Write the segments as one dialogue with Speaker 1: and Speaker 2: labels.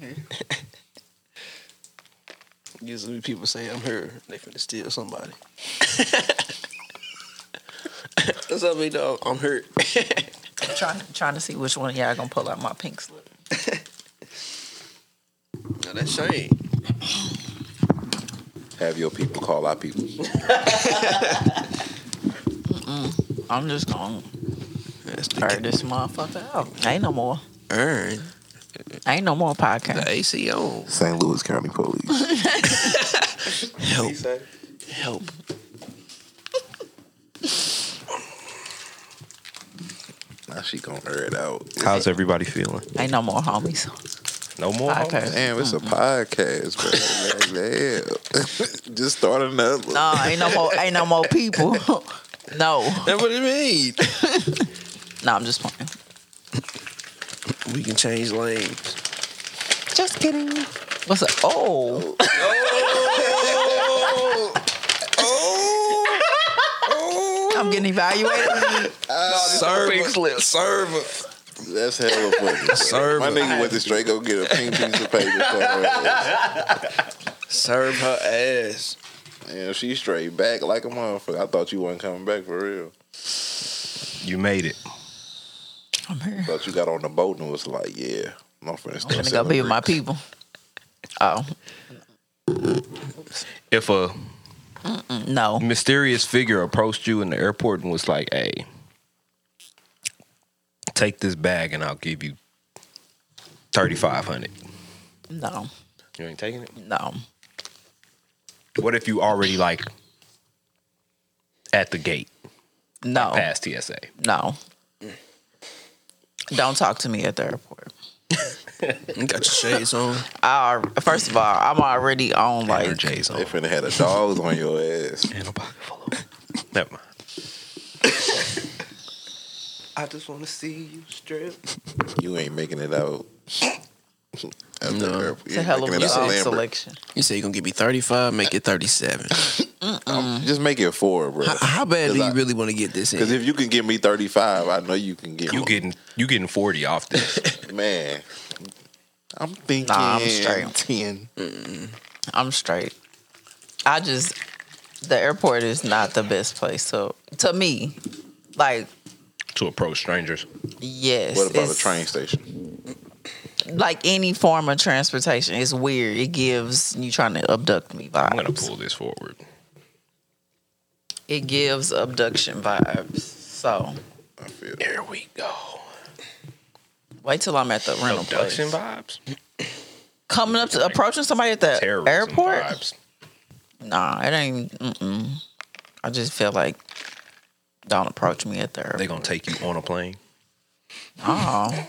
Speaker 1: here.
Speaker 2: Usually people say I'm her, they finna steal somebody. That's what I mean, dog. I'm hurt.
Speaker 1: Trying trying to see which one of y'all gonna pull out my pink slip.
Speaker 2: now that's shame.
Speaker 3: Have your people call our people.
Speaker 1: I'm just gonna
Speaker 2: That's the
Speaker 1: hurt this motherfucker out. Ain't no more.
Speaker 2: earn
Speaker 1: Ain't no more podcast.
Speaker 2: the AC on.
Speaker 3: St. Louis County Police.
Speaker 2: Help, help.
Speaker 3: now she gonna air it out.
Speaker 4: How's everybody feeling?
Speaker 1: Ain't no more homies.
Speaker 4: No more.
Speaker 1: Podcast.
Speaker 3: Damn, it's a podcast, bro. Man, damn. Just start another. one.
Speaker 1: No, ain't no more. Ain't no more people. no,
Speaker 2: That's what it means.
Speaker 1: no, I'm just playing.
Speaker 2: We can change lanes.
Speaker 1: Just kidding. What's up? Oh,
Speaker 2: Oh!
Speaker 1: I'm getting evaluated.
Speaker 2: Server, server.
Speaker 3: That's hella funny. bro.
Speaker 2: Serve
Speaker 3: My
Speaker 2: her.
Speaker 3: nigga went to straight go get a pink piece of paper for her ass.
Speaker 2: Serve her ass.
Speaker 3: And she straight back like a motherfucker. I thought you wasn't coming back for real.
Speaker 4: You made it.
Speaker 1: I'm here.
Speaker 3: Thought you got on the boat and was like, yeah, my friends.
Speaker 1: I'm gonna go be with my people. Oh
Speaker 4: If a
Speaker 1: no,
Speaker 4: mysterious figure approached you in the airport and was like, "Hey, take this bag and I'll give you thirty five hundred.
Speaker 1: no,
Speaker 4: You ain't taking it.
Speaker 1: no.
Speaker 4: What if you already like at the gate
Speaker 1: No,
Speaker 4: past TSA?
Speaker 1: no. Don't talk to me at the airport.
Speaker 2: You got your shades on.
Speaker 1: I, al- first of all, I'm already on
Speaker 4: Or
Speaker 1: like
Speaker 4: J's on.
Speaker 3: They finna had a dog on your ass.
Speaker 4: And a pocket full of. Never mind.
Speaker 2: I just want to see you strip.
Speaker 3: You ain't making it out. At the
Speaker 2: No.
Speaker 1: it's
Speaker 3: airport. You
Speaker 1: a
Speaker 3: ain't
Speaker 1: hell of
Speaker 3: making
Speaker 1: a
Speaker 3: it out
Speaker 1: song
Speaker 3: Lambert.
Speaker 1: selection.
Speaker 2: You say you're going to give me 35, make it 37.
Speaker 3: Um, Just make it four, bro.
Speaker 2: how, how bad do you
Speaker 3: Cause I-
Speaker 2: really want to get this
Speaker 3: Because
Speaker 2: in?
Speaker 3: if you can give me 35, I know you can get
Speaker 4: You getting you getting forty off this.
Speaker 3: Man. I'm thinking
Speaker 1: Nah, I'm straight.
Speaker 3: 10.
Speaker 1: I'm straight. I just the airport is not the best place. So to me, like
Speaker 4: to approach strangers.
Speaker 1: yes,
Speaker 3: What about a
Speaker 1: it's-
Speaker 3: train station?
Speaker 1: Like any form of transportation, it's weird. It gives you trying to abduct me vibes.
Speaker 4: I'm gonna pull this forward.
Speaker 1: It gives abduction vibes. So
Speaker 3: I feel
Speaker 4: Here we go.
Speaker 1: wait till I'm at the rental
Speaker 4: Abduction
Speaker 1: place.
Speaker 4: vibes.
Speaker 1: Coming up to approaching somebody at the
Speaker 4: Terrorism
Speaker 1: airport.
Speaker 4: vibes.
Speaker 1: Nah, it ain't. Mm-mm. I just feel like don't approach me at the airport.
Speaker 4: They gonna take you on a plane.
Speaker 1: Oh.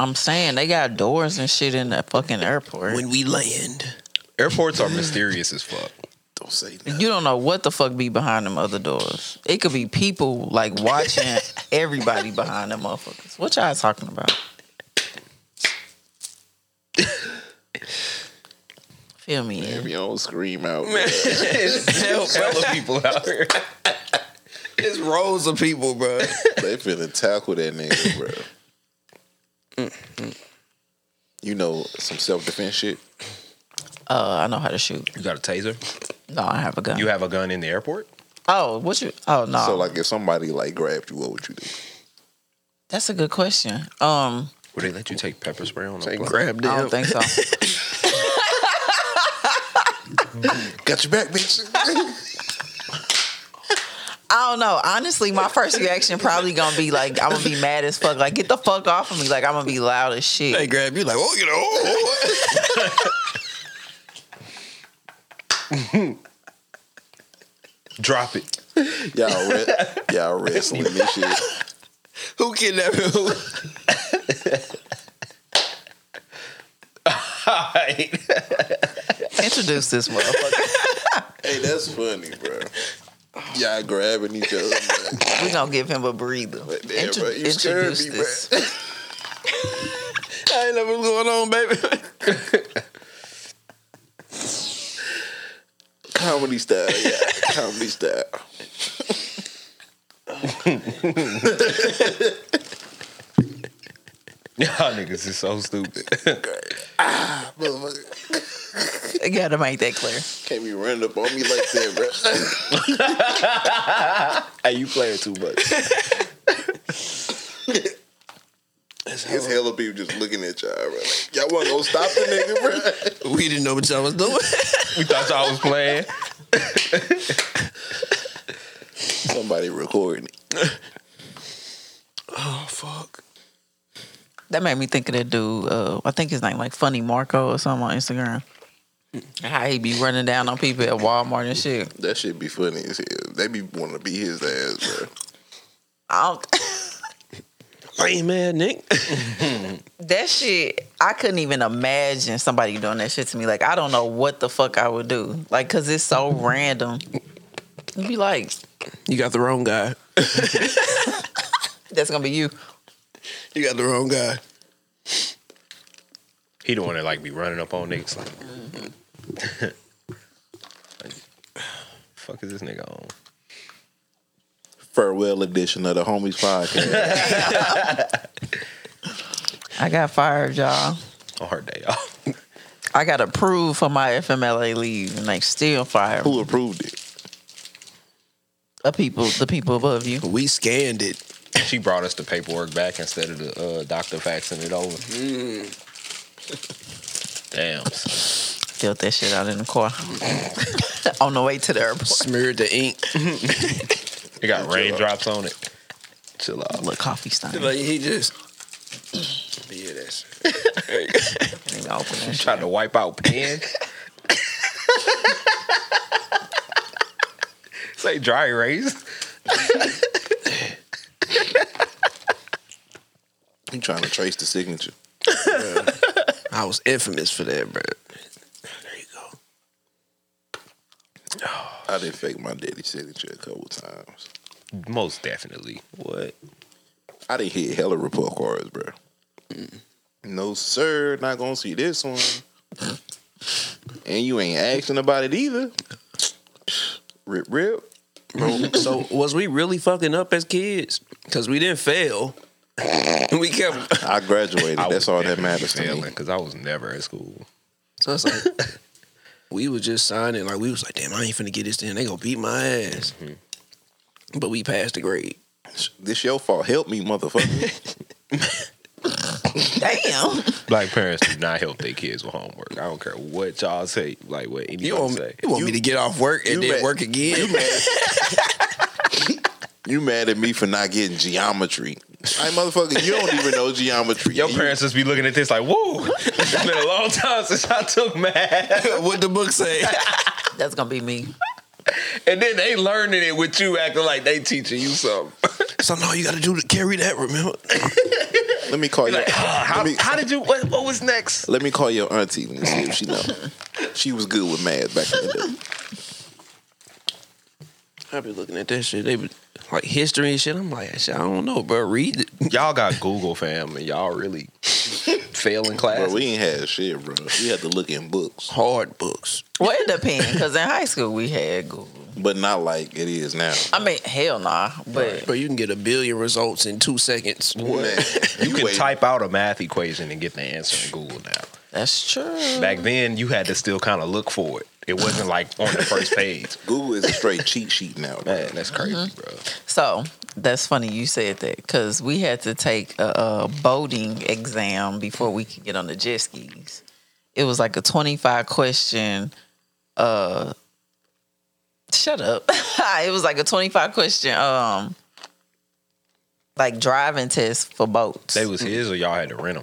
Speaker 1: I'm saying they got doors and shit in that fucking airport.
Speaker 2: When we land.
Speaker 4: Airports are mysterious as fuck.
Speaker 3: Don't say that.
Speaker 1: you don't know what the fuck be behind them other doors. It could be people like watching everybody behind them motherfuckers. What y'all talking about? Feel me?
Speaker 3: If
Speaker 1: in.
Speaker 3: you don't scream out,
Speaker 4: Hella people out here.
Speaker 2: It's rows of people, bro.
Speaker 3: they finna tackle that nigga, bro. Mm, you know some self defense shit.
Speaker 1: Uh, I know how to shoot.
Speaker 4: You got a taser?
Speaker 1: No, I have a gun.
Speaker 4: You have a gun in the airport?
Speaker 1: oh, what you? Oh no,
Speaker 3: So like, if somebody like grabbed you, what would you do?
Speaker 1: that's a good question. Um,
Speaker 4: Would they let you take pepper spray on a plane?
Speaker 2: Grab
Speaker 1: I
Speaker 2: them.
Speaker 1: don't think so.
Speaker 3: Got your back, bitch.
Speaker 1: I don't know. Honestly, my first reaction probably gonna be like, I'm gonna be mad as fuck. Like, get the fuck off of me. Like, I'm gonna be loud as
Speaker 2: They
Speaker 1: shit.
Speaker 2: grab you like, oh, you know. oh, oh."
Speaker 4: Drop it.
Speaker 3: y'all, re- y'all wrestling this shit.
Speaker 2: Who kidnapped who?
Speaker 1: Introduce this motherfucker.
Speaker 3: Hey, that's funny, bro. Y'all grabbing each other. bruh.
Speaker 1: We gonna give him a breather.
Speaker 3: Damn,
Speaker 1: Intro-
Speaker 3: bro, you scared
Speaker 1: introduce
Speaker 3: me,
Speaker 1: this.
Speaker 3: bro.
Speaker 2: I ain't know what's going on, baby.
Speaker 3: Comedy style, yeah. Comedy style.
Speaker 5: Y'all niggas is so stupid.
Speaker 3: Motherfucker
Speaker 1: I gotta make that clear.
Speaker 3: can't be running up on me like that, bro.
Speaker 5: hey, you playing too much.
Speaker 3: It's hella people just looking at y'all, bro. Like, y'all want to go stop the nigga, bro?
Speaker 2: We didn't know what y'all was doing.
Speaker 5: We thought y'all was playing.
Speaker 3: Somebody recording it.
Speaker 2: oh fuck.
Speaker 1: That made me think of that dude. Uh, I think his name like Funny Marco or something on Instagram.
Speaker 3: Mm.
Speaker 1: How he be running down on people at Walmart and shit.
Speaker 3: That shit be funny as hell. They be wanting to beat his ass, bro.
Speaker 1: I don't.
Speaker 2: Lame man, Nick.
Speaker 1: That shit, I couldn't even imagine somebody doing that shit to me. Like, I don't know what the fuck I would do. Like, cause it's so random. You'd be like,
Speaker 2: You got the wrong guy.
Speaker 1: that's gonna be you.
Speaker 2: You got the wrong guy.
Speaker 5: He the one that like be running up on niggas like, like, fuck is this nigga on?
Speaker 3: Farewell edition of the Homies Podcast.
Speaker 1: I got fired, y'all.
Speaker 5: A hard day off.
Speaker 1: I got approved for my FMLA leave, and they still fired
Speaker 3: Who approved it?
Speaker 1: the people, the people above you.
Speaker 2: We scanned it.
Speaker 5: She brought us the paperwork back instead of the uh, doctor faxing it over. Damn. son.
Speaker 1: Filled that shit out in the car on the way to the airport.
Speaker 2: Smeared the ink.
Speaker 5: It got raindrops on it. Chill out.
Speaker 1: Look, coffee stain. Didn't
Speaker 2: Like he just. yeah, that's.
Speaker 1: even open that shit.
Speaker 5: Trying to wipe out pen. Say dry erase.
Speaker 3: You trying to trace the signature.
Speaker 2: I was infamous for that, bro. There you go.
Speaker 3: I did fake my daddy's signature a couple times.
Speaker 5: Most definitely. What?
Speaker 3: I didn't hit hella report cards, bro. No sir, not gonna see this one. and you ain't asking about it either. Rip, rip.
Speaker 2: Bro, so was we really fucking up as kids? Because we didn't fail. we kept.
Speaker 3: I graduated. That's all that matters to me.
Speaker 5: Because I was never at school.
Speaker 2: So it's like we was just signing. Like we was like, damn, I ain't finna get this in. They gonna beat my ass. But we passed the grade.
Speaker 3: This your fault. Help me, motherfucker.
Speaker 1: Damn.
Speaker 5: Black parents do not help their kids with homework. I don't care what y'all say, like what anybody
Speaker 2: You want,
Speaker 5: say.
Speaker 2: you want me to get off work and
Speaker 3: you
Speaker 2: then
Speaker 3: mad-
Speaker 2: work again?
Speaker 3: you mad at me for not getting geometry? Hey, motherfucker, you don't even know geometry.
Speaker 5: Your
Speaker 3: You-
Speaker 5: parents just be looking at this like, whoa, it's been a long time since I took math.
Speaker 2: what the book say?
Speaker 1: That's gonna be me.
Speaker 5: And then they learning it with you acting like they teaching you something.
Speaker 2: so no, you gotta do carry that. Remember?
Speaker 3: Let me call you.
Speaker 5: Like, "Ah, how,
Speaker 3: let, me,
Speaker 5: how did you, what, what was next?
Speaker 3: let me call your auntie and see if she know. She was good with math back in the day.
Speaker 2: I be looking at that shit. They be like history and shit. I'm like, shit, I don't know, bro. Read it.
Speaker 5: Y'all got Google fam and y'all really failing class.
Speaker 3: Bro, we ain't had shit, bro. We had to look in books.
Speaker 2: hard books.
Speaker 1: Well, it depends, cause in high school we had Google.
Speaker 3: but not like it is now.
Speaker 1: I mean, hell nah, but
Speaker 2: But you can get a billion results in two seconds.
Speaker 3: Man,
Speaker 5: you can
Speaker 3: wait.
Speaker 5: type out a math equation and get the answer in Google now.
Speaker 1: that's true.
Speaker 5: Back then, you had to still kind of look for it. It wasn't like on the first page.
Speaker 3: Google is a straight cheat sheet now. bro.
Speaker 5: Man, that's crazy,
Speaker 1: Mm-hmm.
Speaker 5: bro.
Speaker 1: So that's funny you said that because we had to take a, a boating exam before we could get on the jet skis. It was like a 25 question. Uh, shut up. it was like a 25 question. Um, like driving test for boats.
Speaker 5: They was his or y'all had to rent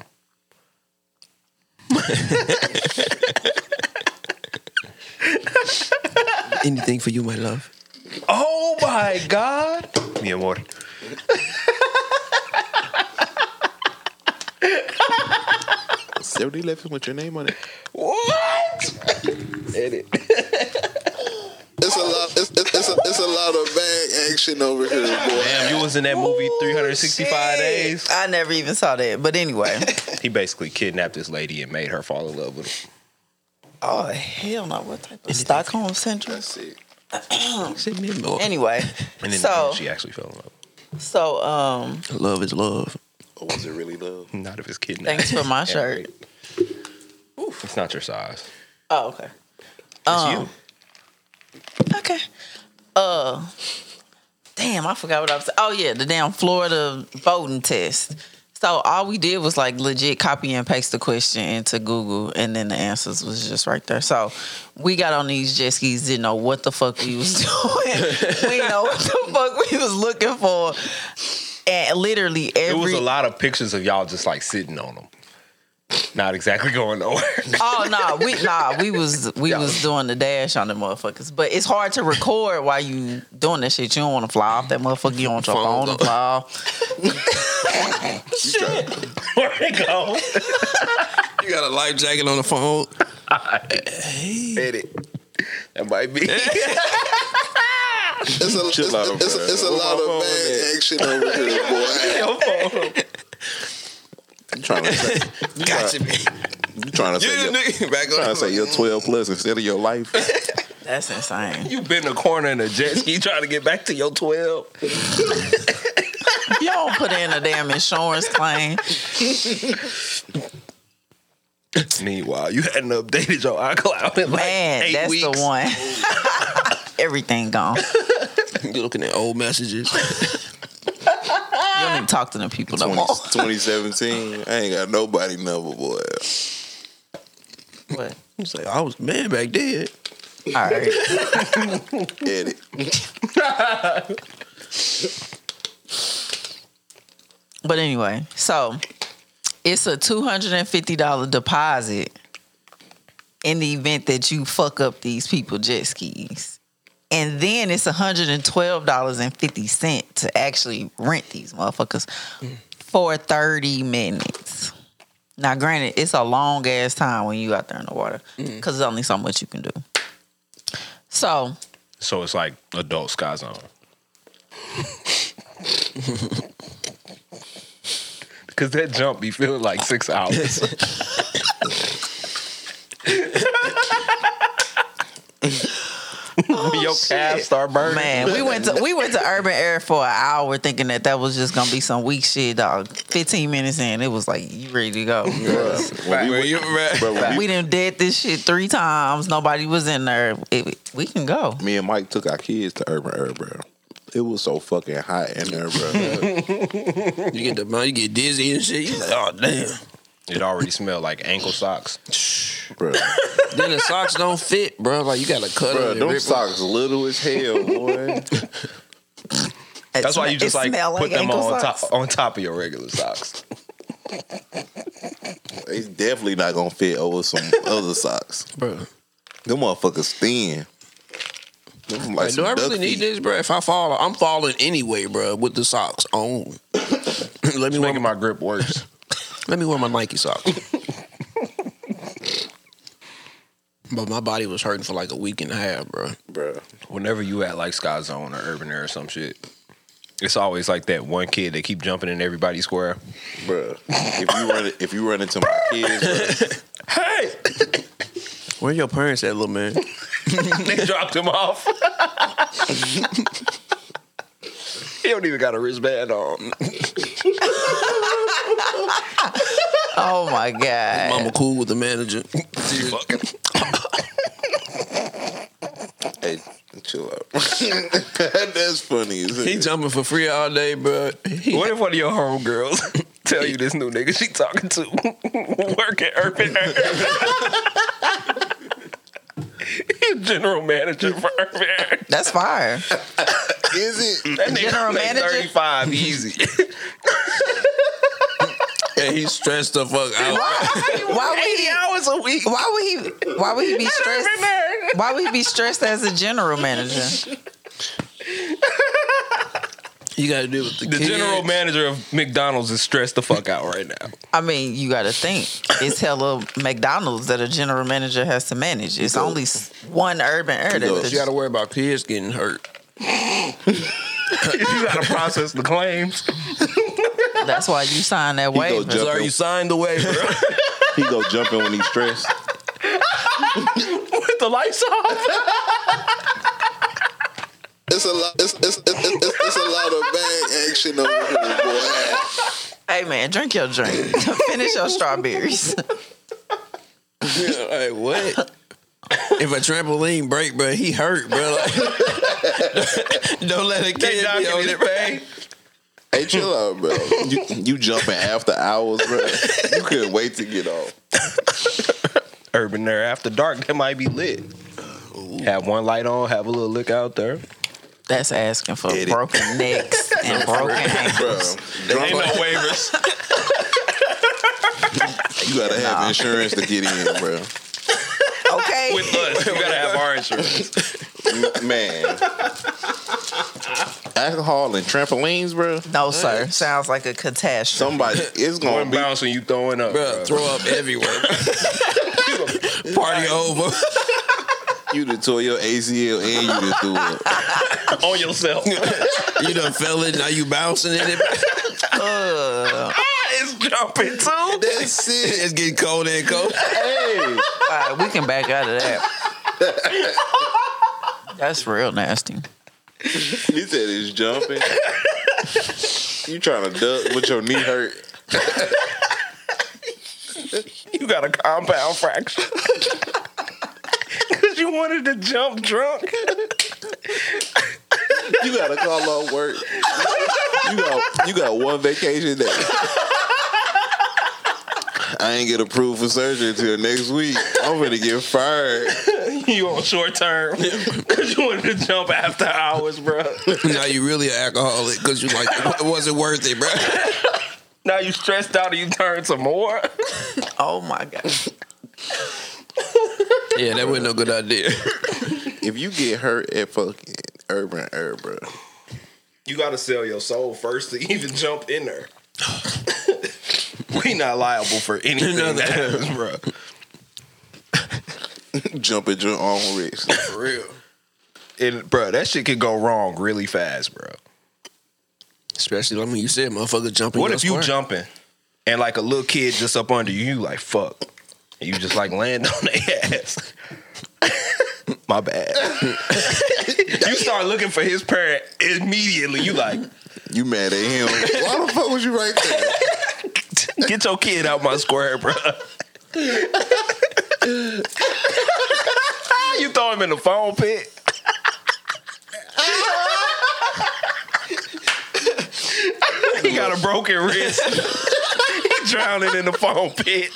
Speaker 5: them.
Speaker 2: Anything for you, my love.
Speaker 5: Oh my God. Mi amor.
Speaker 3: Seven Eleven with your name on it.
Speaker 5: What? Edit.
Speaker 3: It's a lot. It's, it's, it's, a, it's a lot of bad action over here, boy.
Speaker 5: Damn, you was in that movie 365
Speaker 1: Shit.
Speaker 5: days.
Speaker 1: I never even saw that. But anyway.
Speaker 5: He basically kidnapped this lady and made her fall in love with him.
Speaker 1: oh, hell no. What type of Stockholm Syndrome?
Speaker 3: That's it.
Speaker 2: Send me more.
Speaker 1: Anyway.
Speaker 5: And then
Speaker 1: so,
Speaker 5: she actually fell in love.
Speaker 1: so, um,
Speaker 2: Love is love.
Speaker 3: Or Oh, was it really love?
Speaker 5: Not if it's kidnapped.
Speaker 1: Thanks for my shirt.
Speaker 5: It's not your size.
Speaker 1: Oh, okay. Um,
Speaker 5: It's you.
Speaker 1: Okay. Uh damn, I forgot what I was Oh yeah, the damn Florida voting test. So all we did was like legit copy and paste the question into Google and then the answers was just right there. So we got on these jet skis, didn't know what the fuck we was doing. we didn't know what the fuck we was looking for. And literally
Speaker 5: It
Speaker 1: every
Speaker 5: was a lot of pictures of y'all just like sitting on them. Not exactly going nowhere.
Speaker 1: Oh no, we nah, we was we was doing the dash on the motherfuckers. But it's hard to record while you doing that shit. You don't want to fly off that motherfucker. You don't want your phone,
Speaker 2: Phone
Speaker 1: to fly off.
Speaker 5: Where it go?
Speaker 2: You got a life jacket on the phone.
Speaker 3: Edit.
Speaker 5: That might be.
Speaker 6: It's a, it's,
Speaker 3: Chill out,
Speaker 6: it's,
Speaker 3: bro.
Speaker 6: it's, a
Speaker 3: Where my
Speaker 6: lot
Speaker 3: phone
Speaker 6: of bad
Speaker 3: at?
Speaker 6: action over here, boy.
Speaker 3: You trying to
Speaker 2: Gotcha, man.
Speaker 3: you trying to say
Speaker 2: Yeah,
Speaker 3: your,
Speaker 2: nigga. Back
Speaker 3: trying
Speaker 2: on.
Speaker 3: to say you're 12 plus instead of your life.
Speaker 1: That's insane.
Speaker 5: you been a corner in a jet ski trying to get back to your 12.
Speaker 1: You don't put in a damn insurance claim.
Speaker 5: Meanwhile, you hadn't updated your iCloud in like
Speaker 1: Man,
Speaker 5: eight
Speaker 1: that's
Speaker 5: weeks.
Speaker 1: the one. Everything gone. You
Speaker 2: You're looking at old messages.
Speaker 1: don't even talk to the people no
Speaker 3: 20,
Speaker 1: more.
Speaker 3: 2017. I ain't got nobody number, boy.
Speaker 1: But,
Speaker 2: It's like, I was a man back then.
Speaker 1: all right.
Speaker 3: Edit.
Speaker 1: But anyway, so it's a two hundred and fifty dollar deposit in the event that you fuck up these people jet skis. And then it's hundred and twelve dollars and fifty cent to actually rent these motherfuckers for thirty minutes. Now, granted, it's a long ass time when you out there in the water because there's only so much you can do. So
Speaker 5: So it's like adult Sky Zone. Because that jump be feeling like six hours.
Speaker 1: Oh,
Speaker 5: your calves start burning.
Speaker 1: Man, we went to we went to Urban Air for an hour thinking that that was just gonna be some weak shit, dog. Fifteen minutes in, it was like you ready to go.
Speaker 3: When we,
Speaker 2: Where you at?
Speaker 3: bro, when
Speaker 1: We
Speaker 3: we,
Speaker 1: done did this shit three times. Nobody was in there. It, we can go.
Speaker 3: me and Mike took our kids to Urban Air, bro. It was so fucking hot in there, bro.
Speaker 2: You get the mouth, you get dizzy and shit. You like, oh damn.
Speaker 5: It already smelled like ankle socks.
Speaker 3: bro,
Speaker 2: Then the socks don't fit, bro. Like you gotta cut
Speaker 3: bro,
Speaker 2: them. and rip
Speaker 3: them
Speaker 2: 'em.
Speaker 3: socks little as hell, boy.
Speaker 1: It
Speaker 5: That's why
Speaker 1: sm-
Speaker 5: you just
Speaker 1: it
Speaker 5: like put
Speaker 1: smell like
Speaker 5: them
Speaker 1: ankle
Speaker 5: on
Speaker 1: socks.
Speaker 5: top on top of your regular socks.
Speaker 3: It's definitely not gonna fit over some other socks.
Speaker 2: bro.
Speaker 3: Them motherfuckers thin. Them from, like,
Speaker 2: Like,
Speaker 3: some
Speaker 2: do I really
Speaker 3: duck
Speaker 2: need
Speaker 3: feet.
Speaker 2: this, bro? If I fall, I'm falling anyway, bro. With the socks on. let me
Speaker 5: It's
Speaker 2: wear
Speaker 5: making
Speaker 2: my,
Speaker 5: my grip worse.
Speaker 2: let me wear my Nike socks. but my body was hurting for like a week and a half, bro.
Speaker 3: bro?
Speaker 5: Whenever you at like Sky Zone or Urban Air or some shit, it's always like that one kid that keep jumping in everybody's square.
Speaker 3: Bro, if you run if you run into my kids,
Speaker 5: Hey,
Speaker 2: Where your parents at, little man?
Speaker 5: they dropped him off. he don't even got a wristband on.
Speaker 1: Oh my god.
Speaker 2: Mama cool with the manager.
Speaker 3: bro, hey, chill out. That's funny. As
Speaker 2: he
Speaker 3: hell.
Speaker 2: jumping for free all day, bro. He,
Speaker 5: What if one of your homegirls tell you this new nigga she talking to work at Urban Air? He general manager for Urban Air.
Speaker 1: That's fire.
Speaker 3: Is it?
Speaker 5: That nigga
Speaker 1: General
Speaker 5: like
Speaker 1: manager?
Speaker 5: 35 easy.
Speaker 2: and he stressed the fuck
Speaker 5: Oh.
Speaker 2: out.
Speaker 1: Why
Speaker 5: 80 hours a week.
Speaker 1: would he? Why would he? Why would he be stressed?
Speaker 5: Urban Air.
Speaker 1: Why would he be stressed as a general manager?
Speaker 2: You gotta deal with the,
Speaker 5: The
Speaker 2: kids.
Speaker 5: general manager of McDonald's is stressed the fuck out right now.
Speaker 1: I mean, you got to think. It's hella McDonald's that a general manager has to manage. It's only s- one urban area.
Speaker 3: Look,
Speaker 1: that-
Speaker 2: You gotta worry about kids getting hurt.
Speaker 5: you gotta process the claims.
Speaker 1: That's why you signed that
Speaker 3: go
Speaker 1: waiver.
Speaker 3: jump-
Speaker 2: Sorry, you signed the waiver.
Speaker 3: He go jumping when he's stressed.
Speaker 5: With the lights off.
Speaker 6: It's a lot. It's, it's, it's, it's, it's a lot of bang action over here, boy.
Speaker 1: Hey man, drink your drink. Finish your strawberries.
Speaker 2: like what? If a trampoline break, bro, he hurt, bro. Like, don't let a kid be on it, bro.
Speaker 3: Hey, chill out, bro. You you jumping after hours, bro. You couldn't wait to get off.
Speaker 5: Urban there after dark, that might be lit. Have one light on, have a little look out there.
Speaker 1: That's asking for
Speaker 3: Get it.
Speaker 1: broken necks and broken
Speaker 3: Bro,
Speaker 1: ankles.
Speaker 3: drunk like-
Speaker 5: waivers.
Speaker 3: you gotta have
Speaker 1: Nah.
Speaker 3: insurance to get in, bro.
Speaker 1: Okay.
Speaker 5: With us, you gotta have our insurance.
Speaker 3: M- Man, alcohol and trampolines, bro.
Speaker 1: No, sir. Sounds like a catastrophe.
Speaker 3: Somebody it's gonna
Speaker 5: One
Speaker 3: be
Speaker 5: bounce and you throwing up.
Speaker 2: Bro,
Speaker 5: Bro,
Speaker 2: throw up everywhere. Party over.
Speaker 3: you to tore your ACL and you to do it.
Speaker 5: on yourself.
Speaker 2: You done fell in, now you bouncing in it.
Speaker 5: Ah, it's jumping too.
Speaker 3: That's it.
Speaker 2: It's getting cold and cold.
Speaker 3: Hey,
Speaker 1: All right, we can back out of that. That's real nasty.
Speaker 3: he said it's jumping. You trying to duck with your knee hurt?
Speaker 5: You got a compound fracture. Cause you wanted to jump drunk.
Speaker 3: You gotta call off work. You got you got one vacation day. I ain't get approved for surgery until next week. I'm gonna get fired.
Speaker 5: You on short term. Cause you wanted to jump after hours, bro.
Speaker 2: now you really an alcoholic because you like, it wasn't worth it, bro.
Speaker 5: Now you stressed out and you turn some more.
Speaker 1: Oh my god.
Speaker 2: Yeah, that wasn't no good idea.
Speaker 3: If you get hurt at fucking Urban Herb, bro,
Speaker 5: You gotta sell your soul first to even jump in there. we not liable for anything that happens, bro.
Speaker 3: jump at your own risk.
Speaker 2: For real.
Speaker 5: And bro, that shit could go wrong really fast, bro.
Speaker 2: Especially like when you said motherfucker jumping.
Speaker 5: What
Speaker 2: your
Speaker 5: if you
Speaker 2: square.
Speaker 5: jumping and like a little kid just up under you, you like fuck. And you just like land on their ass. My bad. you start looking for his parent immediately. You like,
Speaker 3: You mad at him? Why the fuck was you right there?
Speaker 5: get your kid out my square, bro. you throw him in the phone pit. he got a broken wrist. he drowning in the phone pit.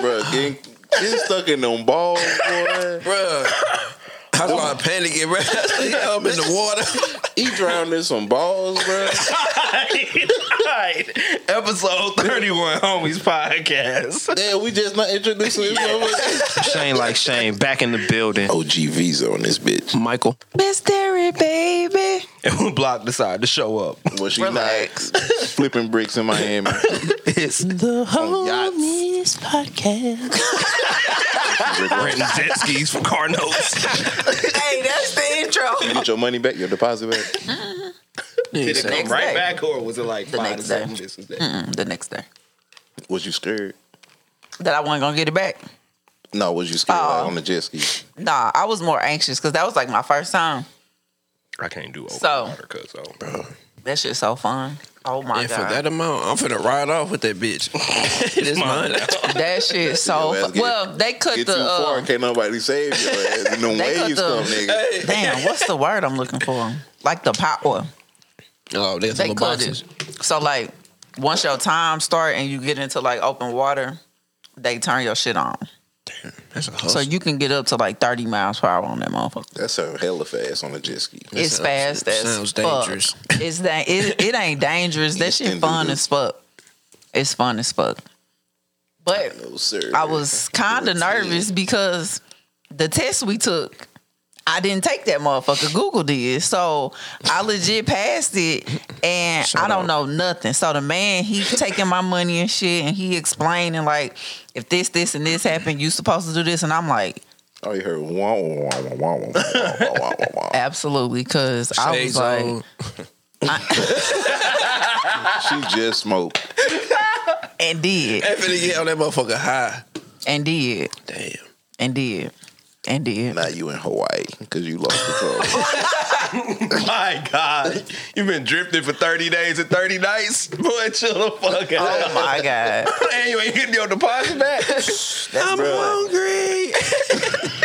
Speaker 3: bro, getting, getting stuck in them balls, boy.
Speaker 2: Bruh. I started panicking, bruh. I'm in the water.
Speaker 3: He drowned in some balls, bro.
Speaker 5: Alright. Episode 31 Homies Podcast.
Speaker 3: Damn, we just not introducing this motherfucker.
Speaker 5: Shane like Shane back in the building.
Speaker 3: OG V's on this bitch.
Speaker 2: Michael.
Speaker 1: Mystery baby.
Speaker 5: And when Block decided to show up.
Speaker 3: Well, she
Speaker 1: Relax.
Speaker 3: like flipping bricks in Miami.
Speaker 5: It's
Speaker 1: The
Speaker 3: yachts.
Speaker 1: homies podcast.
Speaker 5: renting jet skis from Carnos.
Speaker 1: hey, that's the intro.
Speaker 3: Get your money back, your deposit back.
Speaker 5: Did it come
Speaker 1: next
Speaker 5: right
Speaker 1: day.
Speaker 5: back or was it like
Speaker 1: The
Speaker 5: five
Speaker 1: next
Speaker 5: to seven
Speaker 1: day.
Speaker 5: business days?
Speaker 1: Mm, the next day.
Speaker 3: Was you scared?
Speaker 1: That I wasn't gonna get it back.
Speaker 3: No, was you scared like,
Speaker 1: Oh.
Speaker 3: on the jet ski?
Speaker 1: Nah, I was more anxious because that was like my first time.
Speaker 5: I can't do open
Speaker 1: So-
Speaker 5: water oh. cuz so.
Speaker 1: That shit's so fun. Oh my
Speaker 2: And for
Speaker 1: god.
Speaker 2: that amount, I'm finna ride off with that bitch. it's mine.
Speaker 1: That shit so
Speaker 3: Your ass
Speaker 1: fu-
Speaker 3: get-
Speaker 1: well. They cut
Speaker 3: Get
Speaker 1: the
Speaker 3: too far,
Speaker 1: uh,
Speaker 3: can't nobody save you. And them
Speaker 1: They got
Speaker 3: waves
Speaker 1: the-
Speaker 3: come, nigga.
Speaker 1: damn. What's the word I'm looking for? Like the power.
Speaker 2: Oh, there's
Speaker 1: They
Speaker 2: little
Speaker 1: cut it.
Speaker 2: boxes.
Speaker 1: So like, once your time start and you get into like open water, they turn your shit on.
Speaker 2: That's a
Speaker 1: So
Speaker 2: hustle.
Speaker 1: you can get up to like 30 miles per hour on that motherfucker.
Speaker 3: That's a hella fast on a jet ski.
Speaker 1: It's
Speaker 2: sounds-
Speaker 1: fast as
Speaker 2: sounds
Speaker 1: fuck.
Speaker 2: dangerous.
Speaker 1: It's that it, it ain't dangerous. That
Speaker 3: can
Speaker 1: shit
Speaker 3: do
Speaker 1: fun
Speaker 3: that.
Speaker 1: as fuck. It's fun as fuck. But
Speaker 3: No, sir.
Speaker 1: I was kind of nervous because the test we took, I didn't take that motherfucker. Google did. So I legit passed it and I don't know nothing. So the man, he taking my money and shit and he explaining, like, if this, this, and this happened, you supposed to do this. And I'm like,
Speaker 3: Oh, you heard wah, wah, wah, wah, wah, wah, wah, wah, wah, wah, wah.
Speaker 1: absolutely. Cause I was
Speaker 2: Shades
Speaker 1: like,
Speaker 2: on.
Speaker 3: She just smoked.
Speaker 1: and did,
Speaker 2: I'm finna get on that motherfucker high.
Speaker 1: and did,
Speaker 2: Damn.
Speaker 1: and did. and did.
Speaker 3: Now you in Hawaii because you lost control.
Speaker 5: My God, you've been drifting for thirty days and thirty nights. Boy, chill the fuck out.
Speaker 1: Oh my god.
Speaker 5: and you ain't getting your deposit back.
Speaker 2: I'm hungry.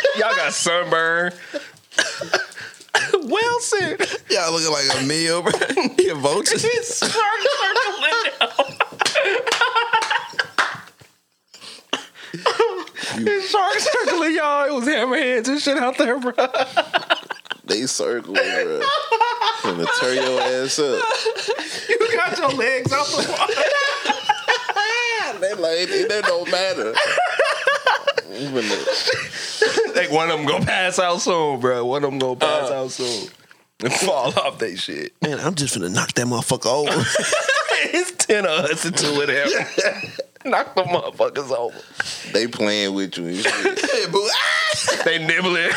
Speaker 5: Y'all got sunburn. Wilson,
Speaker 2: Y'all looking like a meal, bro. Your vultures.
Speaker 5: sharks circling y'all. It was hammerheads and shit out there, bro.
Speaker 3: they circling, bro. Gonna tear your ass up.
Speaker 5: You got your legs out the water.
Speaker 3: They like it, that don't matter. Even the-
Speaker 5: Like one of them gonna pass out soon, bro. One of them gonna pass out soon and fall off they shit.
Speaker 2: Man, I'm just finna knock that motherfucker over.
Speaker 5: it's ten of us and two of them. Knock the motherfuckers over.
Speaker 3: they playing with you. and shit.
Speaker 2: Boo. Ah!
Speaker 5: They nibbling.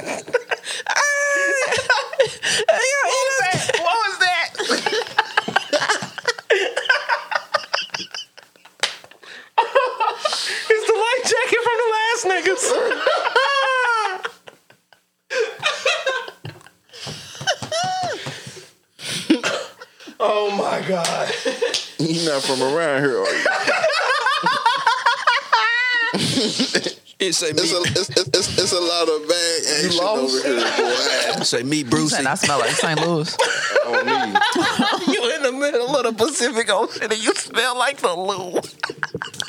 Speaker 5: what was that? it's the life jacket from the last niggas. oh my god.
Speaker 3: You not from around here, are you?
Speaker 2: It's a
Speaker 3: It's a,
Speaker 2: meat.
Speaker 3: it's, it's, it's, it's a lot of bad action over
Speaker 5: lost.
Speaker 3: here, boy.
Speaker 2: It's a meat Brucey.
Speaker 1: And I smell like St. Louis.
Speaker 3: On me.
Speaker 5: You in the middle of the Pacific Ocean and you smell like the loo.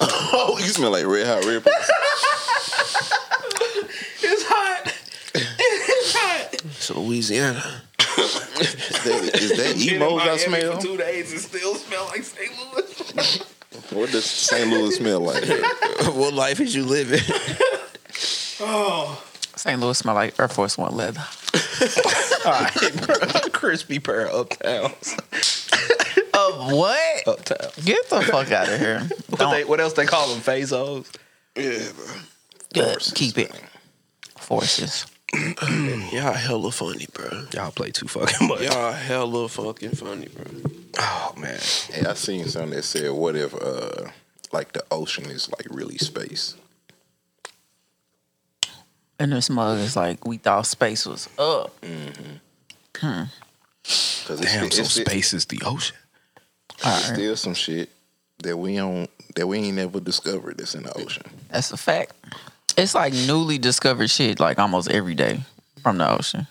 Speaker 3: Oh, you smell like red hot red pepper.
Speaker 5: It's hot. It's hot.
Speaker 2: It's Louisiana.
Speaker 3: Is that, is that emos I smell?
Speaker 5: two days and still smell like St. Louis.
Speaker 3: What does St. Louis smell like?
Speaker 2: what life is you living?
Speaker 5: Oh,
Speaker 1: St. Louis smell like Air Force One leather.
Speaker 5: all right, bro. Crispy pair of uptowns.
Speaker 1: Of what?
Speaker 5: Uptowns.
Speaker 1: Get the fuck out of here.
Speaker 5: What,
Speaker 1: Don't
Speaker 5: they, what else they call them? Fazos.
Speaker 3: yeah, bro.
Speaker 1: good. keep it. Forces.
Speaker 2: Y'all hella funny, bro.
Speaker 5: Y'all play too fucking much.
Speaker 2: Y'all hella fucking funny, bro.
Speaker 5: Oh man.
Speaker 3: Hey, I seen something that said, "What if, uh, like, the ocean is like really space?"
Speaker 1: And this mug is like we thought space was up.
Speaker 3: Because it's, it's, it's,
Speaker 5: is the ocean.
Speaker 3: it's still some shit that we don't that we ain't ever discovered that's in the ocean.
Speaker 1: That's a fact. It's like newly discovered shit like almost every day from the ocean.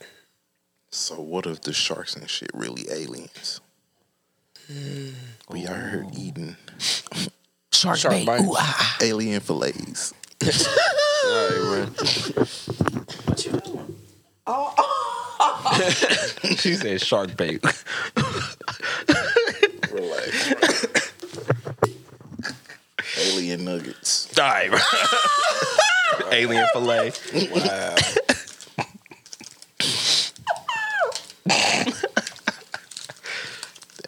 Speaker 3: So what if the sharks and shit really aliens? We are here eating
Speaker 1: Shark,
Speaker 2: Shark
Speaker 1: bait.
Speaker 2: bite.
Speaker 1: Ooh, ah.
Speaker 3: alien fillets.
Speaker 5: She said shark bait.
Speaker 3: Relax. alien nuggets.
Speaker 5: All right, bro. Alien fillet.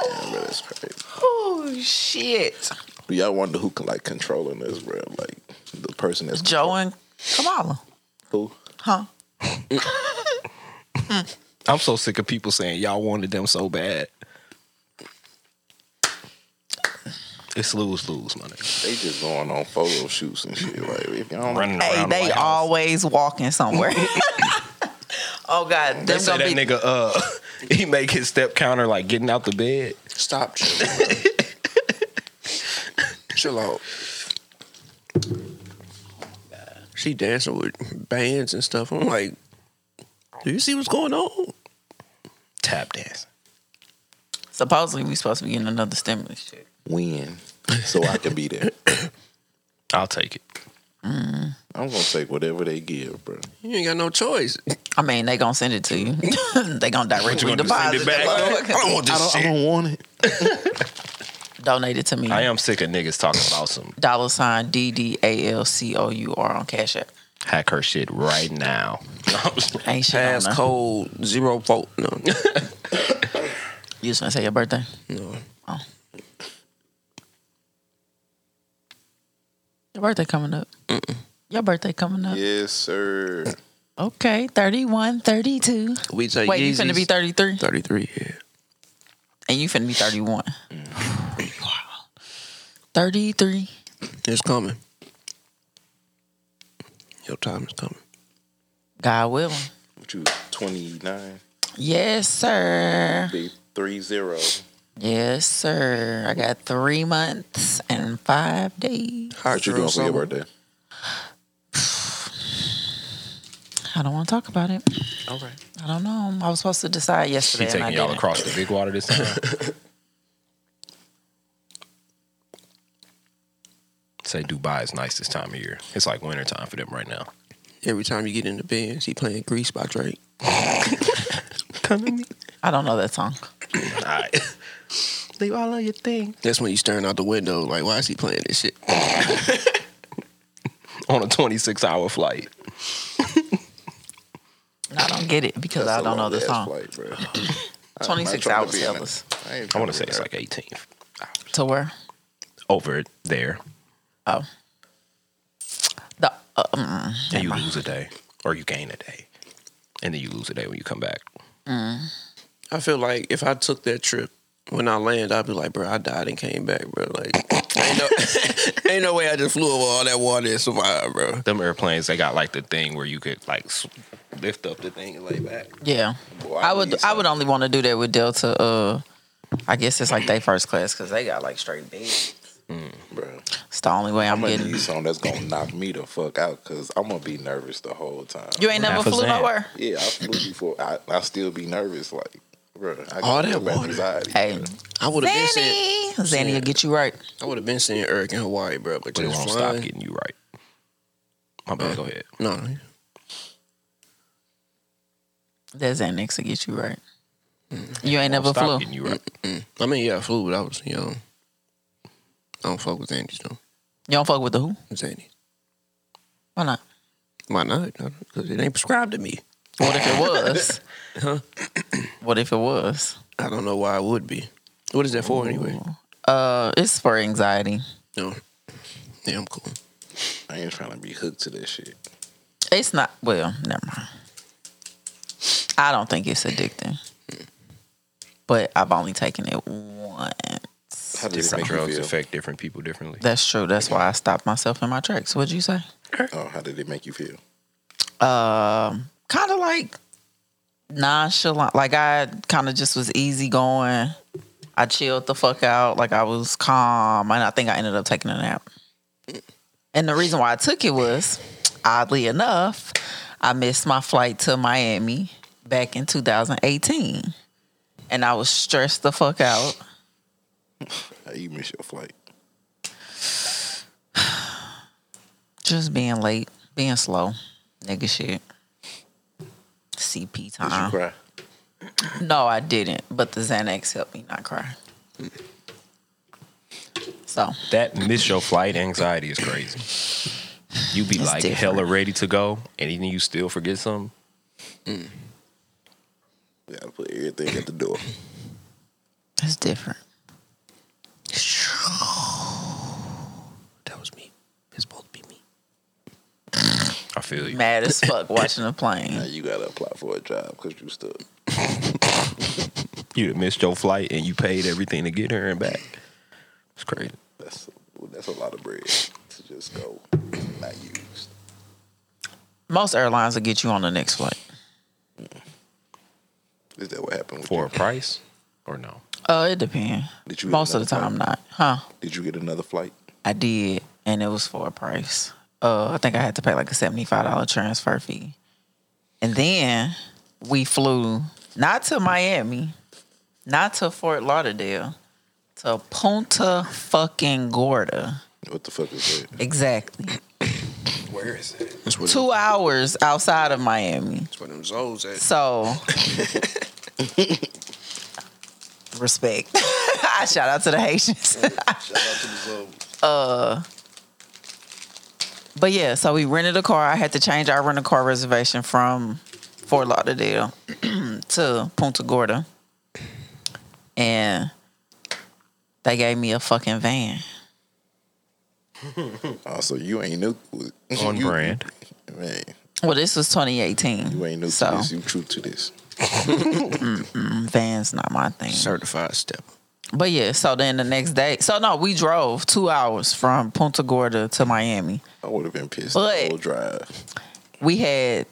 Speaker 3: Damn, bro, that's crazy.
Speaker 1: Oh shit.
Speaker 3: Do y'all wonder who can like controlling us, bro? Like the person that's
Speaker 1: Joe and Kamala.
Speaker 3: who?
Speaker 1: Huh?
Speaker 5: I'm so sick of people saying y'all wanted them so bad. It's lose lose, my nigga.
Speaker 3: They just going on photo shoots and shit. Like if y'all don't
Speaker 1: Hey,
Speaker 5: the
Speaker 1: they
Speaker 5: White House.
Speaker 1: always walking somewhere. oh god,
Speaker 5: They
Speaker 1: them
Speaker 5: say
Speaker 1: gonna
Speaker 5: that
Speaker 1: be
Speaker 5: nigga uh he make his step counter like getting out the bed.
Speaker 2: Stop, chill, chill out. She dancing with bands and stuff. I'm like, do you see what's going on?
Speaker 5: Tap dance.
Speaker 1: supposedly we supposed to be getting another stimulus check.
Speaker 3: win, so I can be there.
Speaker 5: I'll take it.
Speaker 3: I'm gonna take whatever they give, bro.
Speaker 2: You ain't got no choice.
Speaker 1: I mean, they gonna send it to you. they gonna directly
Speaker 5: gonna do, send
Speaker 1: deposit
Speaker 5: it
Speaker 1: it
Speaker 5: back?
Speaker 1: back.
Speaker 2: want
Speaker 3: I don't, I don't want it.
Speaker 1: Donate it to me.
Speaker 5: I am sick of niggas talking about some
Speaker 1: Dollar sign D D A L C O U R on Cash App.
Speaker 5: hack her shit right now.
Speaker 1: Ain't shit on
Speaker 2: Pass
Speaker 1: there.
Speaker 2: code zero vote. No,
Speaker 1: You just gonna say your birthday?
Speaker 2: no.
Speaker 1: Oh. Your birthday coming up. Your birthday coming up.
Speaker 3: Yes, sir.
Speaker 1: Okay, 31, 32.
Speaker 2: We take
Speaker 1: Wait, you finna be 33?
Speaker 2: thirty three. Yeah.
Speaker 1: And you finna be 31.
Speaker 5: Mm.
Speaker 1: 33.
Speaker 2: It's coming. Your time is coming.
Speaker 1: God willing.
Speaker 3: What you twenty nine?
Speaker 1: Yes, sir.
Speaker 3: Big three zero.
Speaker 1: Yes, sir. I got three months and five days.
Speaker 3: What you doing for your birthday?
Speaker 1: I don't want to talk about it.
Speaker 2: All right.
Speaker 1: I don't know. I was supposed to decide yesterday.
Speaker 5: She
Speaker 1: and I
Speaker 5: taking y'all
Speaker 1: didn't.
Speaker 5: across the big water this time.
Speaker 4: Say Dubai is nice this time of year. It's like winter time for them right now.
Speaker 2: Every time you get in the Benz, he playing Grease by Drake.
Speaker 1: I don't know that song.
Speaker 4: All right. Leave all of your things
Speaker 2: That's when you staring out the window like, why is he playing this shit?
Speaker 4: on a 26 hour flight.
Speaker 1: I don't get it because I don't know the song.
Speaker 3: Flight, bro.
Speaker 1: Twenty six
Speaker 3: trying to
Speaker 1: hours
Speaker 3: be in it.
Speaker 1: fellas.
Speaker 4: I want to say it's like 18
Speaker 1: To where?
Speaker 4: over there,
Speaker 1: Oh. The uh, mm,
Speaker 4: and you lose a day or you gain a day, and then you lose a day when you come back.
Speaker 2: I feel like if I took that trip when I land, I'd be like, bro, I died and came back, bro. Like, ain't no, ain't no way I just flew over all that water and survived, bro.
Speaker 4: Them airplanes, they got like the thing where you could like s- lift up the thing and lay back.
Speaker 1: yeah. I would I would only want to do that with Delta. Uh, I guess it's like they first class because they got like straight beds.
Speaker 3: bro.
Speaker 1: It's the only way I'm
Speaker 3: I'm gonna
Speaker 1: getting.
Speaker 3: need something that's gonna knock me the fuck out because I'm gonna be nervous the whole time.
Speaker 1: You ain't never
Speaker 4: Half a
Speaker 1: flew
Speaker 4: Zan.
Speaker 1: nowhere.
Speaker 3: Yeah, I flew before. I I still be nervous, like, bro. I got
Speaker 2: All that
Speaker 3: real bad
Speaker 2: water.
Speaker 3: anxiety.
Speaker 1: Hey,
Speaker 2: I would have been seeing,
Speaker 1: Zanny, Zanny will get you right.
Speaker 2: I would have been seeing Eric in Hawaii, bro. But,
Speaker 4: But it
Speaker 2: just
Speaker 4: won't stop
Speaker 2: flying,
Speaker 4: getting you right. My bad, go ahead.
Speaker 2: no.
Speaker 1: That Xanax will get you right. You
Speaker 4: Won't
Speaker 1: ain't never
Speaker 4: Mm. stop
Speaker 1: flew.
Speaker 4: getting you right.
Speaker 2: I mean, yeah, I flew, but I was young. I don't fuck with Andy's though.
Speaker 1: You don't fuck with the who?
Speaker 2: Zanny.
Speaker 1: Why not?
Speaker 2: Why not? Because it ain't prescribed to me.
Speaker 1: What if it was? What if it was?
Speaker 2: I don't know why I would be. What is that for anyway?
Speaker 1: Uh, it's for anxiety.
Speaker 2: No. Yeah, I'm cool.
Speaker 3: I ain't trying to be hooked to this shit.
Speaker 1: It's not. Well, never mind. I don't think it's addicting, but I've only taken it once.
Speaker 3: How does it
Speaker 4: Different
Speaker 3: make you
Speaker 4: drugs
Speaker 3: feel?
Speaker 4: affect different people differently.
Speaker 1: That's true. That's why I stopped myself in my tracks. What'd you say?
Speaker 3: Oh, how did it make you feel?
Speaker 1: um kind of like nonchalant like i kind of just was easy going i chilled the fuck out like i was calm and i think i ended up taking a nap and the reason why i took it was oddly enough i missed my flight to miami back in 2018 and i was stressed the fuck out
Speaker 3: How you miss your flight?
Speaker 1: just being late being slow nigga shit cp
Speaker 3: Did
Speaker 1: time
Speaker 3: you cry?
Speaker 1: No, I didn't. But the Xanax helped me not cry. So
Speaker 4: That miss your flight anxiety is crazy. You be like
Speaker 1: different.
Speaker 4: hella ready to go, and then you still forget something.
Speaker 3: You gotta put everything at the door.
Speaker 1: it's different.
Speaker 2: That was me. It's supposed to be me.
Speaker 4: I feel you.
Speaker 1: Mad as fuck watching a
Speaker 3: Now
Speaker 1: plane.
Speaker 3: you gotta apply for a job because you stuck.
Speaker 4: You done missed your flight, and you paid everything to get her and back. It's crazy.
Speaker 3: That's that's a lot of bread to just go not used.
Speaker 1: Most airlines will get you on the next flight.
Speaker 3: Is that what happened with
Speaker 4: For a
Speaker 3: you?
Speaker 4: price or no?
Speaker 1: Uh, it depends.
Speaker 3: Did you get
Speaker 1: Most of the
Speaker 3: another
Speaker 1: time,
Speaker 3: flight?
Speaker 1: not. Huh?
Speaker 3: Did you get another flight?
Speaker 1: I did, and it was for a price. Uh, I think I had to pay like a seventy five dollar transfer fee, and then we flew not to Miami, not to Fort Lauderdale, to Punta fucking Gorda.
Speaker 3: What the fuck is that?
Speaker 1: Exactly.
Speaker 2: That's what
Speaker 1: Two hours outside of Miami.
Speaker 2: That's where them zoes at.
Speaker 1: So respect. Shout out to the Haitians.
Speaker 3: Shout out to the zone.
Speaker 1: But yeah, so we rented a car. I had to change our rental car reservation from Fort Lauderdale to Punta Gorda. And they gave me a fucking van.
Speaker 3: Oh, so you ain't new
Speaker 4: On
Speaker 3: you-
Speaker 4: brand.
Speaker 3: Man,
Speaker 1: Well, this was 2018.
Speaker 3: you ain't new to
Speaker 1: so
Speaker 3: this. You true to this.
Speaker 1: van's not my thing.
Speaker 2: Certified step.
Speaker 1: But yeah, so then the next day, so no, we drove two hours from Punta Gorda to Miami.
Speaker 3: I would have been pissed
Speaker 1: But-
Speaker 3: the whole drive.
Speaker 1: We had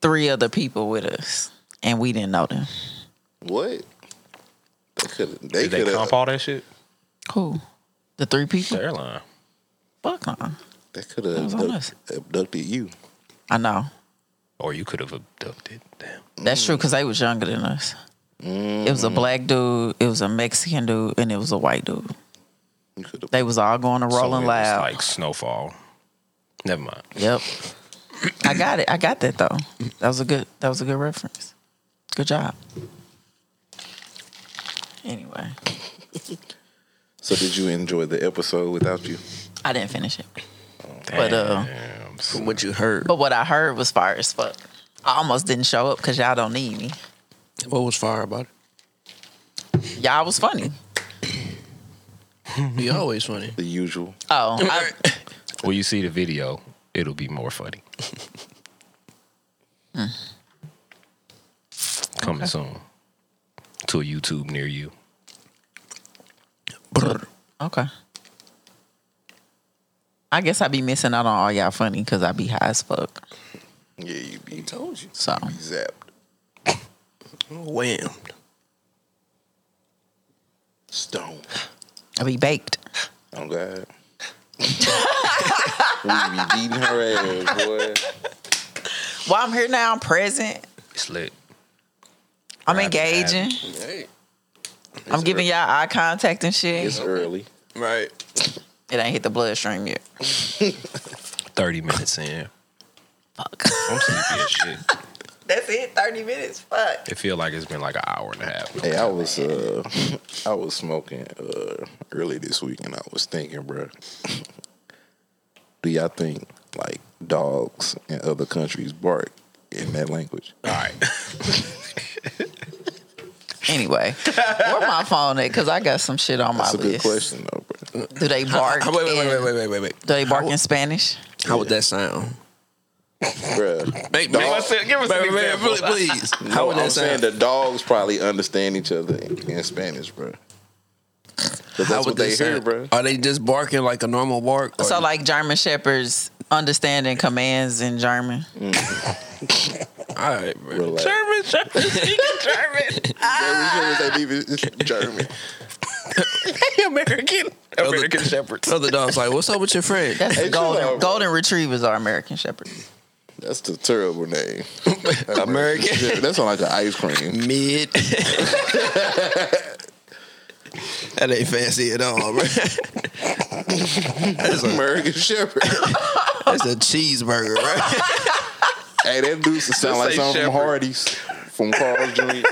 Speaker 1: three other people with us, and we didn't know them.
Speaker 3: What? They could have. They
Speaker 5: Did they
Speaker 3: could
Speaker 5: comp
Speaker 3: have.
Speaker 5: all that shit?
Speaker 1: Who? The three
Speaker 5: The
Speaker 1: people?
Speaker 5: airline.
Speaker 1: Fuck on.
Speaker 3: They could
Speaker 1: was
Speaker 3: have
Speaker 1: on us.
Speaker 3: abducted, abducted you.
Speaker 1: I know.
Speaker 5: Or you could have abducted. Damn.
Speaker 1: That's true because they was younger than us. It
Speaker 5: Mm.
Speaker 1: was a black dude, it was a Mexican dude, and it was a white dude.
Speaker 3: You could have.
Speaker 1: They was all going to
Speaker 5: So
Speaker 1: Rolling
Speaker 5: it was
Speaker 1: Loud.
Speaker 5: Like snowfall. Never mind.
Speaker 1: Yep. I got it. I got that though. That was a good. That was a good reference. Good job. Anyway,
Speaker 3: So did you enjoy the episode without you?
Speaker 1: I didn't finish it,
Speaker 5: Damn.
Speaker 1: but uh,
Speaker 2: From what you heard,
Speaker 1: but what I heard was fire as fuck. I almost didn't show up because y'all don't need me.
Speaker 2: what was fire about it?
Speaker 1: Y'all was funny.
Speaker 2: He always funny.
Speaker 3: The usual.
Speaker 1: Oh, I,
Speaker 5: when you see the video, it'll be more funny. Coming soon to a YouTube near you.
Speaker 2: Brr.
Speaker 1: okay. I guess I be missing out on all y'all funny because I be high as fuck.
Speaker 3: Yeah, you be
Speaker 2: Told you.
Speaker 1: So
Speaker 3: you zapped.
Speaker 2: Wham.
Speaker 3: Stone.
Speaker 1: I be baked.
Speaker 3: Oh God. we be beating her ass, boy.
Speaker 1: While I'm here now, I'm present.
Speaker 5: It's lit.
Speaker 1: I'm
Speaker 5: Rapping,
Speaker 1: engaging.
Speaker 2: Hey.
Speaker 1: I'm giving y'all eye contact and shit.
Speaker 3: It's early.
Speaker 2: Right.
Speaker 1: It ain't hit the bloodstream yet.
Speaker 5: 30 minutes in.
Speaker 1: Fuck.
Speaker 5: I'm sleepy as shit.
Speaker 1: That's it. Thirty minutes. Fuck.
Speaker 5: It feel like it's been like an hour and a half.
Speaker 3: Hey, I was uh, I was smoking uh early this week, and I was thinking, bruh, do y'all think like dogs in other countries bark in that language?
Speaker 5: All right.
Speaker 1: Anyway, where my phone at? Because I got some shit on my
Speaker 3: That's a good
Speaker 1: list.
Speaker 3: question, though, bruh.
Speaker 1: Do they bark?
Speaker 2: Wait, wait,
Speaker 1: in-
Speaker 2: wait, wait, wait, wait, wait.
Speaker 1: Do they bark
Speaker 2: How,
Speaker 1: in Spanish?
Speaker 2: how would that sound?
Speaker 3: bruh.
Speaker 2: Make,
Speaker 3: Dog.
Speaker 5: Give us
Speaker 2: Wait, wait, wait, please, please. How
Speaker 3: No,
Speaker 2: would
Speaker 3: I'm
Speaker 2: that
Speaker 3: saying
Speaker 2: sound?
Speaker 3: the dogs probably understand each other in, in Spanish, bruh. 'Cause That's
Speaker 2: How would
Speaker 3: what they
Speaker 2: that
Speaker 3: hear,
Speaker 2: sound?
Speaker 3: bruh.
Speaker 2: Are they just barking like a normal bark? Or-
Speaker 1: So like German shepherds understanding commands in German.
Speaker 2: all right, bro.
Speaker 3: Relax.
Speaker 1: German shepherds speaking German.
Speaker 3: They be sure they be- it's German.
Speaker 5: American. American Shepherds.
Speaker 2: Other dogs like, what's up with your friend?
Speaker 1: That's
Speaker 3: Hey,
Speaker 1: the
Speaker 3: chill
Speaker 1: golden
Speaker 3: out, bro.
Speaker 1: golden retrievers are American shepherds.
Speaker 3: That's the terrible name.
Speaker 2: American.
Speaker 3: Yeah, That's on like an ice cream.
Speaker 2: Mid. that ain't fancy at all, bro. That's
Speaker 3: American Shepherd.
Speaker 2: a cheeseburger, right?
Speaker 3: hey, that dude sound like
Speaker 5: say
Speaker 3: something
Speaker 5: Shepherd.
Speaker 3: from Hardee's, from Carl's Jr.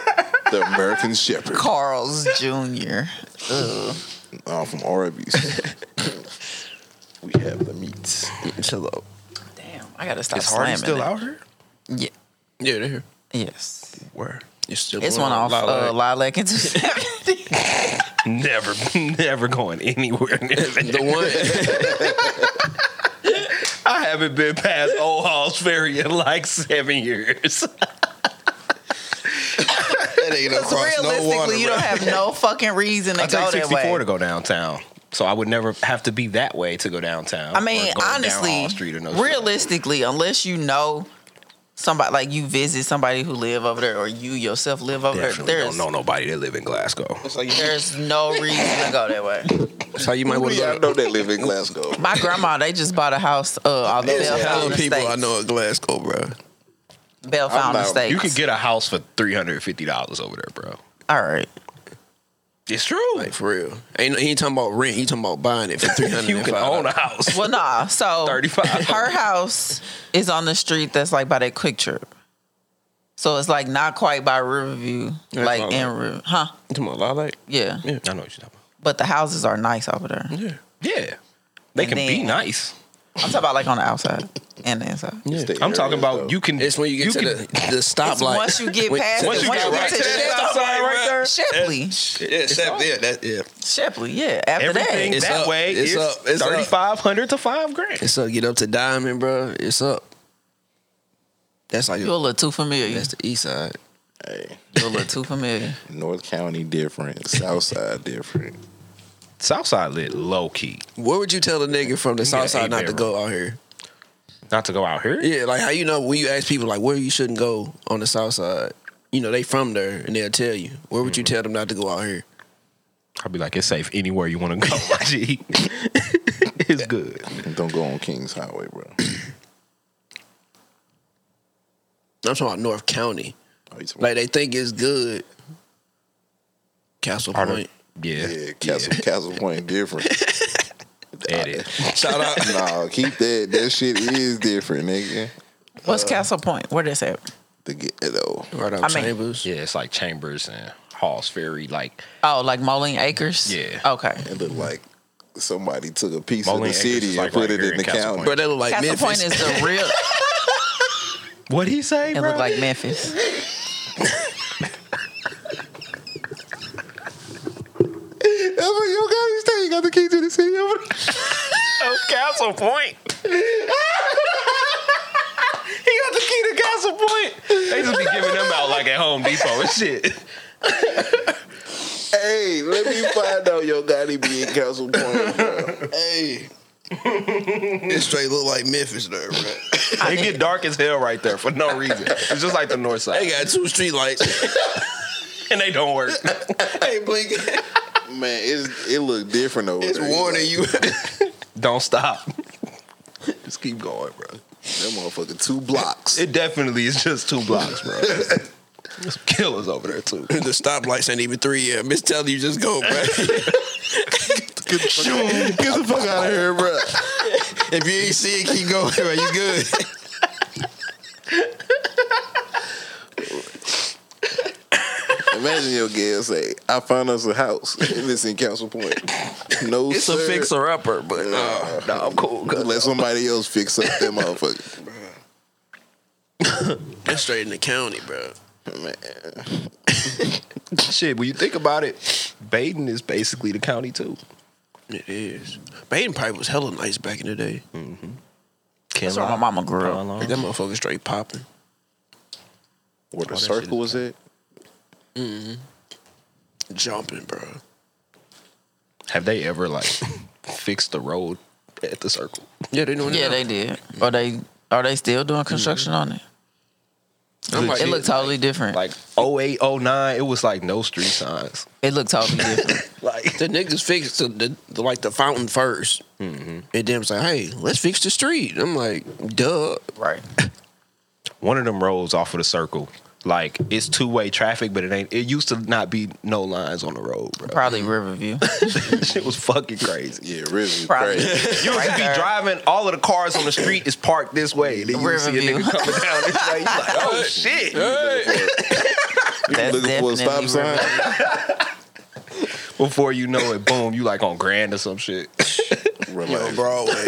Speaker 3: The American Shepherd.
Speaker 1: Carl's Jr. Ugh.
Speaker 3: Uh, from Arby's. we have the meats.
Speaker 2: Chill out.
Speaker 1: Damn, I gotta stop
Speaker 5: Is Hardy
Speaker 1: slamming.
Speaker 5: still
Speaker 1: it.
Speaker 5: out here?
Speaker 1: Yeah.
Speaker 2: Yeah, they're here.
Speaker 1: Yes.
Speaker 5: Where?
Speaker 2: You're still
Speaker 1: It's
Speaker 2: going
Speaker 1: one off
Speaker 2: La La
Speaker 1: uh,
Speaker 2: Land.
Speaker 1: Lilac and 270.
Speaker 5: Never, never going anywhere near
Speaker 2: the
Speaker 5: that.
Speaker 2: one.
Speaker 5: I haven't been past Old Halls Ferry in like seven years.
Speaker 2: that ain't gonna
Speaker 1: Because
Speaker 2: cross no
Speaker 1: realistically,
Speaker 2: water.
Speaker 1: you don't have no fucking reason to
Speaker 5: I
Speaker 1: go
Speaker 5: take
Speaker 1: that
Speaker 5: 64
Speaker 1: way.
Speaker 5: to go downtown. So I would never have to be that way to go downtown.
Speaker 1: I mean,
Speaker 5: or go down
Speaker 1: honestly,
Speaker 5: Hall Street or no shit.
Speaker 1: realistically, unless you know somebody, like you visit somebody who live over there, or you yourself live over
Speaker 5: Definitely
Speaker 1: there,
Speaker 5: don't
Speaker 1: there's
Speaker 5: know nobody that live in Glasgow.
Speaker 2: That's how you,
Speaker 1: there's no reason to go that way.
Speaker 2: that's how you might
Speaker 3: Well,
Speaker 2: want to
Speaker 3: yeah, I
Speaker 2: go.
Speaker 3: know they live in Glasgow.
Speaker 1: My grandma, they just bought a house. Uh, out
Speaker 2: There's
Speaker 1: Bell
Speaker 2: a hell
Speaker 1: Fountain
Speaker 2: of people I
Speaker 1: Estates.
Speaker 2: know in Glasgow, bro.
Speaker 1: Bell Fountain
Speaker 3: not-
Speaker 1: Estates.
Speaker 5: You could get a house for three hundred and fifty dollars over there, bro.
Speaker 1: all right.
Speaker 5: It's true.
Speaker 2: Like for real. Ain't he ain't talking about rent? He talking about buying it for three hundred.
Speaker 5: you can own a house.
Speaker 1: Well, nah. So
Speaker 5: 35.
Speaker 1: Her house is on the street that's like by that Quick Trip. So it's like not quite by Riverview,
Speaker 2: Yeah, it's
Speaker 1: like
Speaker 2: not
Speaker 1: in River, huh?
Speaker 2: You talking about Lilac?
Speaker 1: Yeah.
Speaker 5: I know what you're talking about.
Speaker 1: but the houses are nice over there. I'm
Speaker 2: Yeah,
Speaker 5: Yeah, they
Speaker 1: And
Speaker 5: can be
Speaker 1: then-
Speaker 5: nice.
Speaker 1: talking about like on the outside and the inside.
Speaker 3: It's the
Speaker 5: I'm talking
Speaker 3: areas,
Speaker 5: about
Speaker 3: though.
Speaker 5: you can.
Speaker 2: it's when you get to
Speaker 5: can-
Speaker 2: the, the stoplight.
Speaker 1: It's once you get
Speaker 2: When-
Speaker 1: past
Speaker 5: once
Speaker 1: it,
Speaker 5: you
Speaker 1: once
Speaker 5: get
Speaker 1: you
Speaker 5: right
Speaker 1: get
Speaker 5: to that
Speaker 1: to
Speaker 5: stop sign right there.
Speaker 1: Shepley,
Speaker 2: Yeah, except yeah, that, yeah.
Speaker 1: Shepley, yeah. After
Speaker 5: Everything
Speaker 1: that,
Speaker 2: It's
Speaker 5: that
Speaker 2: up.
Speaker 5: way
Speaker 2: It's
Speaker 5: is
Speaker 2: up. It's up.
Speaker 5: thirty five hundred to five grand.
Speaker 2: It's up. Get up to Diamond, bro. It's up. That's like
Speaker 1: you a little too familiar.
Speaker 2: that's the east side.
Speaker 3: Hey,
Speaker 1: You're a little too familiar.
Speaker 3: North County different, Southside different.
Speaker 5: Southside lit low key.
Speaker 2: Where would you tell a nigga from the
Speaker 5: an
Speaker 2: south side not to
Speaker 5: eight-barrel.
Speaker 2: go out here?
Speaker 5: Not to go out here.
Speaker 2: Yeah, like how you know when you ask people like where you shouldn't go on the south side, you know they from there and they'll tell you. Where would you tell them not to go out here?
Speaker 5: I'll be like, it's safe anywhere you want to go. my G. it's good.
Speaker 3: Don't go on Kings Highway, bro.
Speaker 2: I'm talking about North County.
Speaker 3: Oh, you talking
Speaker 2: Like they think it's good. Castle
Speaker 5: I don't-
Speaker 2: Point.
Speaker 5: Yeah.
Speaker 3: about- yeah, Castle Castle Point different.
Speaker 5: Edit.
Speaker 2: Shout out.
Speaker 3: nah, keep that. That shit is different, nigga.
Speaker 1: What's
Speaker 5: Uh,
Speaker 1: Castle Point? Where that's at?
Speaker 3: The ghetto.
Speaker 2: Right
Speaker 1: I
Speaker 2: out
Speaker 1: mean-
Speaker 2: Chambers.
Speaker 5: Yeah, it's like Chambers and Halls Ferry. Like,
Speaker 1: Oh, like Moline Acres?
Speaker 5: Yeah.
Speaker 1: Okay.
Speaker 3: It looked like somebody took a piece of the
Speaker 5: Moline Acres
Speaker 3: city
Speaker 5: is
Speaker 3: and
Speaker 5: like
Speaker 3: put
Speaker 5: right
Speaker 3: it in
Speaker 5: here in
Speaker 3: the
Speaker 5: Castle
Speaker 3: county.
Speaker 2: Bro, they look like
Speaker 1: Castle
Speaker 2: Memphis.
Speaker 1: Point is the real.
Speaker 5: what he say,
Speaker 1: It
Speaker 5: bro?
Speaker 1: looked like Memphis.
Speaker 3: That's what you got. You stay. You got the key to the city. Over there.
Speaker 5: Oh, Castle Point. he got the key to Castle Point. They just be giving them out like at Home Depot and shit.
Speaker 3: Hey, let me find out your Gotti be in Castle Point. Bro.
Speaker 2: Hey. it straight look like Memphis there, bro.
Speaker 5: It get dark as hell right there for no reason. It's just like the north
Speaker 2: They
Speaker 5: side.
Speaker 2: got two street lights.
Speaker 5: And they don't work.
Speaker 2: hey, blink.
Speaker 3: Man, it's it look different over
Speaker 2: It's
Speaker 3: there.
Speaker 2: warning
Speaker 3: Like,
Speaker 2: you.
Speaker 5: Don't stop. Just keep going, bro.
Speaker 3: That motherfucker two blocks.
Speaker 5: It definitely is just two blocks, bro. There's killers over there too.
Speaker 2: the stoplights ain't even three yet. Miss telling you just go, bro.
Speaker 3: Get the fuck- get the fuck out of here, bro.
Speaker 2: if you ain't see it, keep going, bro. You good.
Speaker 3: Imagine your girl say, "I found us a house and it's in Council Point." No,
Speaker 2: It's
Speaker 3: sir.
Speaker 2: a fixer upper, but uh,
Speaker 3: Nah.
Speaker 5: No, I'm cool.
Speaker 3: Just Let somebody else fix up that motherfucker.
Speaker 2: that's straight in the county, bro.
Speaker 3: Man,
Speaker 5: Shit, when you think about it, Baden is basically the county too.
Speaker 2: It is. Baden Pipe was hella nice back in the day.
Speaker 1: That's where my mama grew up.
Speaker 2: Like that motherfucker straight popping.
Speaker 3: where the
Speaker 5: Oh, that shit
Speaker 3: circle was at?
Speaker 2: Jumping, bro.
Speaker 5: Have they ever like fixed the road at the circle?
Speaker 2: Yeah, they doing
Speaker 1: Yeah,
Speaker 2: it. now.
Speaker 1: they did. Are they are they still doing construction on it?
Speaker 2: I'm like,
Speaker 1: It looked totally different.
Speaker 5: Like 08, 09, it was like no street signs.
Speaker 1: it looked totally different.
Speaker 5: Like
Speaker 2: the niggas fixed the, the, the like the fountain 1st and then was like, "Hey, let's fix the street." I'm like, "Duh."
Speaker 1: right.
Speaker 5: one of them roads off of the circle. Like it's two way traffic, but it ain't. It used to not be no lines on the road, bro.
Speaker 1: Probably Riverview.
Speaker 5: Shit was fucking crazy.
Speaker 3: Yeah, really
Speaker 1: Probably.
Speaker 3: crazy.
Speaker 5: You used
Speaker 1: Right
Speaker 5: to be
Speaker 1: there.
Speaker 5: driving, all of the cars on the street is parked this way. Then you see a
Speaker 1: Riverview.
Speaker 5: nigga coming down this way. You like, oh shit.
Speaker 1: That's
Speaker 3: Looking for a stop
Speaker 1: definitely
Speaker 3: sign.
Speaker 1: Riverview.
Speaker 5: Before you know it, boom, you like on Grand or some shit.
Speaker 3: Relax.
Speaker 2: Broadway.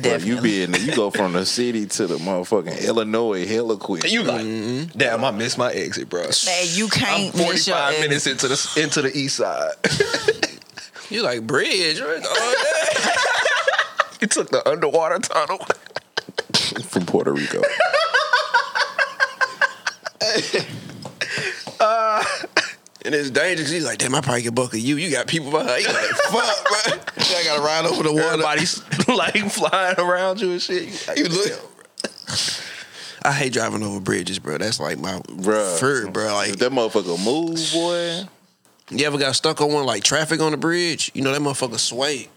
Speaker 3: Bro, you be in, the- you go from the city to the motherfucking Illinois hella quick.
Speaker 5: And you like, damn, I missed my exit, bro.
Speaker 1: Man, you
Speaker 5: I'm
Speaker 1: can't Mm-hmm. miss your
Speaker 5: 45
Speaker 1: egg.
Speaker 5: minutes into the into the east side.
Speaker 2: you like bridge, right? Oh, yeah.
Speaker 5: you took the underwater tunnel.
Speaker 3: from Puerto Rico.
Speaker 2: and it's dangerous. 'cause He's like, "Damn, I probably could buck a you. You got people behind." You like, "Fuck, bro." I gotta ride over the water.
Speaker 5: Everybody's like flying around you and shit. You like,
Speaker 2: You look. I hate driving over bridges, bro. That's like my
Speaker 3: Bruh.
Speaker 2: fear, bro. Like
Speaker 3: If that motherfucker move, boy.
Speaker 2: You ever got stuck on one like traffic on the bridge? You know that motherfucker sway.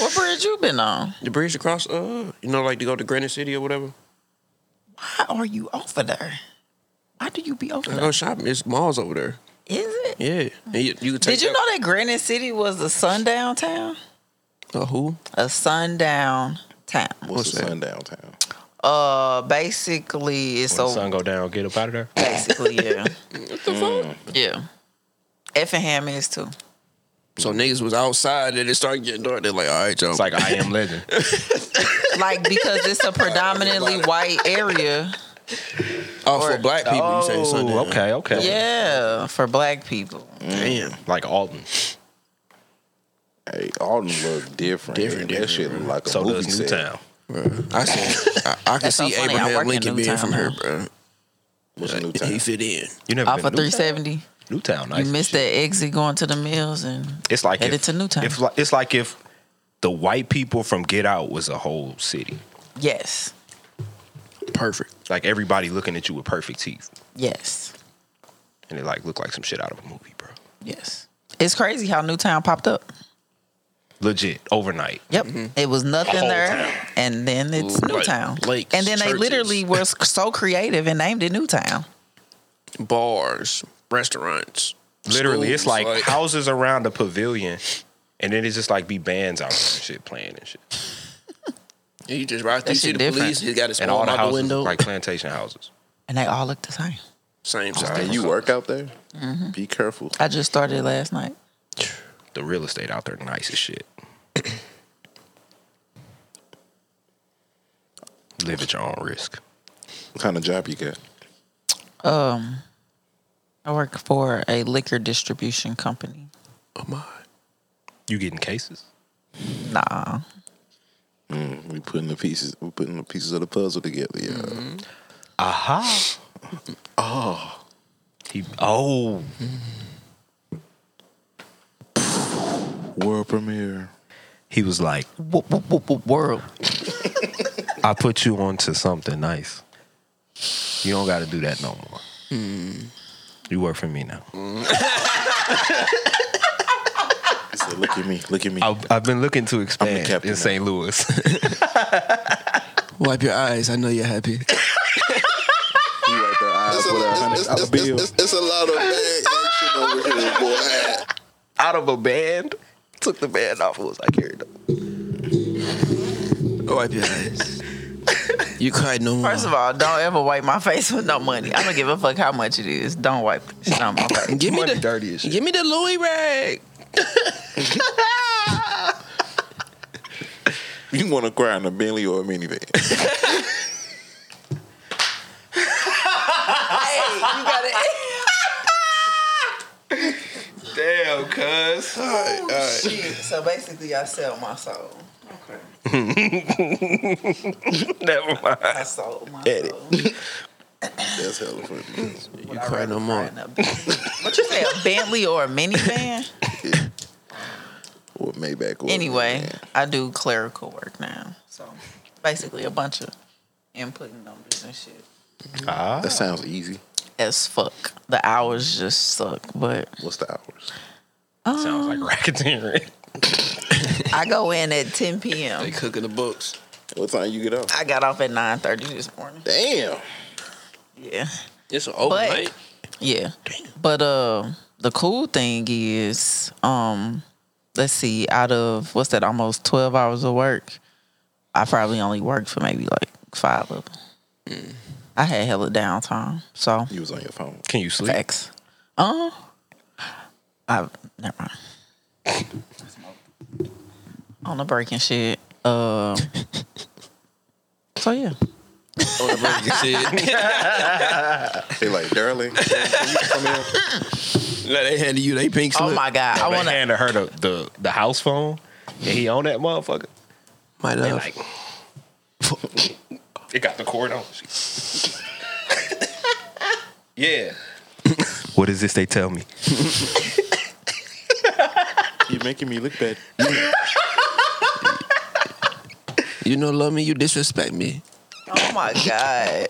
Speaker 1: What bridge you been on?
Speaker 2: The bridge across, uh, you know, like to go to Granite City or whatever.
Speaker 1: Why are you over there? Why do you be over
Speaker 2: I
Speaker 1: there?
Speaker 2: go shopping. It's malls over there.
Speaker 1: Is it?
Speaker 2: Yeah. And you, you could take
Speaker 1: Did you
Speaker 2: that-
Speaker 1: know that Granite City was a sundown town?
Speaker 2: Uh, who?
Speaker 1: A sundown town.
Speaker 3: What's,
Speaker 2: What's
Speaker 3: the
Speaker 2: that?
Speaker 3: sun downtown?
Speaker 1: Uh, basically, it's
Speaker 5: the
Speaker 1: a
Speaker 5: sun go down, get up out of there.
Speaker 1: basically yeah. Yeah. Effingham is too.
Speaker 2: So niggas was outside and it started getting dark. They're like, all right, y'all.
Speaker 5: It's like I am legend.
Speaker 1: Like because it's a predominantly white area.
Speaker 2: oh,
Speaker 1: or-
Speaker 2: for black people, you say Sunday.
Speaker 5: oh, okay, okay.
Speaker 1: Yeah, for black people.
Speaker 2: Damn.
Speaker 5: Like Alton.
Speaker 3: Hey, Alden look different.
Speaker 2: Different,
Speaker 3: Different, that
Speaker 2: different,
Speaker 3: shit look like a
Speaker 5: So
Speaker 3: movie
Speaker 5: does
Speaker 3: set.
Speaker 5: Newtown.
Speaker 2: Bruh. I said, I, I can
Speaker 1: That's so
Speaker 2: see
Speaker 1: funny. I work
Speaker 2: Abraham
Speaker 1: in
Speaker 2: Lincoln being
Speaker 1: Newtown
Speaker 2: from here,
Speaker 1: now.
Speaker 2: bro.
Speaker 3: What's a new
Speaker 2: Like,
Speaker 3: time?
Speaker 2: he fit in.
Speaker 5: You never
Speaker 1: Off
Speaker 5: been
Speaker 1: of
Speaker 5: to
Speaker 1: three
Speaker 5: Newtown?
Speaker 1: seventy.
Speaker 5: Newtown, nice.
Speaker 1: You missed that exit going to the mills and
Speaker 5: It's like
Speaker 1: headed
Speaker 5: if,
Speaker 1: to Newtown.
Speaker 5: If, li- it's like if the white people from Get Out was a whole city.
Speaker 1: yes.
Speaker 2: Perfect.
Speaker 5: Like everybody looking at you with perfect teeth,
Speaker 1: Yes.
Speaker 5: and it like looked like some shit out of a movie, bro.
Speaker 1: Yes. It's crazy how Newtown popped up.
Speaker 5: Legit overnight.
Speaker 1: Yep. It was nothing
Speaker 5: whole
Speaker 1: there.
Speaker 5: town.
Speaker 1: And then it's
Speaker 2: Right.
Speaker 1: Newtown.
Speaker 2: Lakes,
Speaker 1: and then they
Speaker 2: churches.
Speaker 1: literally were so creative and named it Newtown.
Speaker 2: Bars, restaurants.
Speaker 5: Literally, it's
Speaker 2: schools,
Speaker 5: like, houses around a pavilion, and then it just like be bands out there and shit playing and shit,
Speaker 2: You just right there. You
Speaker 1: shit
Speaker 2: see the
Speaker 1: different.
Speaker 2: police. He got his phone
Speaker 5: and all the
Speaker 2: out the
Speaker 5: houses
Speaker 2: window.
Speaker 5: look like Oh, plantation houses.
Speaker 1: And they all look the same.
Speaker 2: Same
Speaker 3: And
Speaker 2: size. Oh,
Speaker 3: you work out there? Be careful.
Speaker 1: I just started last night.
Speaker 5: The real estate out there, nice as shit. Live at your own risk.
Speaker 3: What kind of job you got?
Speaker 1: Um I work for a liquor distribution company.
Speaker 2: Oh my.
Speaker 5: You getting cases?
Speaker 1: Nah.
Speaker 3: We putting the pieces. We putting the pieces of the puzzle together. Yeah.
Speaker 5: Aha. Oh. He oh
Speaker 3: World premiere.
Speaker 5: he was like,
Speaker 1: W- w- w- w- World.
Speaker 5: I put you onto something nice. You don't gotta do that no more. Hmm. You work for me now.
Speaker 3: He said, "Look at me. Look at me.
Speaker 5: I've, I've been looking to expand
Speaker 3: captain
Speaker 5: in St. Louis.
Speaker 2: Wipe your eyes. I know you're happy.
Speaker 3: He wiped her eyes with a hundred
Speaker 7: It's, it's,
Speaker 3: dollar
Speaker 7: it's,
Speaker 3: bill.
Speaker 7: it's, it's a lot of bad action over here, boy.
Speaker 5: Out of a band, took the band off. It was like here.
Speaker 2: Wipe your eyes. you cried no more.
Speaker 1: First of all, don't ever wipe my face with no money. I don't give a fuck how much it is. Don't wipe the shit on my face.
Speaker 2: give me
Speaker 5: Money
Speaker 2: the
Speaker 5: dirty as shit.
Speaker 2: Give me the Louis rag.
Speaker 3: You want to cry in a Bentley or a minivan?
Speaker 1: Hey, you gotta.
Speaker 5: Damn, cuz.
Speaker 1: Oh, Shit. So basically, I sell my soul.
Speaker 5: Never mind.
Speaker 1: I sold my
Speaker 5: Edit.
Speaker 1: soul.
Speaker 3: That's hella funny.
Speaker 2: You cry no more.
Speaker 1: What you say, a Bentley or a minivan?
Speaker 3: Or Maybach. Or
Speaker 1: Anyway,
Speaker 3: man.
Speaker 1: I do clerical work now. So basically, a bunch of input numbers and shit.
Speaker 5: Ah.
Speaker 3: that sounds easy.
Speaker 1: As fuck. The hours just suck, but
Speaker 3: What's the hours?
Speaker 5: Sounds like racketeering.
Speaker 1: I go in at 10 p.m.
Speaker 2: They cooking the books.
Speaker 3: What time you get off?
Speaker 1: I got off at 9:30 this morning.
Speaker 3: Damn.
Speaker 1: Yeah.
Speaker 2: It's an overnight.
Speaker 1: Yeah. But uh the cool thing is, um, let's see, out of what's that, almost twelve hours of work, I probably only worked for maybe like five of them. I had hella downtime. So
Speaker 3: You was on your phone.
Speaker 5: Can you sleep?
Speaker 1: facts. Uh I never mind. On the break and shit. Uh, so yeah.
Speaker 2: On the break and shit.
Speaker 3: They like, darling, can you come in?
Speaker 2: Now they handed you they pink slip.
Speaker 1: Oh my god. I
Speaker 5: I
Speaker 1: wanna
Speaker 5: handed her the, the the house phone, and he on that motherfucker.
Speaker 2: My
Speaker 5: They
Speaker 2: love.
Speaker 5: like, it got the cord on. yeah. What is this they tell me?
Speaker 3: You're making me look bad.
Speaker 2: you know, love me. You disrespect me.
Speaker 1: Oh my god.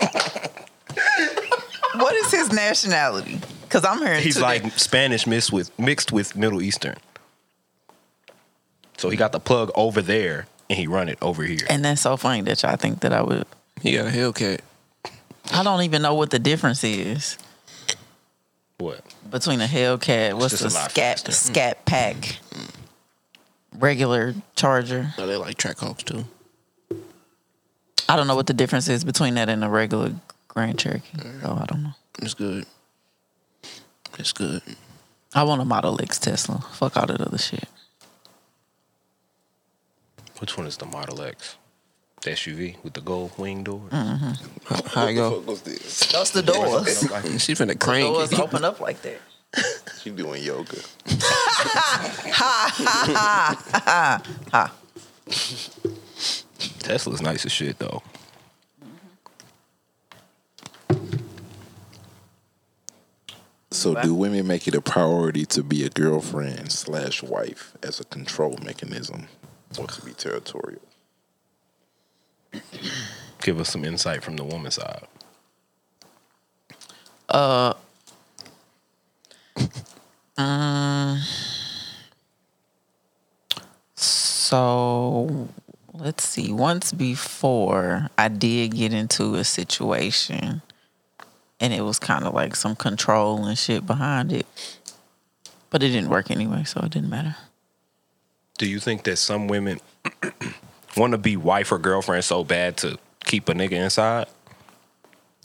Speaker 1: what is his nationality? Because I'm hearing
Speaker 5: He's
Speaker 1: two
Speaker 5: like
Speaker 1: different-
Speaker 5: Spanish mixed with mixed with Middle Eastern. So he got the plug over there and he run it over here.
Speaker 1: and that's so funny that y'all think that I would.
Speaker 2: He got a Hellcat.
Speaker 1: I don't even know what the difference is
Speaker 5: What?
Speaker 1: between a Hellcat. What's
Speaker 5: just
Speaker 1: the
Speaker 5: a lot
Speaker 1: scat
Speaker 5: faster. Mm. Mm-hmm.
Speaker 1: scat pack? Regular Charger.
Speaker 2: No, Oh, they like track hawks too.
Speaker 1: I don't know what the difference is between that and a regular Grand Cherokee. So I don't know.
Speaker 2: It's good. It's good.
Speaker 1: I want a Model X Tesla. Fuck all that other shit.
Speaker 5: Which one is the Model X? The SUV with the gold wing doors.
Speaker 2: How, how I
Speaker 3: What the
Speaker 2: go?
Speaker 3: fuck was this?
Speaker 1: That's the doors.
Speaker 2: She finna crank.
Speaker 1: Doors
Speaker 2: it.
Speaker 1: open up like that.
Speaker 3: She doing yoga.
Speaker 5: Tesla's nice as shit though.
Speaker 3: So do women make it a priority to be a girlfriend slash wife as a control mechanism, or to be territorial?
Speaker 5: Give us some insight from the woman's side.
Speaker 1: So let's see. Once before, I did get into a situation, and it was kind of like some control and shit behind it, but it didn't work anyway, so it didn't matter.
Speaker 5: Do you think that some women want to be wife or girlfriend so bad to keep a nigga inside?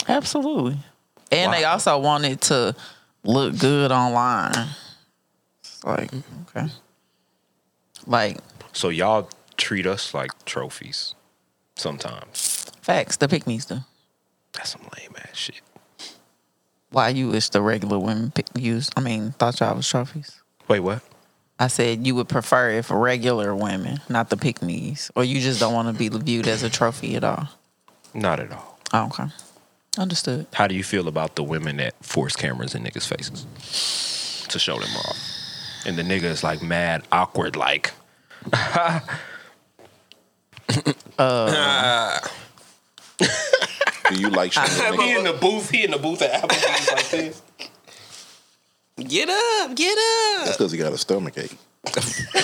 Speaker 1: Absolutely. And they also wanted to look good online. It's like, okay. Like,
Speaker 5: So y'all treat us like trophies sometimes.
Speaker 1: facts, the pygmies do.
Speaker 5: That's some lame ass shit.
Speaker 1: Why you wish the regular women pick, used, I mean, thought y'all was trophies?
Speaker 5: Wait, what?
Speaker 1: I said you would prefer if regular women, not the pygmies, or you just don't want to be viewed as a trophy at all.
Speaker 5: Not at all.
Speaker 1: Oh, okay. Understood.
Speaker 5: How do you feel about the women that force cameras in niggas' faces to show them off? And the nigga is like mad, awkward, like
Speaker 3: Do you like showing
Speaker 5: he in
Speaker 3: niggas?
Speaker 5: the booth, he in the booth at Applebee's like this.
Speaker 2: Get up, get up.
Speaker 3: That's because he got a stomach ache.
Speaker 2: All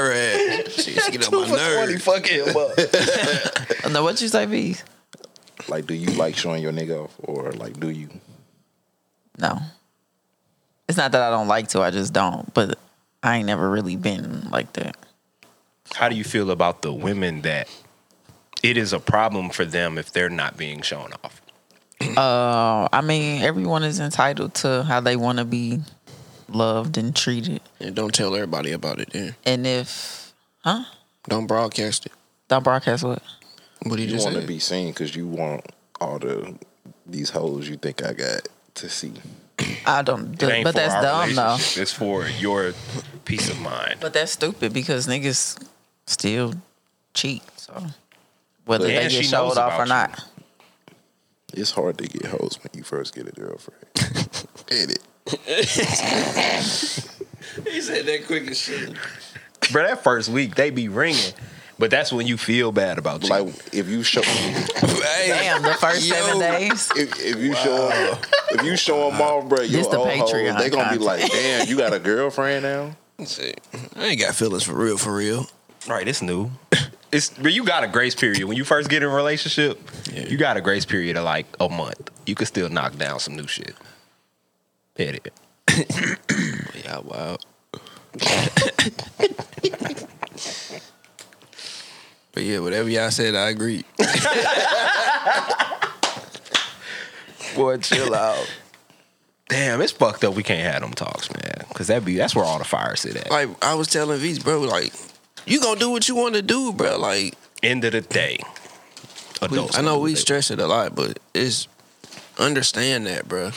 Speaker 2: right. She, she get on my nerves.
Speaker 5: fuck him up.
Speaker 1: Now, what you say, V's?
Speaker 3: Like, do you like showing your nigga off, or like, do you?
Speaker 1: No. It's not that I don't like to, I just don't. But I ain't never really been like that.
Speaker 5: How do you feel about the women that it is a problem for them if they're not being shown off?
Speaker 1: Uh, I mean, everyone is entitled to how they want to be loved and treated.
Speaker 2: And don't tell everybody about it then.
Speaker 1: And if, huh?
Speaker 2: Don't broadcast it.
Speaker 1: Don't broadcast what?
Speaker 2: What he
Speaker 3: You
Speaker 2: just
Speaker 3: want to
Speaker 2: said.
Speaker 3: be seen because you want all the these hoes you think I got to see.
Speaker 1: I don't,
Speaker 5: It ain't
Speaker 1: but
Speaker 5: for
Speaker 1: that's
Speaker 5: our
Speaker 1: dumb though.
Speaker 5: relationship. It's for your peace of mind.
Speaker 1: But that's stupid because niggas still cheat. So whether
Speaker 5: And
Speaker 1: they get
Speaker 5: she knows
Speaker 1: showed off
Speaker 5: about
Speaker 1: or
Speaker 5: you.
Speaker 1: not,
Speaker 3: It's hard to get hoes when you first get a girlfriend. Ain't it?
Speaker 2: He said that quick as shit.
Speaker 5: Bro, that first week they be ringing, but that's when you feel bad about you.
Speaker 3: Like if you show
Speaker 2: hey,
Speaker 1: damn, the first seven days.
Speaker 3: if, if you show 'em- if you show them off, bro, your
Speaker 1: This the
Speaker 3: old hoes, they
Speaker 1: Patreon
Speaker 3: gonna be like, damn, you got a girlfriend now.
Speaker 2: shit. I ain't got feelings for real, for real.
Speaker 5: Right, it's new. It's but you got a grace period when you first get in a relationship.
Speaker 2: Yeah.
Speaker 5: You got a grace period of like a month. You can still knock down some new shit. Hit it.
Speaker 2: Yeah, wow. but yeah, whatever y'all said, I agree.
Speaker 5: Boy, chill out. Damn, it's fucked up. We can't have them talks, man. Cause that be that's where all the fire sit at.
Speaker 2: Like I was telling V's, bro, like you gonna do what you want to do, bro. Like
Speaker 5: End of the day.
Speaker 2: we,
Speaker 5: Adults
Speaker 2: I know
Speaker 5: gonna do
Speaker 2: we
Speaker 5: they-
Speaker 2: stress it a lot, but it's understand that, bro.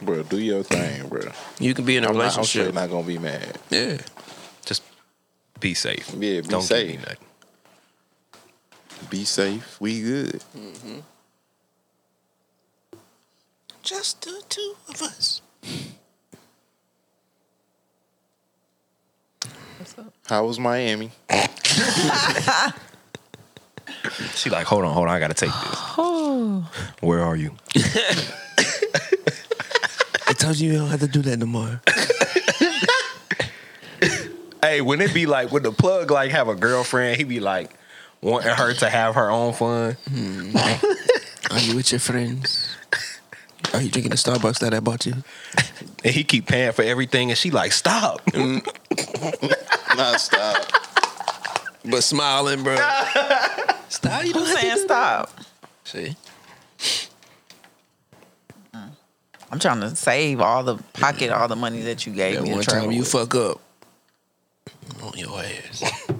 Speaker 3: Bro, do your thing, bro.
Speaker 2: You can be in a
Speaker 3: I'm not, I'm straight
Speaker 2: relationship,
Speaker 3: not gonna be mad.
Speaker 2: yeah.
Speaker 5: just be safe.
Speaker 3: Yeah, be
Speaker 5: Don't give me
Speaker 3: safe.
Speaker 5: nothing.
Speaker 3: Be safe. We good.
Speaker 2: Just the two of us.
Speaker 3: How was Miami?
Speaker 5: She like, hold on, hold on, I gotta take this. Where are you?
Speaker 2: I told you you don't have to do that no more.
Speaker 5: Hey, when it be like when the plug like have a girlfriend, he be like wanting her to have her own fun.
Speaker 2: Are you with your friends? Are you drinking the Starbucks that I bought you?
Speaker 5: And he keep paying for everything and she like, stop.
Speaker 3: Nah, stop.
Speaker 2: But smiling, bro. Stop, you
Speaker 1: Who's saying stop?
Speaker 2: See,
Speaker 1: I'm trying to save all the pocket, all the money that you gave
Speaker 2: that
Speaker 1: me. to
Speaker 2: one
Speaker 1: travel
Speaker 2: time you
Speaker 1: with.
Speaker 2: fuck up I'm on your ass.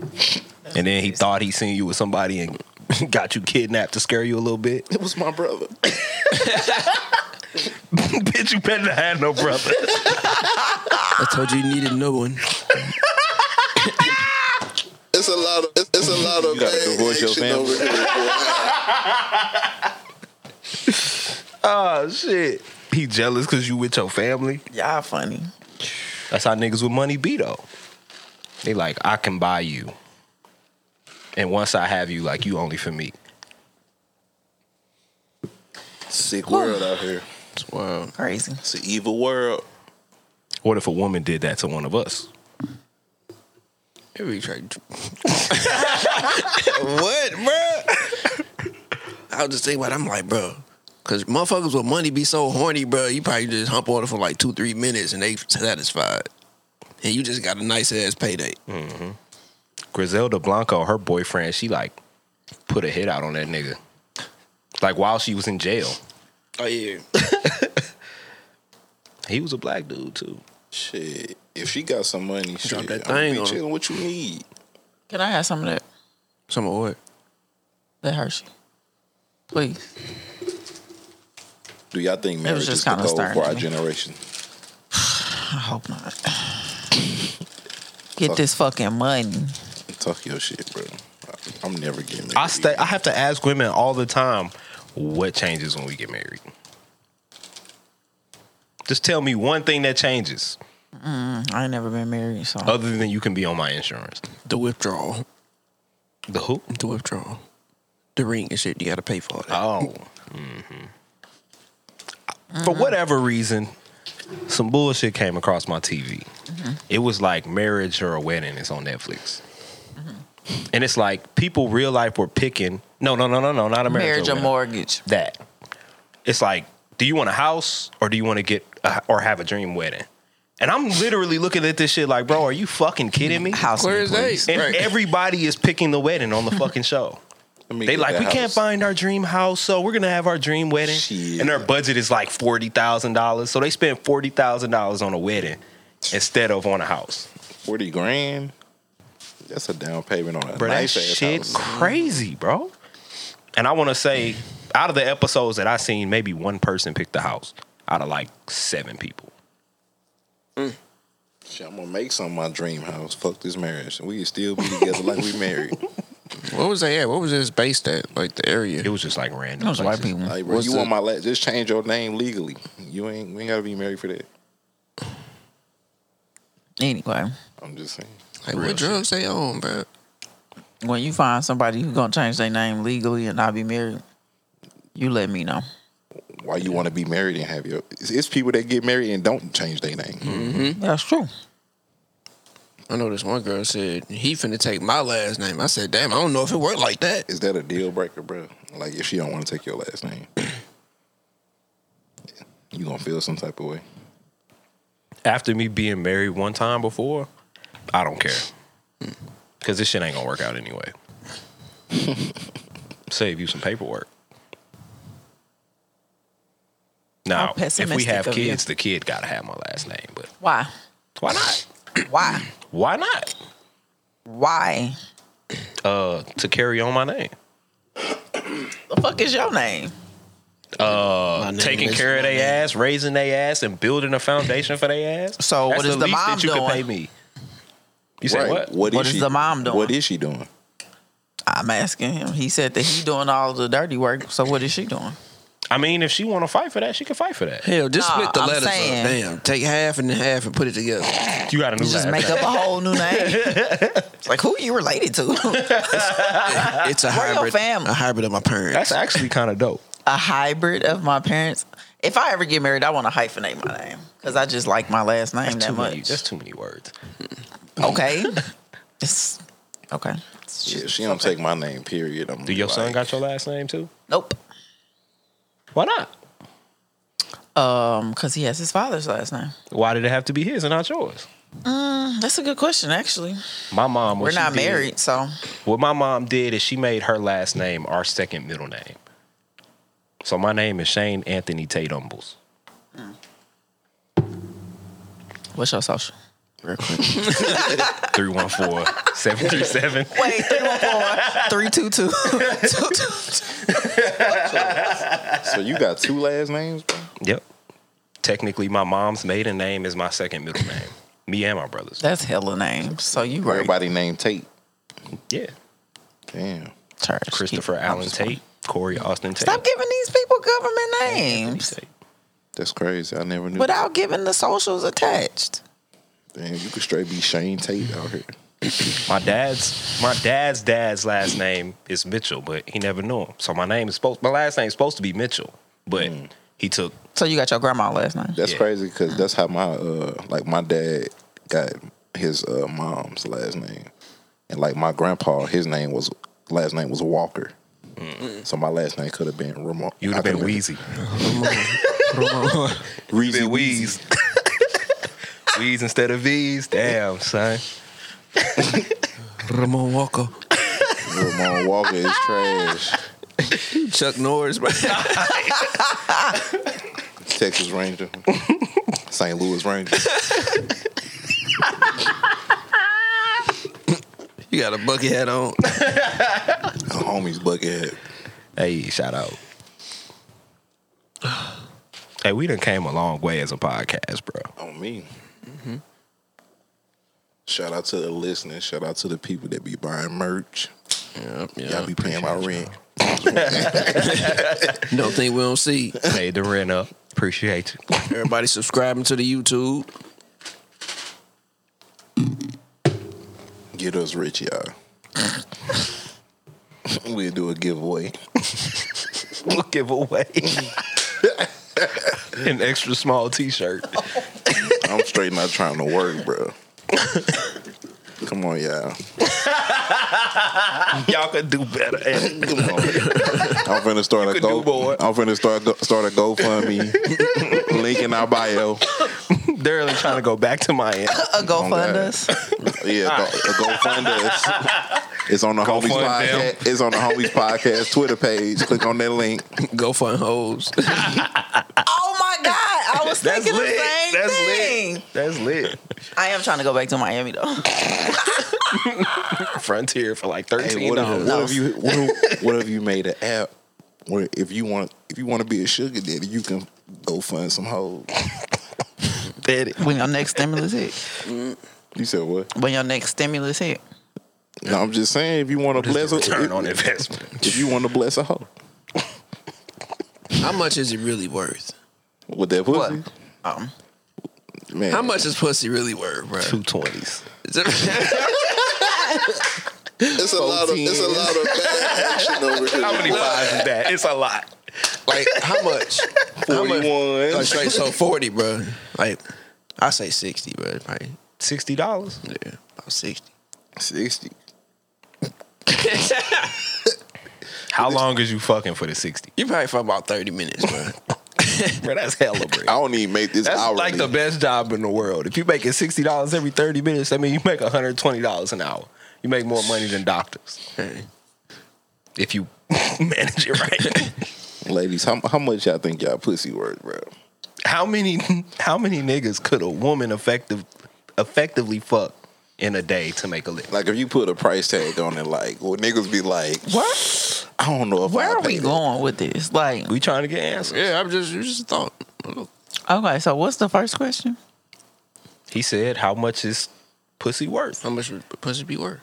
Speaker 5: And then he thought he seen you with somebody and got you kidnapped to scare you a little bit.
Speaker 3: It was my brother.
Speaker 5: Bitch, you better not have no brother.
Speaker 2: I told you you needed no one.
Speaker 8: It's a lot of it's, it's a lot of
Speaker 3: You gotta
Speaker 8: bad
Speaker 3: divorce your
Speaker 8: action
Speaker 3: family.
Speaker 8: over here, boy.
Speaker 5: oh shit. He jealous because you with your family.
Speaker 1: Y'all funny.
Speaker 5: That's how niggas with money be though. They like, I can buy you. And once I have you, like you only for me.
Speaker 3: Sick world out here.
Speaker 2: It's wild.
Speaker 1: Crazy.
Speaker 3: It's an evil world.
Speaker 5: What if a woman did that to one of us?
Speaker 2: Every track. what, bro? I was just thinking about. It, I'm like, bro, because motherfuckers with money be so horny, bro. You probably just hump on it for like two, three minutes, and they satisfied, and you just got a nice ass payday.
Speaker 5: Griselda Blanco, her boyfriend, she like put a hit out on that nigga. Like while she was in jail.
Speaker 2: Oh yeah.
Speaker 5: He was a black dude too.
Speaker 3: Shit. If she got some money, shit,
Speaker 2: that
Speaker 3: I'm
Speaker 2: thing
Speaker 3: be
Speaker 2: on her.
Speaker 3: chilling. What you need?
Speaker 1: Can I have some of that?
Speaker 2: Some of what?
Speaker 1: That Hershey. Please.
Speaker 3: Do y'all think
Speaker 1: was
Speaker 3: marriage
Speaker 1: just
Speaker 3: is the
Speaker 1: kinda
Speaker 3: code
Speaker 1: starting
Speaker 3: for
Speaker 1: to
Speaker 3: our
Speaker 1: me.
Speaker 3: generation?
Speaker 1: I hope not. Get this fucking money.
Speaker 3: Talk your shit, bro. I'm never getting married.
Speaker 5: I stay I have to ask women all the time what changes when we get married. Just tell me one thing that changes
Speaker 1: I ain't never been married, so
Speaker 5: other than you can be on my insurance.
Speaker 2: The withdrawal.
Speaker 5: The who?
Speaker 2: The withdrawal. The ring and shit. You got to pay for all that.
Speaker 5: Oh. hmm For whatever reason, some bullshit came across my TV.
Speaker 1: Mm-hmm.
Speaker 5: It was like marriage or a wedding. It's on Netflix.
Speaker 1: Mm-hmm.
Speaker 5: And it's like people real life were picking. No, no, no, no, no, not a marriage.
Speaker 1: marriage or
Speaker 5: wedding.
Speaker 1: mortgage.
Speaker 5: That. It's like, do you want a house or do you want to get a, or have a dream wedding? And I'm literally looking at this shit like, bro, are you fucking kidding me?
Speaker 1: House
Speaker 2: Where
Speaker 1: me,
Speaker 2: is they?
Speaker 1: please.
Speaker 5: And
Speaker 2: Right.
Speaker 5: everybody is picking the wedding on the fucking show.
Speaker 3: Let me
Speaker 5: They
Speaker 3: get
Speaker 5: like,
Speaker 3: that
Speaker 5: we can't
Speaker 3: house.
Speaker 5: find our dream house, so we're gonna have our dream wedding.
Speaker 3: Shit.
Speaker 5: And their budget is like forty thousand dollars, so they spend forty thousand dollars on a wedding instead of on a house.
Speaker 3: forty grand. That's a down payment on a
Speaker 5: Bro,
Speaker 3: nice
Speaker 5: that
Speaker 3: ass
Speaker 5: shit
Speaker 3: house. Mm-hmm.
Speaker 5: crazy, bro. And I want to say, out of the episodes that I seen, maybe one person picked the house out of like seven people.
Speaker 3: Shit, I'm gonna make some of my dream house. Fuck this marriage, and we can still be together like we married.
Speaker 2: What was that? What was this based at? Like the area.
Speaker 5: It was just like random.
Speaker 1: Those white
Speaker 5: places.
Speaker 1: people.
Speaker 3: Like, bro,
Speaker 2: What's
Speaker 3: you
Speaker 2: the-
Speaker 3: want my last? Just change your name legally. You ain't we ain't gotta be married for that.
Speaker 1: Anyway,
Speaker 3: I'm just saying.
Speaker 2: Like what drugs they on, bro?
Speaker 1: when you find somebody who gonna change their name legally and not be married, you let me know.
Speaker 3: Why you want to be married and have your? It's, it's people that get married and don't change their name.
Speaker 1: That's true.
Speaker 2: I know this one girl said he finna take my last name. I said, damn, I don't know if it worked like that.
Speaker 3: Is that a deal breaker, bro? Like if she don't want to take your last name, you gonna feel some type of way.
Speaker 5: After me being married one time before, I don't care because this shit ain't gonna work out anyway. Save you some paperwork. Now,
Speaker 1: How
Speaker 5: if we
Speaker 1: pessimistic
Speaker 5: have
Speaker 1: of you.
Speaker 5: kids, the kid gotta have my last name. But
Speaker 1: Why?
Speaker 5: why not?
Speaker 1: Why?
Speaker 5: Why not?
Speaker 1: Why?
Speaker 5: Uh, to carry on my name.
Speaker 1: The fuck is your name?
Speaker 2: My name
Speaker 5: Oh, taking
Speaker 2: is-
Speaker 5: care of their ass, raising their ass, and building a foundation for their ass.
Speaker 1: So
Speaker 5: That's
Speaker 1: what is the
Speaker 5: least
Speaker 1: mom
Speaker 5: that you
Speaker 1: doing?
Speaker 5: could pay me? You said what?
Speaker 1: What is the mom doing?
Speaker 3: What is she doing?
Speaker 1: I'm asking him. He said that he doing all the dirty work. So what is she doing?
Speaker 5: I mean, if she want to fight for that, she can fight for that.
Speaker 2: Hell, just
Speaker 1: Nah,
Speaker 2: split the
Speaker 1: I'm
Speaker 2: letters
Speaker 1: saying-
Speaker 2: up. Damn, take half and half and put it together.
Speaker 5: You got a new
Speaker 1: Just
Speaker 5: last
Speaker 1: make
Speaker 5: name.
Speaker 1: up a whole new name. It's like who you related to?
Speaker 2: It's a
Speaker 1: Where your
Speaker 2: hybrid.
Speaker 1: family?
Speaker 2: A hybrid of my parents.
Speaker 5: That's actually kind of dope.
Speaker 1: a hybrid of my parents. If I ever get married, I want to hyphenate my name because I just like my last name
Speaker 5: That's
Speaker 1: that
Speaker 5: too
Speaker 1: much.
Speaker 5: many. That's too many words.
Speaker 1: okay. It's, okay. It's
Speaker 3: Yeah,
Speaker 1: just-
Speaker 3: she don't take my name. Period. I'm
Speaker 5: Do your
Speaker 3: like,
Speaker 5: son got your last name too?
Speaker 1: Nope.
Speaker 5: Why not?
Speaker 1: Um, because he has his father's last name.
Speaker 5: Why did it have to be his and not yours?
Speaker 1: That's a good question, actually.
Speaker 5: My mom. what
Speaker 1: We're
Speaker 5: she
Speaker 1: not
Speaker 5: did-
Speaker 1: married, so
Speaker 5: What my mom did is she made her last name our second middle name. So my name is Shane Anthony Tate Umbles.
Speaker 1: what's your social?
Speaker 5: 314 737
Speaker 1: Wait, 314 322.
Speaker 3: So you got two last names? Bro?
Speaker 5: Yep. Technically, my mom's maiden name is my second middle name. Me and my brothers.
Speaker 1: That's hella names. So you right.
Speaker 3: Everybody named Tate.
Speaker 5: Yeah.
Speaker 3: Damn.
Speaker 1: Trash.
Speaker 5: Christopher
Speaker 1: Keep- I'm
Speaker 5: Allen
Speaker 1: just-
Speaker 5: Tate, Corey Austin Tate.
Speaker 1: Stop giving these people government
Speaker 5: Anthony
Speaker 1: names.
Speaker 5: Tate.
Speaker 3: That's crazy. I never knew.
Speaker 1: without giving the socials attached.
Speaker 3: Damn, you could straight be Shane Tate out here.
Speaker 5: My dad's my dad's dad's last name is Mitchell, but he never knew him. So my name is supposed my last name's supposed to be Mitchell, but he took
Speaker 1: So you got your grandma last name.
Speaker 3: That's
Speaker 5: Yeah.
Speaker 3: crazy because that's how my uh like my dad got his uh mom's last name, and like my grandpa, his name was last name was Walker. So my last name could have been Ramon.
Speaker 5: you would have
Speaker 3: I
Speaker 5: been
Speaker 3: could've-
Speaker 5: Wheezy.
Speaker 3: Reezy
Speaker 5: Been Wheeze. Wheeze instead of V's. Damn, son.
Speaker 2: Ramon Walker.
Speaker 3: Ramon Walker is trash.
Speaker 2: Chuck Norris, bro.
Speaker 3: Texas Ranger, St. Louis Ranger.
Speaker 2: you got a bucket hat on.
Speaker 3: The homies buckethead.
Speaker 5: Hey, shout out. Hey, we done came a long way as a podcast, bro.
Speaker 3: on me.
Speaker 5: Mm-hmm.
Speaker 3: Shout out to the listeners. Shout out to the people that be buying merch.
Speaker 2: Yep,
Speaker 3: Y'all be paying my rent.
Speaker 2: Don't think we don't see.
Speaker 5: Paid the rent up. Appreciate you.
Speaker 2: Everybody subscribing to the YouTube.
Speaker 3: Get us rich, y'all. we'll do a giveaway.
Speaker 5: We'll give away an extra small T-shirt.
Speaker 3: I'm straight not trying to work, bro. Come on, y'all.
Speaker 5: Y'all could do better. Hey,
Speaker 3: Come on. I'm finna start a
Speaker 5: could
Speaker 3: go.
Speaker 5: do more.
Speaker 3: I'm finna start go, start a GoFundMe. Link in our bio.
Speaker 5: They're really trying to go back to Miami.
Speaker 1: A
Speaker 3: God.
Speaker 1: GoFund us.
Speaker 3: Yeah, go, GoFund us. It's on the
Speaker 5: Go
Speaker 3: homies
Speaker 5: fund them.
Speaker 3: podcast. It's on the homies podcast Twitter page. Click on that link.
Speaker 2: Go find hoes.
Speaker 1: Oh my God! I was
Speaker 5: That's
Speaker 1: thinking
Speaker 5: lit.
Speaker 1: the same
Speaker 5: That's
Speaker 1: thing.
Speaker 5: lit. That's lit.
Speaker 1: I am trying to go back to Miami though.
Speaker 5: Frontier for like thirteen
Speaker 3: Hey, what, if,
Speaker 5: dollars.
Speaker 3: what if you what if, what if you made an app where if you want if you want to be a sugar daddy, you can go find some hoes.
Speaker 1: When your next stimulus hit.
Speaker 3: You said what?
Speaker 1: When your next stimulus hit.
Speaker 3: No, I'm just saying if you want to bless a
Speaker 5: Return on
Speaker 3: if,
Speaker 5: investment.
Speaker 3: if you want to bless a hoe
Speaker 2: How much is it really worth?
Speaker 3: with that pussy,
Speaker 1: What? Um,
Speaker 3: man.
Speaker 2: How much is pussy really worth, bro?
Speaker 5: Two twenties.
Speaker 9: It's a lot of it's a lot of bad action over here.
Speaker 5: How many fives is that? It's a lot.
Speaker 2: like how much? How much? Like, straight, so forty, bro. Like I say sixty, bro. Like
Speaker 5: Sixty dollars.
Speaker 2: yeah, about sixty.
Speaker 3: Sixty.
Speaker 5: How long is you fucking for the sixty?
Speaker 2: You probably for about thirty minutes, bro.
Speaker 5: Bro, that's hella bread.
Speaker 3: I don't even make this
Speaker 5: That's
Speaker 3: hourly.
Speaker 5: like the best job in the world. If you making sixty dollars every thirty minutes, I mean you make hundred twenty dollars an hour. You make more money than doctors if you manage it right.
Speaker 3: Ladies, how, how much y'all think y'all pussy worth, bro?
Speaker 5: how many how many niggas could a woman effective effectively fuck in a day to make a living?
Speaker 3: Like if you put a price tag on it, like well, niggas be like,
Speaker 1: what?
Speaker 3: I don't know if
Speaker 1: Where
Speaker 3: I
Speaker 1: are we
Speaker 3: pay that.
Speaker 1: going with this? Like,
Speaker 5: We trying to get answers.
Speaker 2: yeah, I'm just you just thought.
Speaker 1: okay, so what's the first question?
Speaker 5: He said, "How much is pussy worth?
Speaker 2: How much would pussy be worth?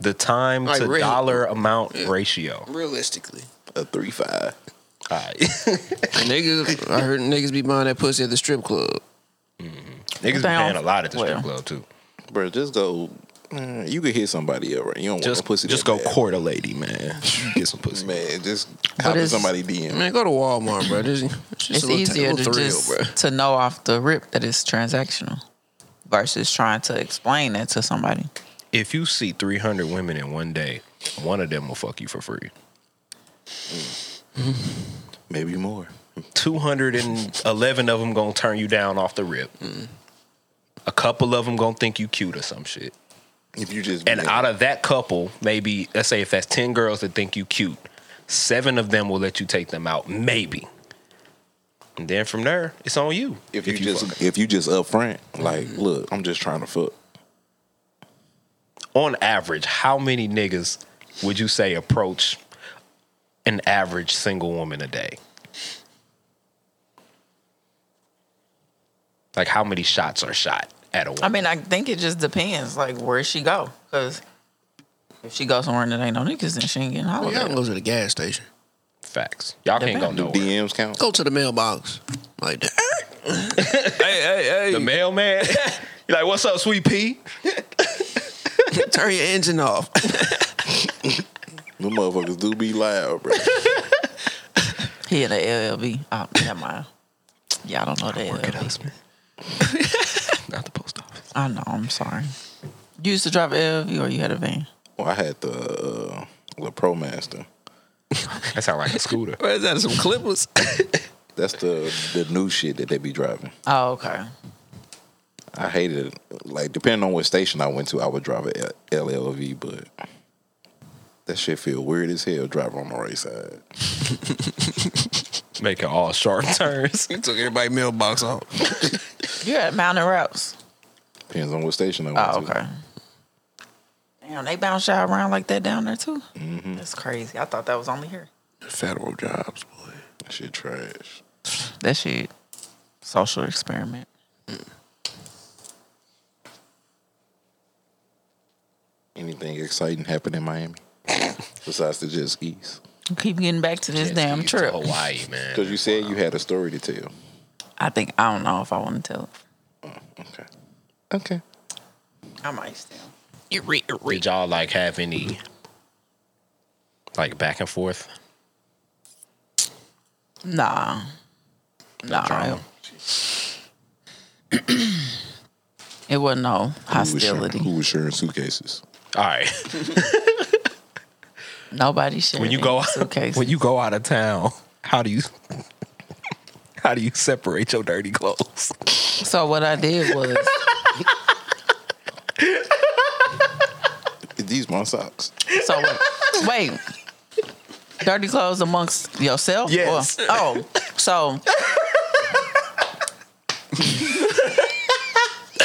Speaker 5: The time
Speaker 2: Like,
Speaker 5: to
Speaker 2: really?
Speaker 5: dollar amount
Speaker 2: Yeah.
Speaker 5: ratio."
Speaker 2: Realistically,
Speaker 3: A three five.
Speaker 5: All right.
Speaker 2: niggas. I heard niggas be buying that pussy at the strip club.
Speaker 5: Niggas be
Speaker 1: Down.
Speaker 5: paying a lot at the strip
Speaker 1: Well.
Speaker 5: club too.
Speaker 3: Bro, just go. man, You could hit somebody up, right? You don't
Speaker 5: Just
Speaker 3: want no pussy.
Speaker 5: just
Speaker 3: that
Speaker 5: go
Speaker 3: bad.
Speaker 5: court a lady, man. Get some pussy.
Speaker 3: Man, just hop in
Speaker 1: it's-
Speaker 3: somebody DM.
Speaker 2: Man, go to Walmart, bro. Just, it's just
Speaker 1: It's
Speaker 2: a little,
Speaker 1: easier
Speaker 2: little
Speaker 1: to
Speaker 2: thrill,
Speaker 1: just
Speaker 2: bro.
Speaker 1: to know off the rip that it's transactional versus trying to explain that to somebody.
Speaker 5: If you see 300 women in one day, one of them will fuck you for free.
Speaker 3: Maybe more.
Speaker 5: 211 of them gonna turn you down off the rip. A couple of them gonna think you cute or some shit.
Speaker 3: If you just
Speaker 5: And
Speaker 3: be-
Speaker 5: out of that couple, maybe let's say if that's 10 girls that think you cute, seven of them will let you take them out, maybe. And then from there, it's on you.
Speaker 3: if, you, just
Speaker 5: fuck.
Speaker 3: if you just upfront, like, look, I'm just trying to fuck.
Speaker 5: on average, how many niggas would you say approach an average single woman a day? Like how many shots are shot at a woman?
Speaker 1: I mean, I think it just depends, like where she go, because if she goes somewhere and it ain't no niggas, then she ain't getting
Speaker 2: Well,
Speaker 1: hollered
Speaker 2: y'all
Speaker 1: at.
Speaker 2: can go to the gas station.
Speaker 5: Facts. Y'all can't go
Speaker 3: Do
Speaker 5: nowhere.
Speaker 3: DMs count?
Speaker 2: Go to the mailbox. Like that.
Speaker 5: hey, hey, hey. The mailman. you like, what's up, sweet pea?
Speaker 2: Turn your engine off.
Speaker 3: The motherfuckers do be loud, bro.
Speaker 1: He had a LLB. Oh, never mind. Y'all don't know the LLB.
Speaker 4: Not the post office.
Speaker 1: I know. I'm sorry. You used to drive a LLB or you had a van?
Speaker 3: Well, Oh, I had the uh, the Pro Master.
Speaker 5: That sound like a scooter.
Speaker 2: Where's that? Some clippers?
Speaker 3: That's the the new shit that they be driving.
Speaker 1: Oh, okay.
Speaker 3: I hated it. Like depending on what station I went to, I would drive a L- LLV, but that shit feel weird as hell driving on the right side.
Speaker 5: Making all sharp turns.
Speaker 2: you took everybody mailbox off.
Speaker 1: You had mountain routes.
Speaker 3: Depends on what station I
Speaker 5: Ah,
Speaker 3: went
Speaker 1: Oh,
Speaker 3: to.
Speaker 1: okay. Damn, they bounce y'all around like that down there too. That's crazy. I thought that was only here.
Speaker 2: Federal jobs, boy.
Speaker 3: That shit trash.
Speaker 1: That shit, social experiment.
Speaker 3: Anything exciting happen in Miami besides the jet skis?
Speaker 1: Keep getting back to this damn
Speaker 5: Jeez, to
Speaker 1: trip.
Speaker 5: Hawaii, man.
Speaker 3: Because you said you had a story to tell.
Speaker 1: I think I don't know if I want to tell it.
Speaker 3: Okay. Okay.
Speaker 1: I might still.
Speaker 5: Did y'all like have any like back and forth?
Speaker 1: Nah. Nah. I- it wasn't no
Speaker 3: Who was sharing,
Speaker 1: hostility.
Speaker 3: who was sharing suitcases?
Speaker 5: All right.
Speaker 1: Nobody should.
Speaker 5: When you go
Speaker 1: suitcase.
Speaker 4: When you go out of town, how do you how do you separate your dirty clothes?
Speaker 1: so what I did was
Speaker 3: These my socks.
Speaker 1: so what, wait. Dirty clothes amongst yourself? or-
Speaker 4: Yes.
Speaker 1: oh, so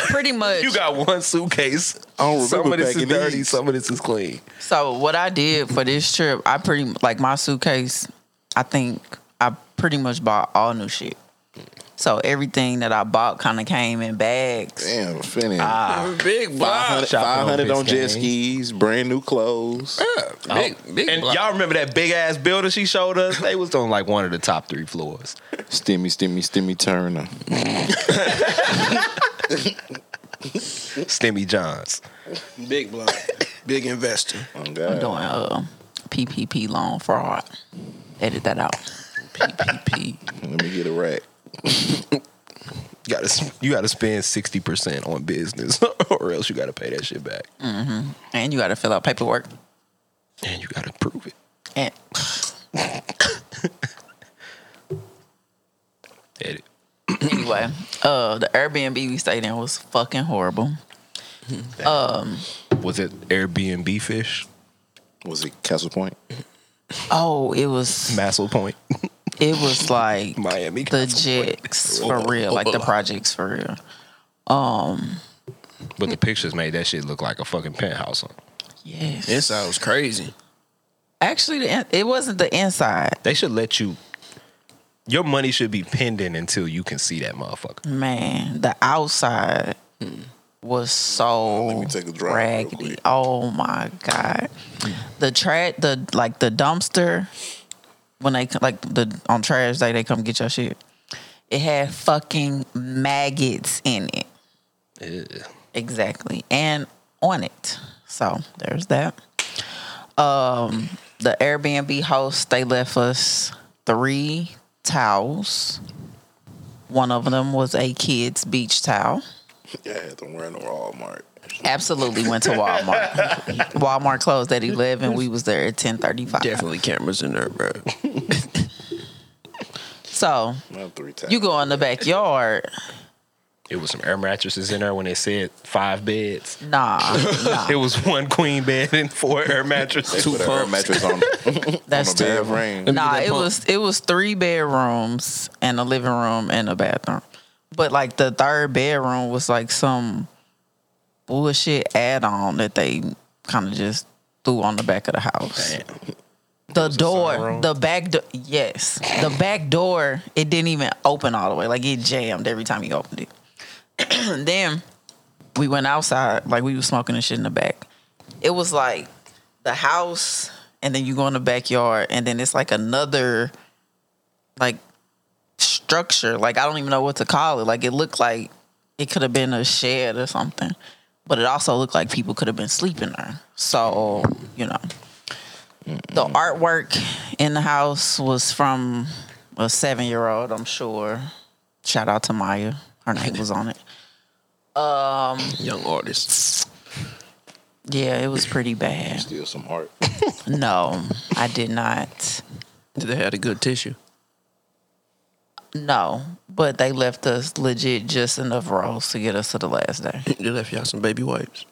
Speaker 1: pretty much.
Speaker 4: You got one suitcase.
Speaker 3: I don't remember
Speaker 4: Some of this
Speaker 3: back
Speaker 4: is
Speaker 3: in
Speaker 4: dirty.
Speaker 3: these.
Speaker 4: Some of this is clean.
Speaker 1: So what I did for this trip, I pretty like my suitcase. I think I pretty much bought all new shit. So everything that I bought kind of came in bags.
Speaker 3: Damn, Finny.
Speaker 1: Ah,
Speaker 2: Big block.
Speaker 3: 500, 500 on jet
Speaker 4: Biscayne.
Speaker 3: skis, brand new clothes.
Speaker 2: Big, big
Speaker 5: And
Speaker 2: block.
Speaker 5: y'all remember that big ass building she showed us? They was on like one of the top three floors.
Speaker 3: Stimmy, stimmy, stimmy Turner.
Speaker 5: Stimmy Johns.
Speaker 2: Big block. Big investor.
Speaker 3: Oh, God.
Speaker 1: I'm doing uh, PPP loan fraud. Edit that out. PPP.
Speaker 3: Let me get a rack.
Speaker 4: You gotta you gotta spend sixty percent on business, or else you gotta pay that shit back,
Speaker 1: and you got to fill out paperwork.
Speaker 4: and you gotta prove it.
Speaker 1: And
Speaker 5: Edit.
Speaker 1: anyway, uh, the Airbnb we stayed in was fucking horrible.
Speaker 4: Was it Airbnb fish?
Speaker 3: Was it Castle Point?
Speaker 1: Oh, it was
Speaker 4: Massel Point,
Speaker 1: it was like
Speaker 4: Miami.
Speaker 1: the jets for real, like the projects for real.
Speaker 5: But the pictures made that shit look like a fucking penthouse.
Speaker 1: Yes.
Speaker 2: This sounds crazy.
Speaker 1: Actually, the in- it wasn't the inside.
Speaker 5: They should let you. Your money should be pending until you can see that motherfucker.
Speaker 1: Man, the outside was so
Speaker 3: Let me take a drive real
Speaker 1: raggedy.
Speaker 3: quick.
Speaker 1: Oh my god! The trash, the like the dumpster when they co- like the on trash day they come get your shit. It had fucking maggots in it. Exactly, and on it. So there's that. Um, the Airbnb host they left us three towels. One of them was a kid's beach towel.
Speaker 3: Yeah, I had them wearing a Walmart.
Speaker 1: Absolutely went to Walmart. Walmart closed at eleven. We was there at ten thirty five.
Speaker 2: Definitely cameras in there, bro.
Speaker 1: So
Speaker 3: Not three times.
Speaker 1: you go in the backyard.
Speaker 5: It was some air mattresses in there when they said five beds.
Speaker 1: Nah, nah.
Speaker 5: It was one queen bed and four air mattresses.
Speaker 3: Put a air mattress on,
Speaker 1: That's
Speaker 3: on a bed
Speaker 1: terrible.
Speaker 3: frame.
Speaker 1: Nah,
Speaker 2: that
Speaker 1: it
Speaker 2: pump.
Speaker 1: was it was three bedrooms and a living room and a bathroom. But like the third bedroom was like some bullshit add on that they kind of just threw on the back of the house. The door, the back door, yes, the back door. It didn't even open all the way. Like it jammed every time you opened it. And then we went outside, like we was smoking and shit in the back. It was like the house and then you go in the backyard, and then it's like another like structure. Like I don't even know what to call it. Like it looked like it could have been a shed or something, but it also looked like people could have been sleeping there. So you know, the artwork in the house was from a seven year old. I'm sure. Shout out to Maya. Her name was on it.
Speaker 2: Young artist.
Speaker 1: Yeah, it was pretty bad.
Speaker 3: Still some art.
Speaker 1: No, I did not.
Speaker 2: Did they had a good tissue?
Speaker 1: No, but they left us legit just enough rolls to get us to the last day.
Speaker 2: They left y'all some baby wipes.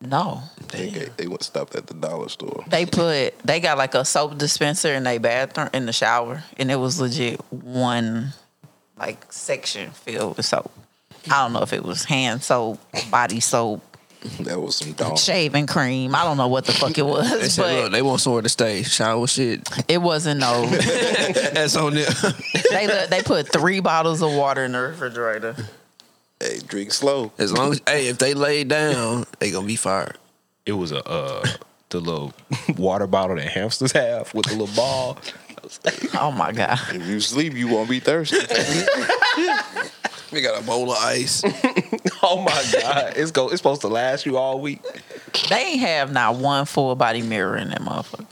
Speaker 1: No,
Speaker 3: They, they went stopped at the dollar store.
Speaker 1: they put they got like a soap dispenser in their bathroom in the shower, and it was legit one like section filled with soap. I don't know if it was hand soap, body soap,
Speaker 3: That was some dog.
Speaker 1: shaving cream. I don't know what the fuck it
Speaker 2: They
Speaker 1: was,
Speaker 2: said, look,
Speaker 1: but
Speaker 2: they want somewhere to stay. Shower shit.
Speaker 1: it wasn't no.
Speaker 2: That's on them.
Speaker 1: They le- they put three bottles of water in the refrigerator.
Speaker 3: Hey, drink slow.
Speaker 2: As long as hey, if they lay down, they gonna be fired.
Speaker 5: It was a uh, the little water bottle that hamsters have with the little ball.
Speaker 1: Oh my god.
Speaker 3: If you sleep, you won't be thirsty.
Speaker 2: They got a bowl of ice.
Speaker 5: Oh my god! It's go. It's supposed to last you all week.
Speaker 1: They ain't have not one full body mirror in that motherfucker.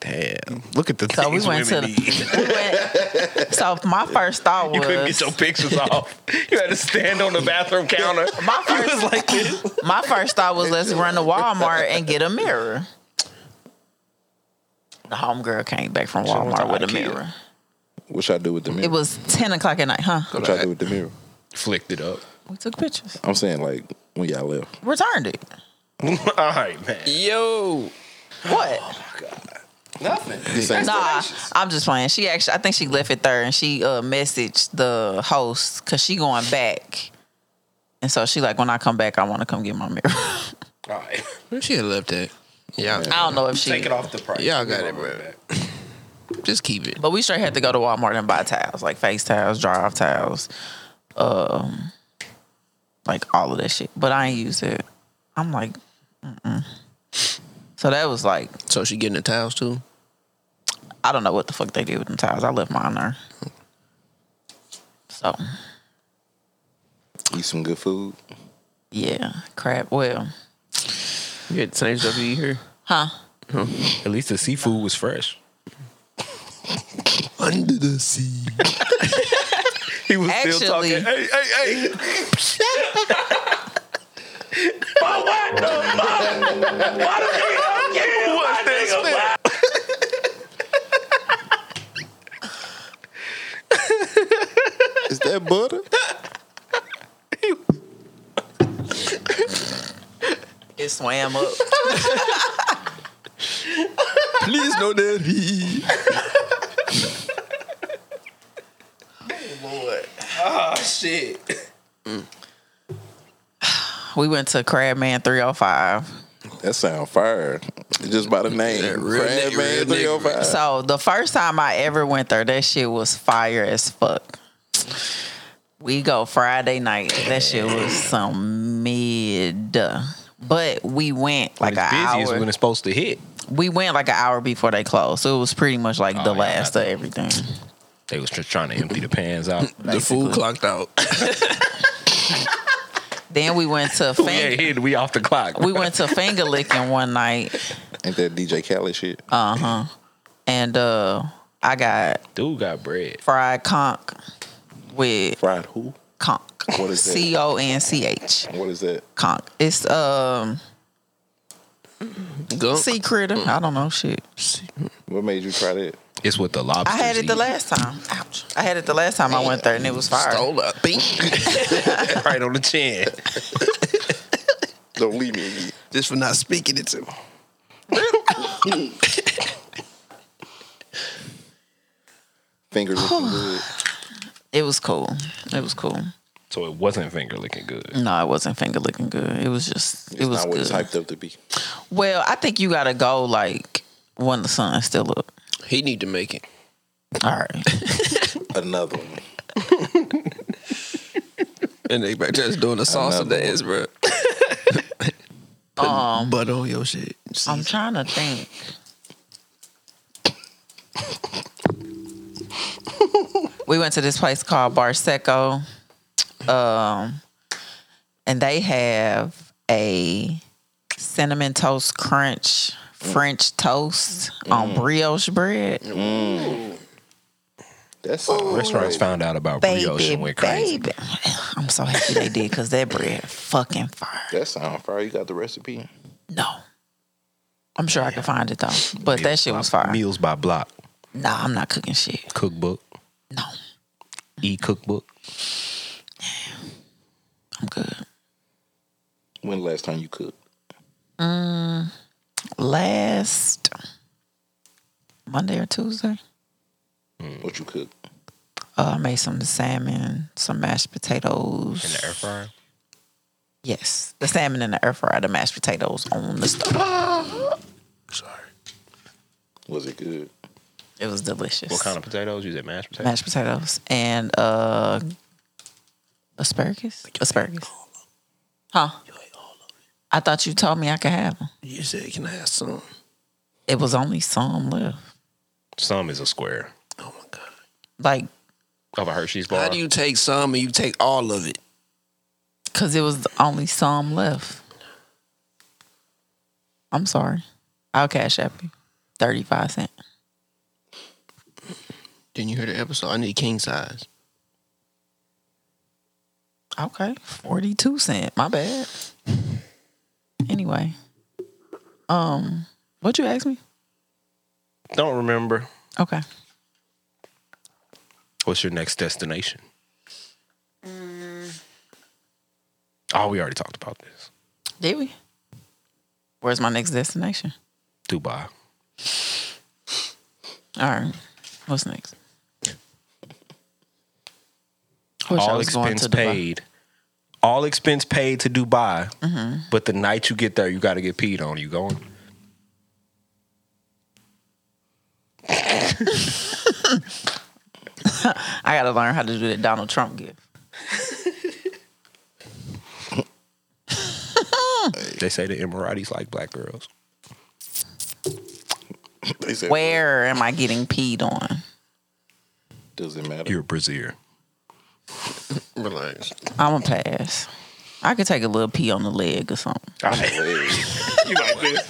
Speaker 5: Damn! Look at the
Speaker 1: So we
Speaker 5: things
Speaker 1: went to
Speaker 5: women need.
Speaker 1: the, we went, So my first thought
Speaker 5: You couldn't get
Speaker 1: was
Speaker 5: your pictures off. You had to stand on the bathroom counter.
Speaker 1: My
Speaker 5: You was like this.
Speaker 1: my first thought was let's run to Walmart and get a mirror. The homegirl came back from
Speaker 5: went to
Speaker 1: Walmart with a
Speaker 5: Ikea.
Speaker 1: mirror.
Speaker 3: What should I do with the mirror?
Speaker 1: It was ten o'clock at night, huh?
Speaker 3: what should I do with the mirror?
Speaker 5: Flicked it up.
Speaker 1: We took pictures.
Speaker 3: I'm saying like when y'all left.
Speaker 1: Returned it.
Speaker 5: all right, man.
Speaker 2: Yo,
Speaker 1: What?
Speaker 3: Same-
Speaker 1: Nah, I'm just playing. She actually, I think she left it there, and she uh, messaged the host because she going back, and so she like, when I come back, I want to come get my mirror. I
Speaker 5: All right,
Speaker 2: where she had left that? Yeah,
Speaker 1: don't know if she,
Speaker 5: take it off the price.
Speaker 2: Y'all got
Speaker 5: Give
Speaker 2: it,
Speaker 5: my
Speaker 2: bro.
Speaker 5: money back.
Speaker 2: just keep it.
Speaker 1: but we straight had to go to Walmart and buy towels, like face towels, drive towels, um, like all of that shit. But I ain't use it. I'm like, mm-mm. so that was like,
Speaker 2: So she getting the towels too.
Speaker 1: I don't know what the fuck they did with them towels. I left mine there. So
Speaker 3: Eat some good food.
Speaker 1: yeah, crap. Well,
Speaker 2: You had the same stuff you eat here.
Speaker 1: huh?
Speaker 5: At least the seafood was fresh.
Speaker 2: Under the sea.
Speaker 5: He was
Speaker 1: still Actually- talking,
Speaker 5: Hey, hey, hey!
Speaker 3: Is that butter?
Speaker 1: It swam up.
Speaker 2: Please no daddy.
Speaker 1: We went to Crabman 305.
Speaker 3: That sound fire. It's just by the name.
Speaker 2: That real
Speaker 3: Crab
Speaker 2: nigga,
Speaker 3: Man
Speaker 2: real nigga.
Speaker 3: 305.
Speaker 1: So the first time I ever went there, that shit was fire as fuck. We go Friday night. That shit was some mid. uh, But we went like
Speaker 5: Like
Speaker 1: an
Speaker 5: busy is
Speaker 1: hour.
Speaker 5: when it's supposed to hit.
Speaker 1: we went like an hour before they closed. So it was pretty much like the
Speaker 5: Oh, yeah,
Speaker 1: last
Speaker 5: I
Speaker 1: of everything.
Speaker 5: They was just trying to empty the pans out.
Speaker 2: The food
Speaker 1: Basically.
Speaker 2: clocked out.
Speaker 1: Then we went to
Speaker 5: we ain't
Speaker 1: Finger,
Speaker 5: hit. We off the clock.
Speaker 1: we went to Finger Licking one night.
Speaker 3: Ain't that DJ Khaled shit?
Speaker 1: Uh, And uh I got
Speaker 5: Dude got bread.
Speaker 1: fried conch with
Speaker 3: Fried who?
Speaker 1: conch.
Speaker 3: What is that?
Speaker 1: C O N C H.
Speaker 3: What is that?
Speaker 1: conch. It's um
Speaker 2: Gunk.
Speaker 1: sea critter. I don't know shit.
Speaker 3: What made you try that?
Speaker 5: It's with the lobster.
Speaker 1: I had it the last time. Ouch. I had it the last time I went there and it was fire.
Speaker 2: Stole up. Bing.
Speaker 5: right on the chin.
Speaker 3: Don't leave me.
Speaker 2: Just for not speaking it to me.
Speaker 3: Fingers looking good.
Speaker 1: It was cool. It was cool.
Speaker 5: So it wasn't finger licking good.
Speaker 1: No, it wasn't finger looking good. It was just
Speaker 3: It's
Speaker 1: it was
Speaker 3: not what
Speaker 1: good.
Speaker 3: it's hyped up to be.
Speaker 1: Well, I think you gotta go like when the sun's still up.
Speaker 2: He need to make it.
Speaker 1: All right.
Speaker 3: Another one.
Speaker 2: And they back there doing the salsa
Speaker 3: Another
Speaker 2: dance, bro.
Speaker 1: Um
Speaker 2: Butt on your shit.
Speaker 1: um, I'm trying to think. we went to this place called Barseco, um, and they have a cinnamon toast crunch French toast
Speaker 5: Mm.
Speaker 1: on brioche bread.
Speaker 3: That's something.
Speaker 5: Restaurants found out about brioche
Speaker 1: Baby,
Speaker 5: and went crazy.
Speaker 1: baby, I'm so happy they did because that bread fucking fire.
Speaker 3: That sound fire. You got the recipe.
Speaker 1: No, I'm sure I can find it though, but that shit was fire.
Speaker 5: Meals by Block
Speaker 1: Nah, I'm not cooking shit.
Speaker 5: cookbook,
Speaker 1: No,
Speaker 5: e cookbook.
Speaker 1: I'm good.
Speaker 3: When the last time you cooked?
Speaker 1: Last Monday or Tuesday.
Speaker 3: What you cooked?
Speaker 1: Uh, I made some salmon, some mashed potatoes. In the air fryer? Yes. The salmon in the air fryer, the mashed potatoes on the stove.
Speaker 3: Was it good?
Speaker 1: It was delicious.
Speaker 5: What kind of potatoes? You said mashed potatoes.
Speaker 1: mashed potatoes and uh asparagus? Asparagus. Huh? I thought you told me I could have them.
Speaker 2: You said, "Can I have some?"
Speaker 1: It was only some left.
Speaker 5: Some is a square
Speaker 2: Oh my god!
Speaker 1: Like,
Speaker 5: of a Hershey's bar.
Speaker 2: How do you take some and you take all of it?
Speaker 1: because it was the only some left. I'm sorry. I'll cash app you. 35 cents.
Speaker 2: Didn't you hear the episode? I need king size.
Speaker 1: Okay, forty-two cent. My bad. Anyway, um, what you ask me?
Speaker 5: Don't remember.
Speaker 1: Okay,
Speaker 5: What's your next destination?
Speaker 1: Mm.
Speaker 5: Oh, we already talked about this.
Speaker 1: did we? Where's my next destination?
Speaker 5: Dubai.
Speaker 1: All right, what's next? Wish I
Speaker 5: All
Speaker 1: was going
Speaker 5: expense
Speaker 1: to Dubai.
Speaker 5: paid. All expense paid to Dubai.
Speaker 1: Mm-hmm.
Speaker 5: But the night you get there, you got to get peed on. You going?
Speaker 1: I gotta learn how to do that Donald Trump gift.
Speaker 5: They say the Emiratis like black girls.
Speaker 3: They said,
Speaker 1: Where am I getting peed on?
Speaker 3: Does it matter?
Speaker 5: You're a Brazier.
Speaker 2: Relax.
Speaker 1: I'm a pass. I could take a little pee on the leg or something.
Speaker 3: you like this?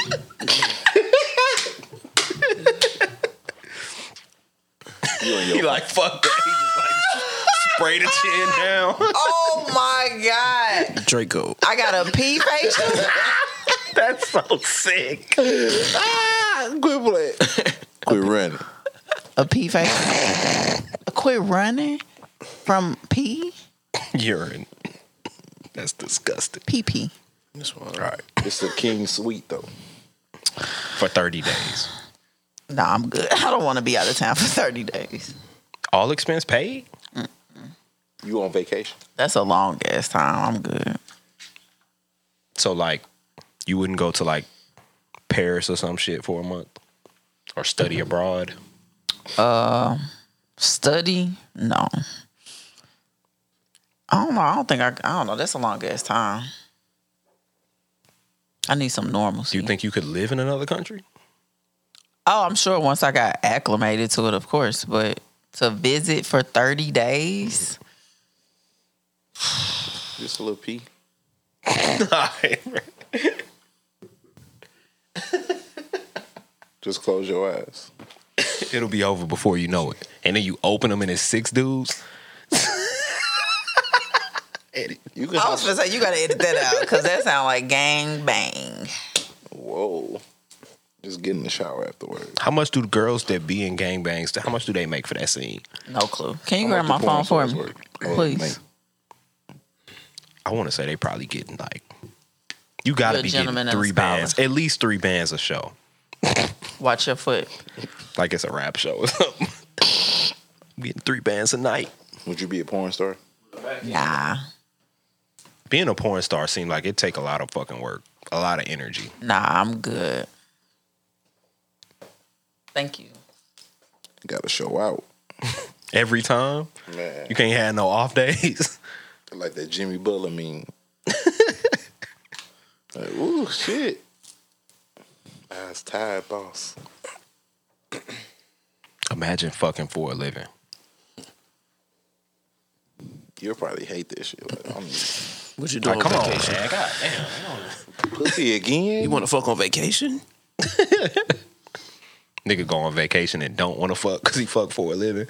Speaker 3: you and your
Speaker 5: like fuck that. He just like spray the chin down.
Speaker 1: Oh my god!
Speaker 2: Draco.
Speaker 1: I got a pee facial.
Speaker 5: That's so sick.
Speaker 3: ah, quit playing. quit running.
Speaker 1: a pee face. Quit running from pee
Speaker 5: Urine. That's disgusting.
Speaker 1: pee pee.
Speaker 2: This one.
Speaker 5: All right.
Speaker 3: It's the king suite though.
Speaker 5: For 30 days.
Speaker 1: Nah, I'm good. I don't want to be out of town for thirty days.
Speaker 5: All expense paid?
Speaker 3: You on vacation?
Speaker 1: That's a long ass time. I'm good.
Speaker 5: So like you wouldn't go to like Paris or some shit for a month or study abroad.
Speaker 1: Study? No. I don't know. I don't think I. I don't know. That's a long ass time. I need some normalcy.
Speaker 5: Do you think you could live in another country?
Speaker 1: Oh, I'm sure once I got acclimated to it, of course, but to visit for 30 days,
Speaker 3: Just a little pee. Just close your eyes.
Speaker 5: It'll be over before you know it. And then you open them and it's six dudes.
Speaker 3: You can.
Speaker 1: I was gonna say you gotta edit that out because that sound like gang bang.
Speaker 3: Whoa. Just get in the shower afterwards.
Speaker 5: How much do the girls that be in gangbangs, how much do they make for that scene?
Speaker 1: No clue. Can you
Speaker 3: How
Speaker 1: grab my
Speaker 3: much the porn
Speaker 1: phone for
Speaker 3: stars
Speaker 1: me,
Speaker 3: work? Oh, man.
Speaker 1: please?
Speaker 5: I want to say they probably getting like, you got
Speaker 1: Good
Speaker 5: to be
Speaker 1: gentleman
Speaker 5: getting
Speaker 1: and
Speaker 5: three
Speaker 1: a scholar.
Speaker 5: bands, at least three bands a show.
Speaker 1: Watch your foot.
Speaker 5: Like it's a rap show or something. getting three bands a night.
Speaker 3: Would you be a porn star?
Speaker 1: Nah,
Speaker 5: Being a porn star seemed like it take a lot of fucking work, a lot of energy.
Speaker 1: nah, I'm good. Thank you.
Speaker 3: Got to show out.
Speaker 5: Every time,
Speaker 3: Man.
Speaker 5: you can't have no off days.
Speaker 3: like that Jimmy Butler meme. like, ooh, shit. I was tired, boss.
Speaker 5: Imagine fucking for a living.
Speaker 3: You'll probably hate this shit. Like, I'm
Speaker 2: What you
Speaker 5: Like,
Speaker 2: doing
Speaker 5: come
Speaker 2: on
Speaker 5: on,
Speaker 2: vacation?
Speaker 5: man. God damn.
Speaker 3: pussy again.
Speaker 2: You want to fuck on vacation?
Speaker 5: Nigga go on vacation and don't want to fuck because he fuck for a living.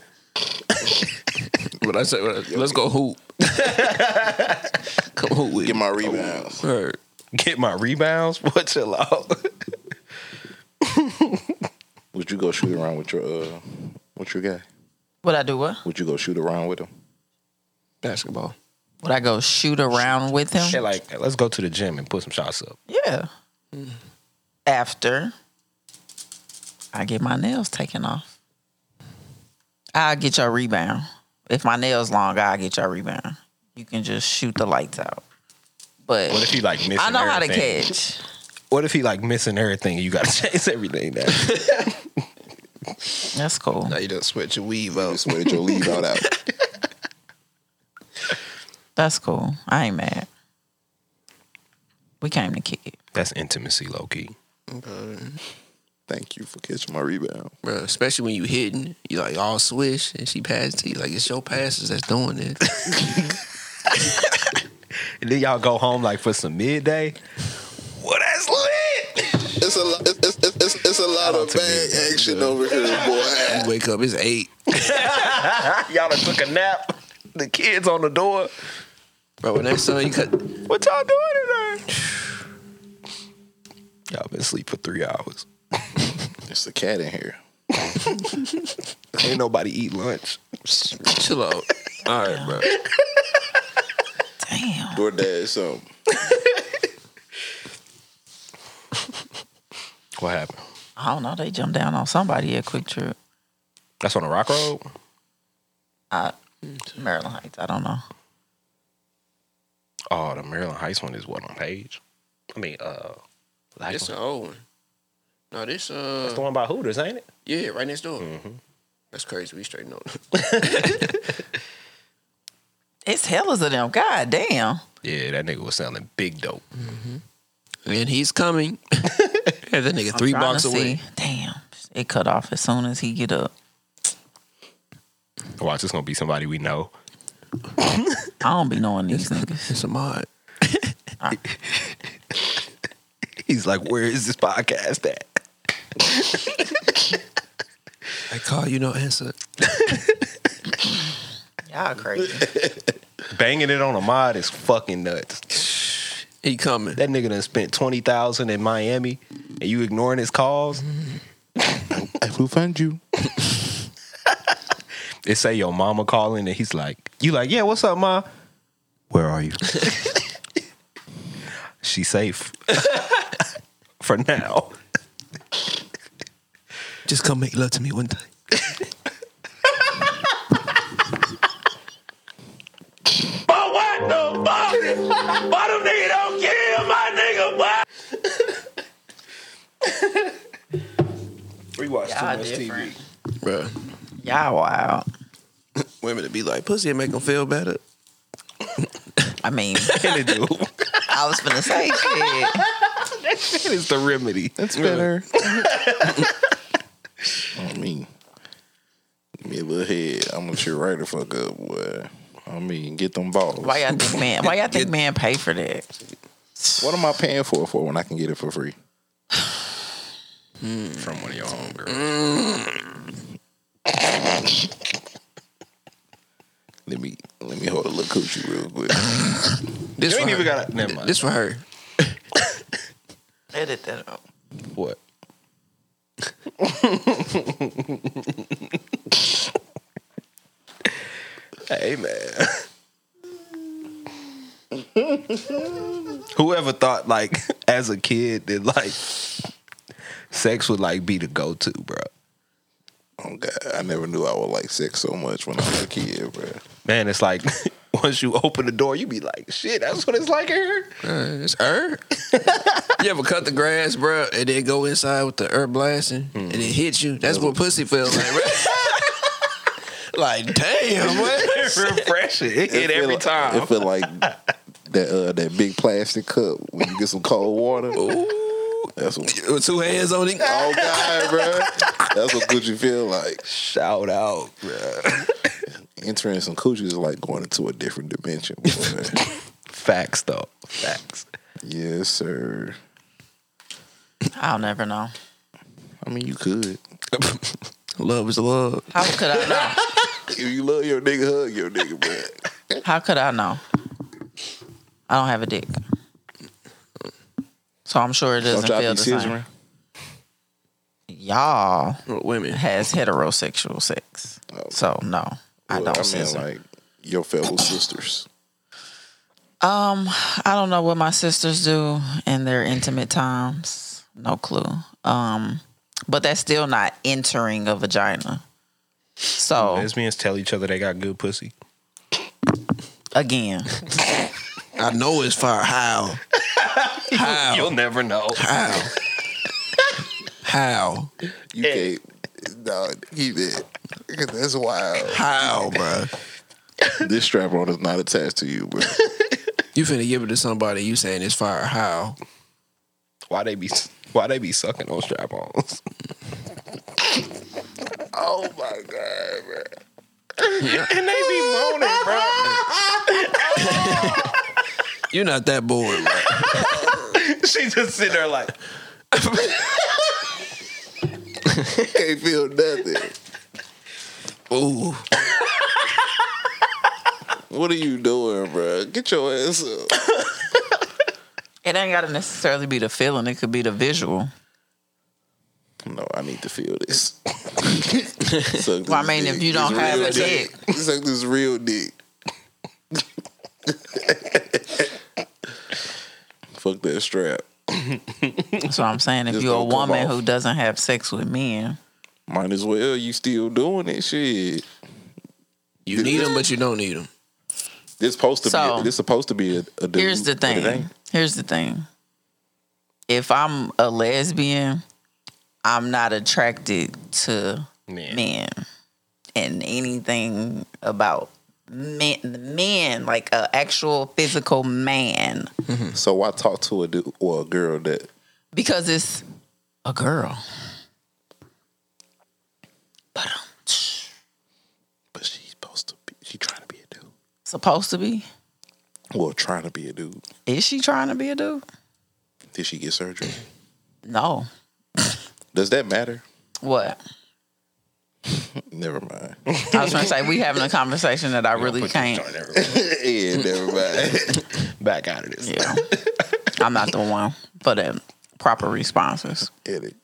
Speaker 2: What I say? What I- let's go hoop. come hoop with
Speaker 3: get
Speaker 2: me.
Speaker 3: my
Speaker 8: Oh.
Speaker 3: rebounds.
Speaker 2: Word.
Speaker 5: Get my rebounds? What chill out?
Speaker 3: Would you go shoot around with your uh, with your guy?
Speaker 1: Would I do what?
Speaker 3: Would you go shoot around with him?
Speaker 2: Basketball.
Speaker 1: Would I go shoot around with him?
Speaker 5: They're like, "Hey, let's go to the gym and put some shots up.
Speaker 1: Yeah. Mm. After I get my nails taken off, I'll get your rebound. If my nails long, I'll get your rebound. You can just shoot the lights out. But
Speaker 5: What if he like missing
Speaker 1: I know how to
Speaker 5: everything?
Speaker 1: catch.
Speaker 5: What if he like missing everything? and You gotta chase everything down.
Speaker 1: That's cool.
Speaker 2: Now you done sweat your weave out.
Speaker 8: Oh.
Speaker 3: Just wait your leave out out.
Speaker 1: That's cool. I ain't mad. We came to kick it.
Speaker 5: That's intimacy, low key.
Speaker 3: Thank you for catching my rebound.
Speaker 2: Bro, especially when you hitting, you like all swish and she passed to you. Like it's your passes that's doing it.
Speaker 5: And then y'all go home like for some midday. Well, that's lit.
Speaker 8: It's a lot. It's, it's, it's, it's a lot of bad action over here, boy.
Speaker 2: Wake up, it's eight.
Speaker 5: y'all done took a nap. The kids on the door.
Speaker 2: Bro, when that sun you cut
Speaker 5: What y'all doing today? Y'all been asleep for three hours.
Speaker 3: It's a cat in here.
Speaker 5: Ain't nobody eat lunch.
Speaker 2: chill out. All right, bro.
Speaker 1: Damn.
Speaker 3: DoorDash something.
Speaker 5: What happened?
Speaker 1: I don't know. They jumped down on somebody at Quick Trip.
Speaker 5: That's on the rock road.
Speaker 1: I, Maryland Heights. I don't know.
Speaker 5: Oh, the Maryland Heights one is what on page. I mean, uh, Lake
Speaker 2: It's
Speaker 5: one.
Speaker 2: an old one. No, this
Speaker 5: that's the
Speaker 2: uh
Speaker 5: one by Hooters, ain't it?
Speaker 2: yeah, right next door. That's crazy. We straighten up.
Speaker 1: It's hellas of them. God damn.
Speaker 5: Yeah, that nigga was selling big dope.
Speaker 2: And he's coming. yeah, that nigga three
Speaker 1: Trying
Speaker 2: blocks
Speaker 1: to
Speaker 2: away.
Speaker 1: see. Damn. It cut off as soon as he get up.
Speaker 5: Watch, it's gonna be somebody we know.
Speaker 1: I don't be knowing these niggas.
Speaker 2: It's a mod.
Speaker 5: He's like, "Where is this podcast at?"
Speaker 2: I call you no answer.
Speaker 1: Y'all crazy.
Speaker 5: Banging it on a mod is fucking nuts.
Speaker 2: He coming.
Speaker 5: That nigga done spent twenty thousand in Miami, and you ignoring his calls.
Speaker 3: I will find you.
Speaker 5: It say your mama calling, and he's like, "You like, yeah, what's up, ma? Where are you? She's safe for now."
Speaker 2: Just come make love to me one time.
Speaker 5: We watch
Speaker 1: Y'all different.
Speaker 2: Bruh.
Speaker 1: Y'all wild.
Speaker 2: Women to be like, pussy and make them feel better.
Speaker 1: I mean,
Speaker 5: It do.
Speaker 1: I was finna say shit.
Speaker 5: It is the remedy.
Speaker 3: That's better. I mean, give me a little head. I'm gonna shoot right the fuck up, boy. I mean, get them balls.
Speaker 1: Why y'all think man? Why y'all think man pay for that?
Speaker 3: What am I paying for for when I can get it for free?
Speaker 5: From one of your homegirls. Hmm.
Speaker 3: Let me let me hold a little coochie real quick.
Speaker 2: This
Speaker 5: You
Speaker 2: for
Speaker 5: ain't
Speaker 2: her.
Speaker 5: even got. Never mind.
Speaker 2: This for her.
Speaker 1: Edit that out.
Speaker 5: what? hey man. Whoever thought like as a kid that like sex would like be the go to, bro.
Speaker 3: oh God, I never knew I would like sex so much when I was a kid, bro.
Speaker 5: Man, it's like once you open the door, you be like, shit, that's what it's like in here.
Speaker 2: Uh, it's her. you ever cut the grass, bro, and then go inside with the herb blasting and it hit you? That's what pussy feels like, bro. like, damn, what?
Speaker 5: Refreshing. It hit
Speaker 3: feel
Speaker 5: every
Speaker 3: like-
Speaker 5: time.
Speaker 3: It feel like that uh, that big plastic cup when you get some cold water. That's what.
Speaker 2: With two hands on it.
Speaker 3: Oh God, bro. That's what Gucci feel like.
Speaker 5: Shout out, bro.
Speaker 3: Entering some coochies is like going into a different dimension. boy.
Speaker 5: Facts though. Facts.
Speaker 3: yes, sir.
Speaker 1: I'll never know.
Speaker 3: I mean, you could.
Speaker 2: Love is love.
Speaker 1: How could I know?
Speaker 3: If you love your nigga, hug your nigga, but
Speaker 1: How could I know? I don't have a dick. So I'm sure it doesn't
Speaker 3: y'all
Speaker 1: feel
Speaker 3: be
Speaker 1: the same.
Speaker 3: scissoring?
Speaker 1: Y'all
Speaker 2: Oh, women.
Speaker 1: has heterosexual sex. So no, I
Speaker 3: Oh. Well,
Speaker 1: don't
Speaker 3: I mean,
Speaker 1: scissor.
Speaker 3: like your fellow sisters.
Speaker 1: Um, I don't know what my sisters do in their intimate times. No clue. Um, but that's still not entering a vagina. So
Speaker 5: Lesbians tell each other they got good pussy.
Speaker 1: again,
Speaker 2: I know it's fire. How?
Speaker 5: You'll never know.
Speaker 2: How? How?
Speaker 3: You can't. No, you did. That's wild.
Speaker 2: How, bro?
Speaker 3: This strap on is not attached to you, bro.
Speaker 2: You finna give it to somebody. You saying it's fire? How?
Speaker 5: Why they be why they be sucking on strap ons?
Speaker 3: oh my god, bro.
Speaker 5: and they be moaning, bro.
Speaker 2: You're not that bored, bro.
Speaker 5: She just sitting there like,
Speaker 3: Can't feel nothing.
Speaker 2: Ooh,
Speaker 3: What are you doing, bro? Get your ass up.
Speaker 1: it ain't gotta necessarily be the feeling. It could be the visual.
Speaker 3: No, I need to feel this. Suck
Speaker 1: Well, I
Speaker 3: this
Speaker 1: mean, if
Speaker 3: dick.
Speaker 1: you don't
Speaker 3: This
Speaker 1: have
Speaker 3: real
Speaker 1: a dick.
Speaker 3: suck this real dick. Fuck that strap.
Speaker 1: That's what I'm saying. If
Speaker 3: Just
Speaker 1: you're a
Speaker 3: don't come
Speaker 1: woman
Speaker 3: off.
Speaker 1: who doesn't have sex with men,
Speaker 3: Might as well. You still doing it, shit.
Speaker 2: you need them, but you don't need them.
Speaker 3: This supposed to
Speaker 1: So,
Speaker 3: be. This supposed to be a. a dude,
Speaker 1: here's the
Speaker 3: but it ain't.
Speaker 1: thing. Here's the thing. If I'm a lesbian, I'm not attracted to
Speaker 5: man,
Speaker 1: men and anything about men, men like an actual physical man,
Speaker 3: So I talk to a dude or a girl that
Speaker 1: because it's a girl. But um,
Speaker 3: But she's supposed to be. She trying to be a dude.
Speaker 1: supposed to be.
Speaker 3: Well, trying to be a dude.
Speaker 1: Is she trying to be a dude?
Speaker 3: Did she get surgery?
Speaker 1: No.
Speaker 3: Does that matter?
Speaker 1: What?
Speaker 3: Never mind.
Speaker 1: I was trying to say we having a conversation that I really can't.
Speaker 3: yeah, never mind.
Speaker 5: back out of this.
Speaker 1: Yeah. I'm not the one for the proper responses.
Speaker 3: Edit.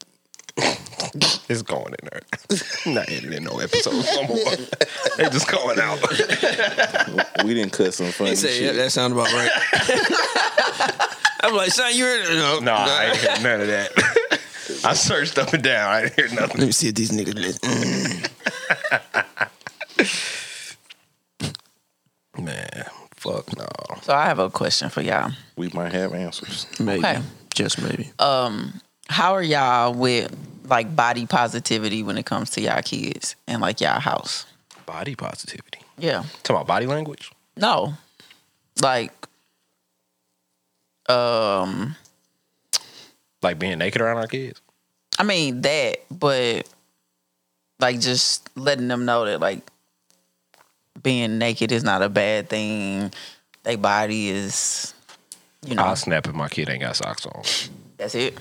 Speaker 5: It's going in there. Not editing no episodes no more. they just going out.
Speaker 3: We didn't cut some funny
Speaker 2: He said yeah,
Speaker 3: shit.
Speaker 2: that sound about right. I'm like, son, you heard? No,
Speaker 5: Nah, I ain't hear none of that. I searched up and down. I didn't hear nothing.
Speaker 2: Let me see if these niggas listen.
Speaker 5: Man, fuck no.
Speaker 1: So I have a question for y'all.
Speaker 3: we might have answers.
Speaker 2: Maybe,
Speaker 1: Okay.
Speaker 2: just maybe.
Speaker 1: How are y'all with like body positivity when it comes to y'all kids and like y'all house?
Speaker 5: Body positivity.
Speaker 1: Yeah.
Speaker 5: Talking about body language.
Speaker 1: No. Like um
Speaker 5: Like being naked around our kids.
Speaker 1: I mean that, but like just letting them know that like being naked is not a bad thing. They body is you know,
Speaker 5: I'll snap if my kid ain't got socks on.
Speaker 1: that's it.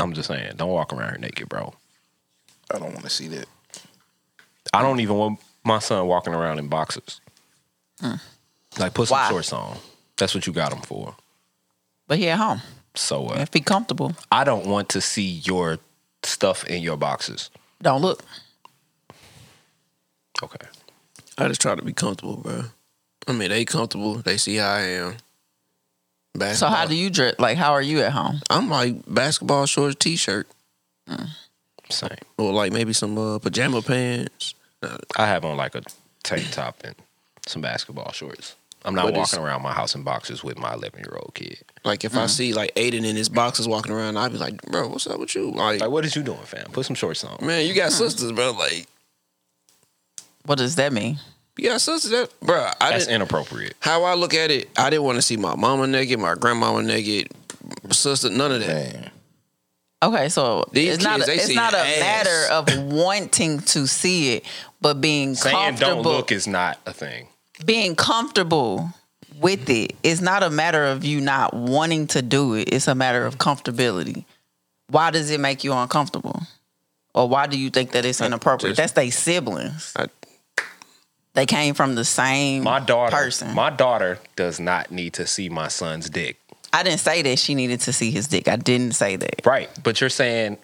Speaker 5: I'm just saying, don't walk around here naked, bro.
Speaker 3: I don't want to see that.
Speaker 5: I don't even want my son walking around in boxers. Like put some
Speaker 1: Why?
Speaker 5: shorts on. That's what you got him for.
Speaker 1: But he at home.
Speaker 5: So what?
Speaker 1: If he comfortable,
Speaker 5: I don't want to see your stuff in your boxes.
Speaker 1: don't look.
Speaker 5: Okay.
Speaker 2: I just try to be comfortable, bro. I mean, they comfortable. They see how I am.
Speaker 1: So
Speaker 2: Basketball.
Speaker 1: how do you dress? Like how are you at home?
Speaker 2: I'm like basketball shorts, t-shirt,
Speaker 5: Same.
Speaker 2: or like maybe some uh, pajama pants.
Speaker 5: I have on like a tank top and some basketball shorts. I'm not
Speaker 2: But it's-
Speaker 5: walking around my house in boxers with my 11 year old kid.
Speaker 2: Like if I see like Aiden in his boxes walking around, I'd be like, bro, what's up with you? Like,
Speaker 5: Like, what is you doing, fam? Put some shorts on.
Speaker 2: man, you got sisters, bro. Like,
Speaker 1: What does that mean?
Speaker 2: you got sisters, that, bro. I
Speaker 5: That's
Speaker 2: didn't,
Speaker 5: inappropriate.
Speaker 2: how I look at it, I didn't want to see my mama naked, my grandmama naked, sister, none of that.
Speaker 3: Damn.
Speaker 1: Okay, so
Speaker 2: These
Speaker 1: it's not
Speaker 2: kids,
Speaker 1: a,
Speaker 2: they
Speaker 1: it's
Speaker 2: see
Speaker 1: not a
Speaker 2: ass.
Speaker 1: matter of wanting to see it, but being
Speaker 5: Saying
Speaker 1: comfortable
Speaker 5: don't look is not a thing.
Speaker 1: being comfortable with it. It's not a matter of you not wanting to do it. It's a matter of comfortability. Why does it make you uncomfortable? Or why do you think that it's inappropriate? That's they siblings.
Speaker 2: I-
Speaker 1: they came from the same
Speaker 5: My daughter,
Speaker 1: Mm, person.
Speaker 5: my daughter does not need to see my son's dick.
Speaker 1: I didn't say that she needed to see his dick. I didn't say that.
Speaker 5: Right, but you're saying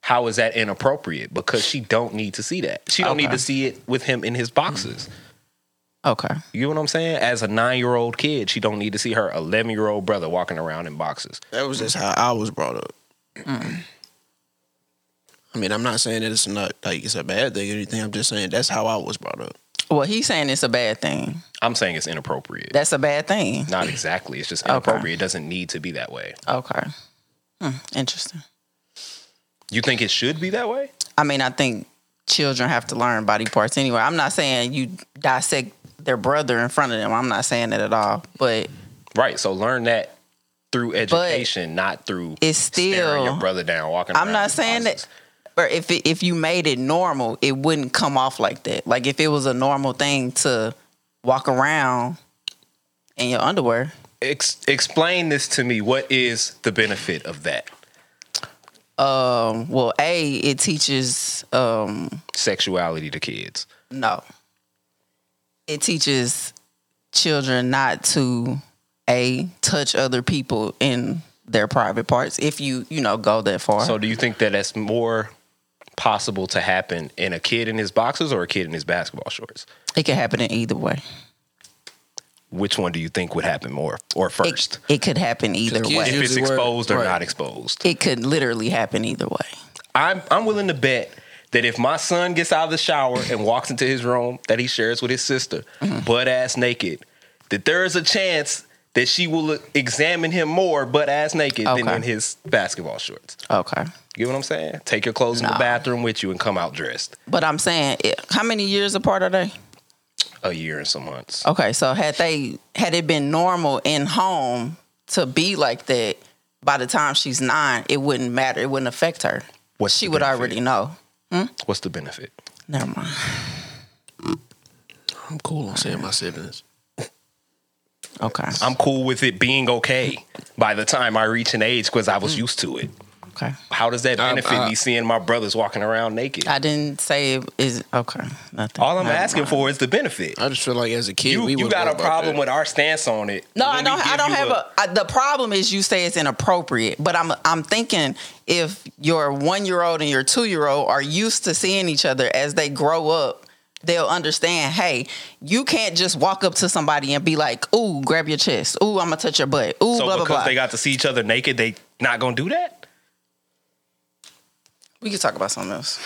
Speaker 5: how is that inappropriate? Because she don't need to see that. She don't need
Speaker 1: Okay.
Speaker 5: to see it with him in his boxes.
Speaker 1: Okay.
Speaker 5: You know what I'm saying? As a nine year old kid, she don't need to see her eleven year old brother walking around in boxes.
Speaker 2: That was just how I was brought up. I mean, I'm not saying that it's not like it's a bad thing or anything. I'm just saying that's how I was brought up.
Speaker 1: Well, he's saying it's a bad thing.
Speaker 5: I'm saying it's inappropriate.
Speaker 1: That's a bad thing.
Speaker 5: not exactly. It's just inappropriate. It doesn't need to be that way.
Speaker 1: Okay. Hmm, interesting.
Speaker 5: You think it should be that way?
Speaker 1: I mean, I think children have to learn body parts anyway. I'm not saying you dissect their brother in front of them. I'm not saying that at all. But
Speaker 5: Right. So learn that through education, not through
Speaker 1: It's
Speaker 5: staring your
Speaker 1: still-
Speaker 5: brother down, walking.
Speaker 1: I'm
Speaker 5: around
Speaker 1: not
Speaker 5: in
Speaker 1: saying
Speaker 5: boxes.
Speaker 1: that. Or if it, if you made it normal, it wouldn't come off like that. Like if it was a normal thing to walk around in your underwear,
Speaker 5: Ex- explain this to me. What is the benefit of that?
Speaker 1: um, well, a it teaches um,
Speaker 5: Sexuality to kids.
Speaker 1: No. It teaches children not to a touch other people in their private parts if you, you know, go that far.
Speaker 5: So do you think that that's more possible to happen in a kid in his boxes or a kid in his basketball shorts?
Speaker 1: it can happen in either way.
Speaker 5: Which one do you think would happen more or
Speaker 1: It,
Speaker 5: first?
Speaker 1: it could happen either
Speaker 2: kids
Speaker 1: way.
Speaker 5: if it's
Speaker 2: Usually where-
Speaker 5: exposed or
Speaker 2: right.
Speaker 5: not exposed.
Speaker 1: It could literally happen either way.
Speaker 5: I'm I'm willing to bet that if my son gets out of the shower and walks into his room that he shares with his sister,
Speaker 1: Mm-hmm.
Speaker 5: butt ass naked, that there is a chance that she will examine him more butt ass naked than
Speaker 1: Okay.
Speaker 5: in his basketball shorts.
Speaker 1: Okay.
Speaker 5: You get what I'm saying? Take your clothes in the
Speaker 1: Nah.
Speaker 5: bathroom with you and come out dressed.
Speaker 1: But I'm saying, it, how many years apart are they?
Speaker 5: A year and some months.
Speaker 1: Okay, so had they had it been normal in home to be like that, by the time she's nine, it wouldn't matter. It wouldn't affect her.
Speaker 5: What's
Speaker 1: she
Speaker 5: the
Speaker 1: would
Speaker 5: benefit?
Speaker 1: already know.
Speaker 5: What's the benefit?
Speaker 1: Never mind.
Speaker 2: I'm cool on saying my siblings.
Speaker 1: Okay.
Speaker 5: I'm cool with it being okay by the time I reach an age because I
Speaker 1: Mm.
Speaker 5: was used to it.
Speaker 1: okay.
Speaker 5: How does that
Speaker 2: I-
Speaker 5: benefit
Speaker 2: I-
Speaker 5: me seeing my brothers walking around naked?
Speaker 1: Um, uh, I didn't say it is okay. Nothing.
Speaker 5: All I'm
Speaker 1: Never
Speaker 5: asking
Speaker 1: mind.
Speaker 5: for is the benefit.
Speaker 2: I just feel like as a kid,
Speaker 5: you,
Speaker 2: we
Speaker 5: you
Speaker 2: wouldn't
Speaker 5: got
Speaker 2: worry
Speaker 5: a
Speaker 2: about
Speaker 5: problem
Speaker 2: that.
Speaker 5: with our stance on it.
Speaker 1: No,
Speaker 5: When
Speaker 1: I
Speaker 5: we
Speaker 1: don't. I
Speaker 5: give
Speaker 1: don't
Speaker 5: you
Speaker 1: have a. I, the problem is you say it's inappropriate, but I'm I'm thinking if your one year old and your two year old are used to seeing each other as they grow up, they'll understand. Hey, you can't just walk up to somebody and be like, "Ooh, grab your chest. Ooh, I'm gonna touch your butt. Ooh,
Speaker 5: So
Speaker 1: blah blah
Speaker 5: because
Speaker 1: blah."
Speaker 5: they got to see each other naked, they not gonna do that.
Speaker 1: we can talk about something else.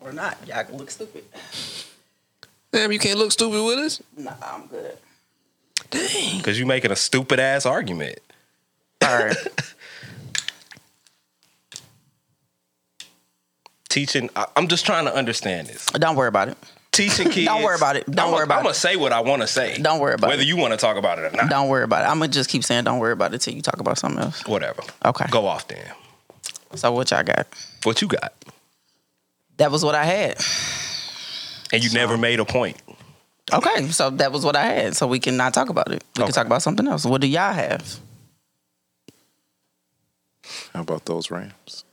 Speaker 1: Or not? Y'all can look stupid.
Speaker 2: Damn, you can't look stupid with us.
Speaker 1: Nah, I'm good.
Speaker 5: Because you making a stupid ass argument.
Speaker 1: All right.
Speaker 5: Teaching, I, I'm just trying to understand this.
Speaker 1: Don't worry about it.
Speaker 5: Teaching kids.
Speaker 1: Don't worry about it. Don't
Speaker 5: I'm
Speaker 1: worry about
Speaker 5: I'm gonna
Speaker 1: it.
Speaker 5: say what I want to say.
Speaker 1: Don't worry about
Speaker 5: whether
Speaker 1: it.
Speaker 5: you want to talk about it or not.
Speaker 1: Don't worry about it. I'm gonna just keep saying don't worry about it till you talk about something else.
Speaker 5: Whatever.
Speaker 1: Okay.
Speaker 5: Go off then.
Speaker 1: So what y'all got?
Speaker 5: What you got?
Speaker 1: That was what I had.
Speaker 5: And you never made a point.
Speaker 1: Okay, so that was what I had. So we can not talk about it. We
Speaker 5: Okay.
Speaker 1: can talk about something else. What do y'all have?
Speaker 3: How about those Rams?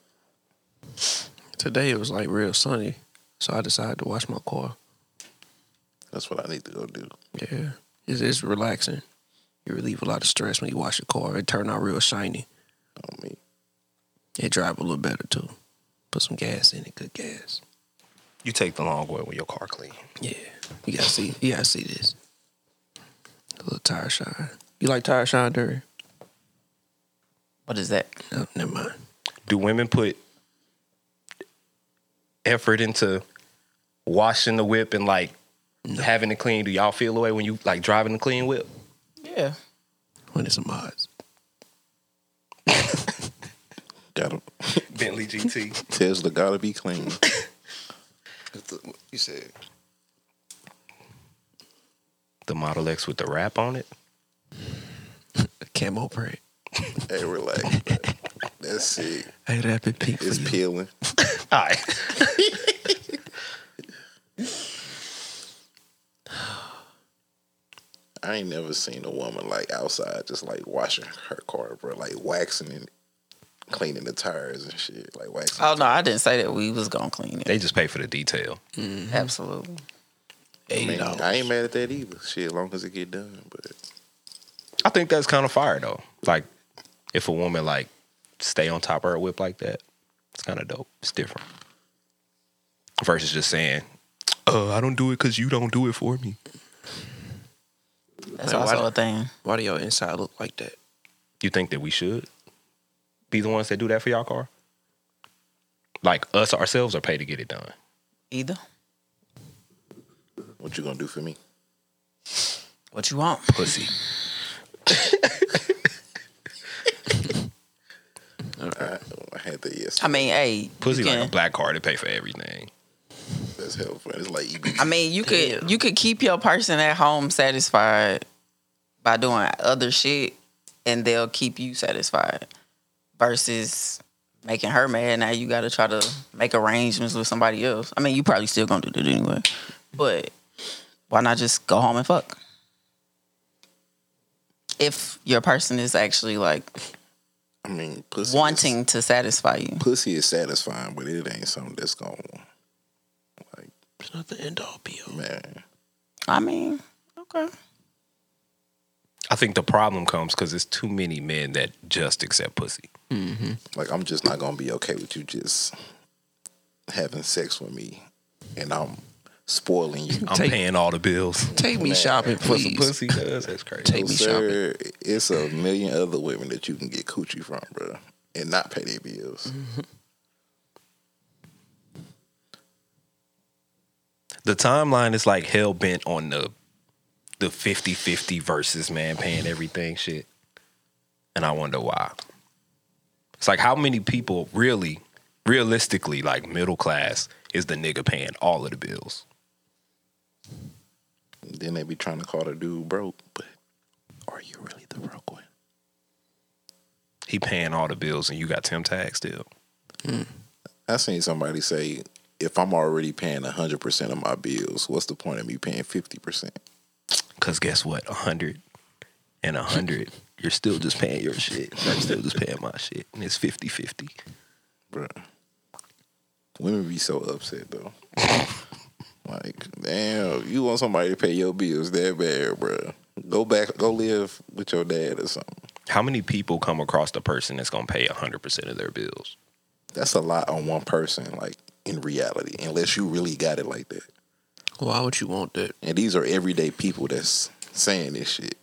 Speaker 2: Today it was like real sunny, so I decided to wash my car.
Speaker 3: That's what I need to go do.
Speaker 2: Yeah, it's, it's relaxing. You relieve a lot of stress when you wash your car. It turned out real shiny.
Speaker 3: On me.
Speaker 2: It drive a little better too. Put some gas in it. Good gas.
Speaker 5: You take the long way with your car clean.
Speaker 2: Yeah, you gotta see. You gotta see this. A little tire shine. You like tire shine, Derry?
Speaker 1: What is that?
Speaker 2: No, never mind.
Speaker 5: Do women put effort into washing the whip and like having it clean? Do y'all feel the way when you like driving the clean whip?
Speaker 1: Yeah.
Speaker 2: When it's a mods.
Speaker 3: Gotta
Speaker 5: Bentley GT.
Speaker 3: Tesla gotta be clean.
Speaker 8: You said
Speaker 5: The Model X with the wrap on it.
Speaker 2: Camo print.
Speaker 3: Hey, relax. bro. That's it.
Speaker 2: Hey, that been pink. for
Speaker 3: It's
Speaker 2: you.
Speaker 3: peeling.
Speaker 5: All right.
Speaker 3: I ain't never seen a woman like outside just like washing her car, bro, like waxing and cleaning the tires and shit, like waxing.
Speaker 1: Oh no, I didn't say that we was gonna clean it. Mm-hmm.
Speaker 5: They just pay for the detail.
Speaker 1: Absolutely.
Speaker 3: I,
Speaker 2: Eighty
Speaker 3: mean,
Speaker 2: dollars.
Speaker 3: I ain't mad at that either. Shit, as long as it get done, but
Speaker 5: I think that's kind of fire though. Like if a woman like stay on top of her whip like that, it's kind of dope. It's different. Versus just saying, "Uh, I don't do it because you don't do it for me."
Speaker 1: That's
Speaker 2: Man,
Speaker 1: also
Speaker 2: why-
Speaker 1: a thing.
Speaker 2: Why do y'all inside look like that?
Speaker 5: You think that we should be the ones that do that for y'all car? Like us ourselves are paid to get it done.
Speaker 1: Either.
Speaker 3: what you gonna do for me?
Speaker 1: What you want?
Speaker 5: Pussy.
Speaker 3: I, I had that yes.
Speaker 1: I mean, hey,
Speaker 5: Pussy
Speaker 1: you
Speaker 5: like
Speaker 1: can,
Speaker 5: a black car to pay for everything.
Speaker 3: That's helpful. It's like EBT.
Speaker 1: I mean, you could you could keep your person at home satisfied by doing other shit, and they'll keep you satisfied. Versus making her mad. Now you got to try to make arrangements with somebody else. I mean, you probably still gonna do that anyway, but why not just go home and fuck? If your person is actually like
Speaker 3: I mean, pussy Is,
Speaker 1: wanting to satisfy you,
Speaker 3: pussy is satisfying, but it ain't something that's gonna like
Speaker 2: It's not the end all be all.
Speaker 3: man.
Speaker 1: I mean, okay.
Speaker 5: I think the problem comes because there's too many men that just accept pussy.
Speaker 3: Like I'm just not gonna be okay with you just having sex with me, and I'm spoiling you.
Speaker 5: I'm
Speaker 2: Take-
Speaker 5: paying all the bills.
Speaker 2: Take me shopping, please.
Speaker 5: Pussy does. That's crazy.
Speaker 2: Take me shopping.
Speaker 3: Sir, it's a million other women that you can get coochie from, bro, and not pay their bills.
Speaker 5: the timeline is like hell bent on the the 50-50 versus man paying everything shit. And I wonder why. It's like how many people really, realistically, like middle class is the nigga paying all of the bills.
Speaker 3: Then they be trying to call the dude broke, but are you really the broke one?
Speaker 5: He paying all the bills and you got Tim Tag still.
Speaker 3: I seen somebody say, if I'm already paying hundred percent of my bills, what's the point of me paying fifty percent?
Speaker 5: Cause guess what? A hundred and a hundred, you're still just paying your shit. I'm still just paying my shit. And it's 50-50.
Speaker 3: Bruh. Women be so upset though. like, damn, you want somebody to pay your bills that bad, bruh. Go back, go live with your dad or something.
Speaker 5: How many people come across the person that's gonna pay hundred percent of their bills?
Speaker 3: That's a lot on one person, like in reality, unless you really got it like that.
Speaker 2: Why would you want that?
Speaker 3: And these are everyday people that's saying this shit.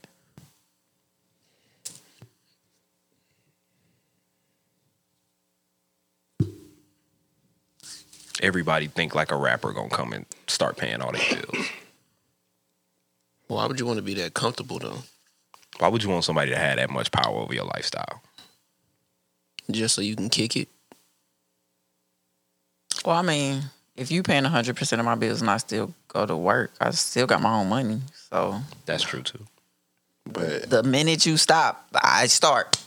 Speaker 5: everybody think like a rapper gonna come and start paying all their bills.
Speaker 2: Why would you want to be that comfortable though?
Speaker 5: Why would you want somebody to have that much power over your lifestyle?
Speaker 2: Just so you can kick it?
Speaker 1: Well, I mean, if you paying hundred percent of my bills and I still go to work, I still got my own money. So
Speaker 5: That's true too.
Speaker 3: But
Speaker 1: the minute you stop, I start.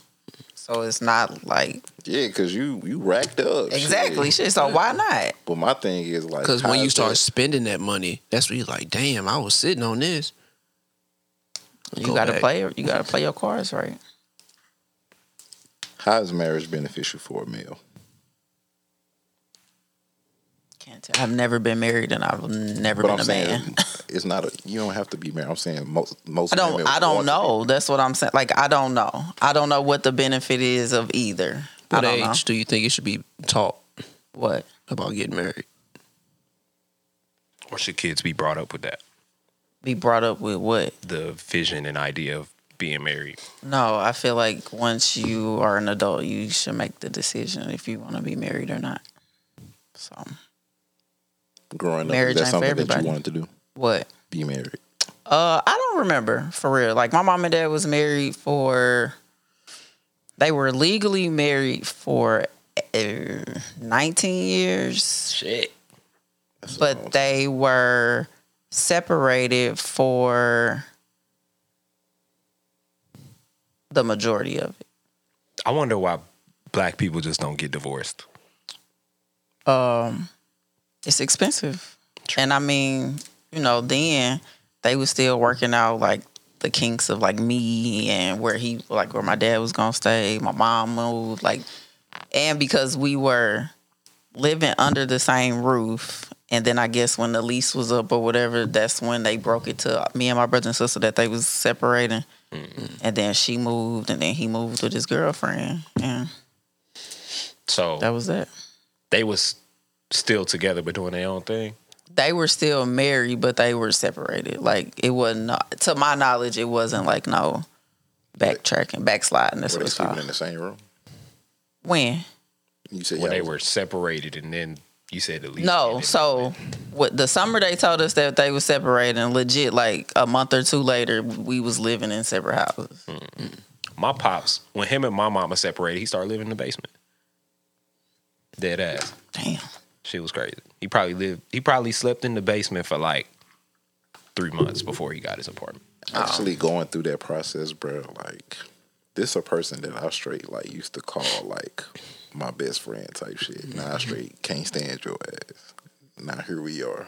Speaker 1: So it's not like
Speaker 3: yeah, cause you you racked up shit.
Speaker 1: exactly shit. So why not?
Speaker 3: But my thing is like,
Speaker 2: Because
Speaker 3: how
Speaker 2: when you
Speaker 3: is
Speaker 2: start
Speaker 3: that-
Speaker 2: spending that money, that's when you're like, damn, I was sitting on this.
Speaker 1: You
Speaker 2: Go
Speaker 1: gotta
Speaker 2: back.
Speaker 1: play. You gotta play your cards right.
Speaker 3: how is marriage beneficial for a male?
Speaker 1: Can't tell. I've never been married and I've never
Speaker 3: But
Speaker 1: been
Speaker 3: I'm
Speaker 1: a
Speaker 3: saying
Speaker 1: man.
Speaker 3: it's not a. You don't have to be married. I'm saying most most.
Speaker 1: I don't.
Speaker 3: women
Speaker 1: I
Speaker 3: want
Speaker 1: don't
Speaker 3: to be
Speaker 1: know. That's what I'm saying. Like I don't know. I don't know what the benefit is of either. I
Speaker 2: What
Speaker 1: don't
Speaker 2: age
Speaker 1: know
Speaker 2: do you think it should be taught
Speaker 1: what.
Speaker 2: about getting married?
Speaker 5: Or should kids be brought up with that?
Speaker 1: Be brought up with what?
Speaker 5: The vision and idea of being married.
Speaker 1: No, I feel like once you are an adult, you should make the decision if you want to be married or not. So,
Speaker 3: growing up,
Speaker 1: Marriage
Speaker 3: is that
Speaker 1: ain't for
Speaker 3: something that
Speaker 1: everybody.
Speaker 3: you wanted to do?
Speaker 1: what?
Speaker 3: Be married.
Speaker 1: Uh, I don't remember for real. Like my mom and dad was married for they were legally married for uh, 19 years. Shit. But they were separated for the majority of it.
Speaker 5: I wonder why black people just don't get divorced.
Speaker 1: Um, it's expensive, and I mean, you know, then they was still working out like the kinks of like me and where he like where my dad was gonna stay, my mom moved, like, and because we were living under the same roof. And then I guess when the lease was up or whatever, that's when they broke it to me and my brother and sister that they was separating. And then she moved, and then he moved with his girlfriend, and
Speaker 5: So
Speaker 1: that was that.
Speaker 5: they was still together but doing their own thing.
Speaker 1: They were still married, but they were separated. Like it wasn't, to my knowledge, it wasn't like no backtracking, backsliding. That's
Speaker 3: Were
Speaker 1: what
Speaker 3: they
Speaker 1: it's
Speaker 3: sleeping in
Speaker 1: called.
Speaker 3: the same room?
Speaker 1: When?
Speaker 3: You said y'all
Speaker 5: When they
Speaker 3: was-
Speaker 5: were separated and then you said the lease.
Speaker 1: No.
Speaker 5: ended.
Speaker 1: So what? The summer they told us that they were separating. Legit, like a month or two later, we was living in separate houses.
Speaker 5: my pops, when him and my mama separated, he started living in the basement. Dead ass.
Speaker 1: Damn.
Speaker 5: Shit was crazy. He probably lived. He probably slept in the basement for like three months before he got his apartment.
Speaker 1: Oh.
Speaker 3: actually going through that process, bro. Like, this a person that I straight like used to call like my best friend type shit.
Speaker 1: Mm-hmm.
Speaker 3: Now I straight can't stand your ass. Now here we are,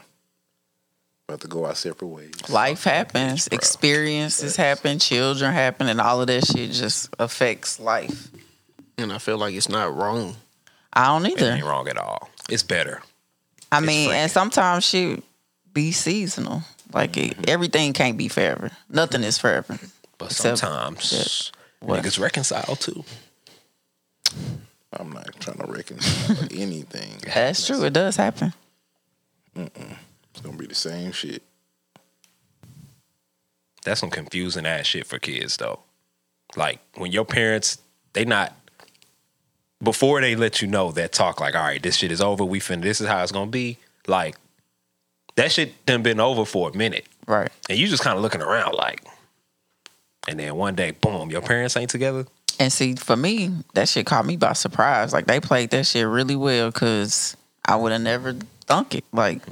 Speaker 3: about to go our separate ways.
Speaker 1: Life happens, experiences happen, children happen, and all of that shit just affects life.
Speaker 2: And I feel like it's not wrong.
Speaker 1: I don't
Speaker 5: It ain't
Speaker 1: either.
Speaker 5: wrong at all. It's better.
Speaker 1: I mean, and sometimes shit be seasonal. Like it, everything can't be forever. Nothing is forever.
Speaker 5: But
Speaker 1: Except-
Speaker 5: sometimes
Speaker 1: What?
Speaker 5: niggas reconcile too.
Speaker 3: I'm not trying to reconcile anything.
Speaker 1: That's true. It does happen.
Speaker 3: It's gonna be the same shit.
Speaker 5: That's some confusing ass shit for kids though. Like when your parents, they not before they let you know that talk like, all right, this shit is over. We finna. This is how it's gonna be. Like that shit done been over for a minute.
Speaker 1: Right.
Speaker 5: And you just kind of looking around like, and then one day, boom, your parents ain't together.
Speaker 1: And see, for me, that shit caught me by surprise. Like they played that shit really well because I would have never thunk it. Like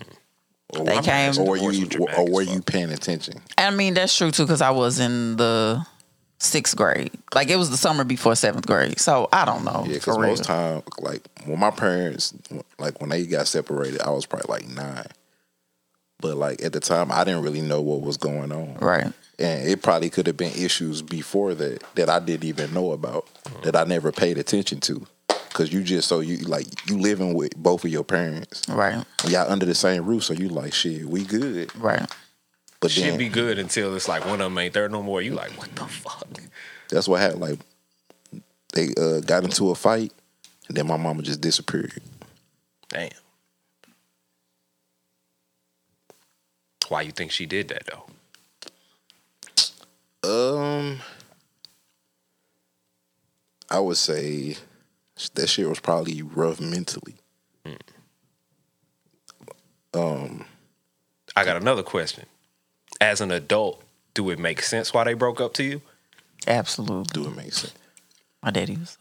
Speaker 3: Or
Speaker 1: They
Speaker 3: were-
Speaker 1: came-
Speaker 3: or were you,
Speaker 2: Divorce was
Speaker 3: or were you paying attention?
Speaker 1: I mean, that's true too, because I was in the sixth grade. Like it was the summer before seventh grade. So I don't know.
Speaker 3: Yeah, because
Speaker 1: for real.
Speaker 3: most time, like when my parents, like when they got separated, I was probably like nine. But like at the time, I didn't really know what was going on,
Speaker 1: Right.
Speaker 3: and it probably could have been issues before that that I didn't even know about
Speaker 1: Mm.
Speaker 3: that I never paid attention to. Cause you just so you like you living with both of your parents,
Speaker 1: Right.
Speaker 3: y'all under the same roof, so you like shit, we good.
Speaker 1: Right.
Speaker 3: But
Speaker 5: Shit
Speaker 3: then
Speaker 5: be good until it's like one of them ain't there no more. You like, what the fuck?
Speaker 3: that's what happened. Like they uh, got into a fight, and then my mama just disappeared.
Speaker 5: Damn. Why you think she did that though?
Speaker 3: Um, I would say that shit was probably rough mentally.
Speaker 5: I got another question. As an adult, do it make sense why they broke up to you?
Speaker 1: Absolutely.
Speaker 3: Do it make sense? Um,
Speaker 1: My daddy was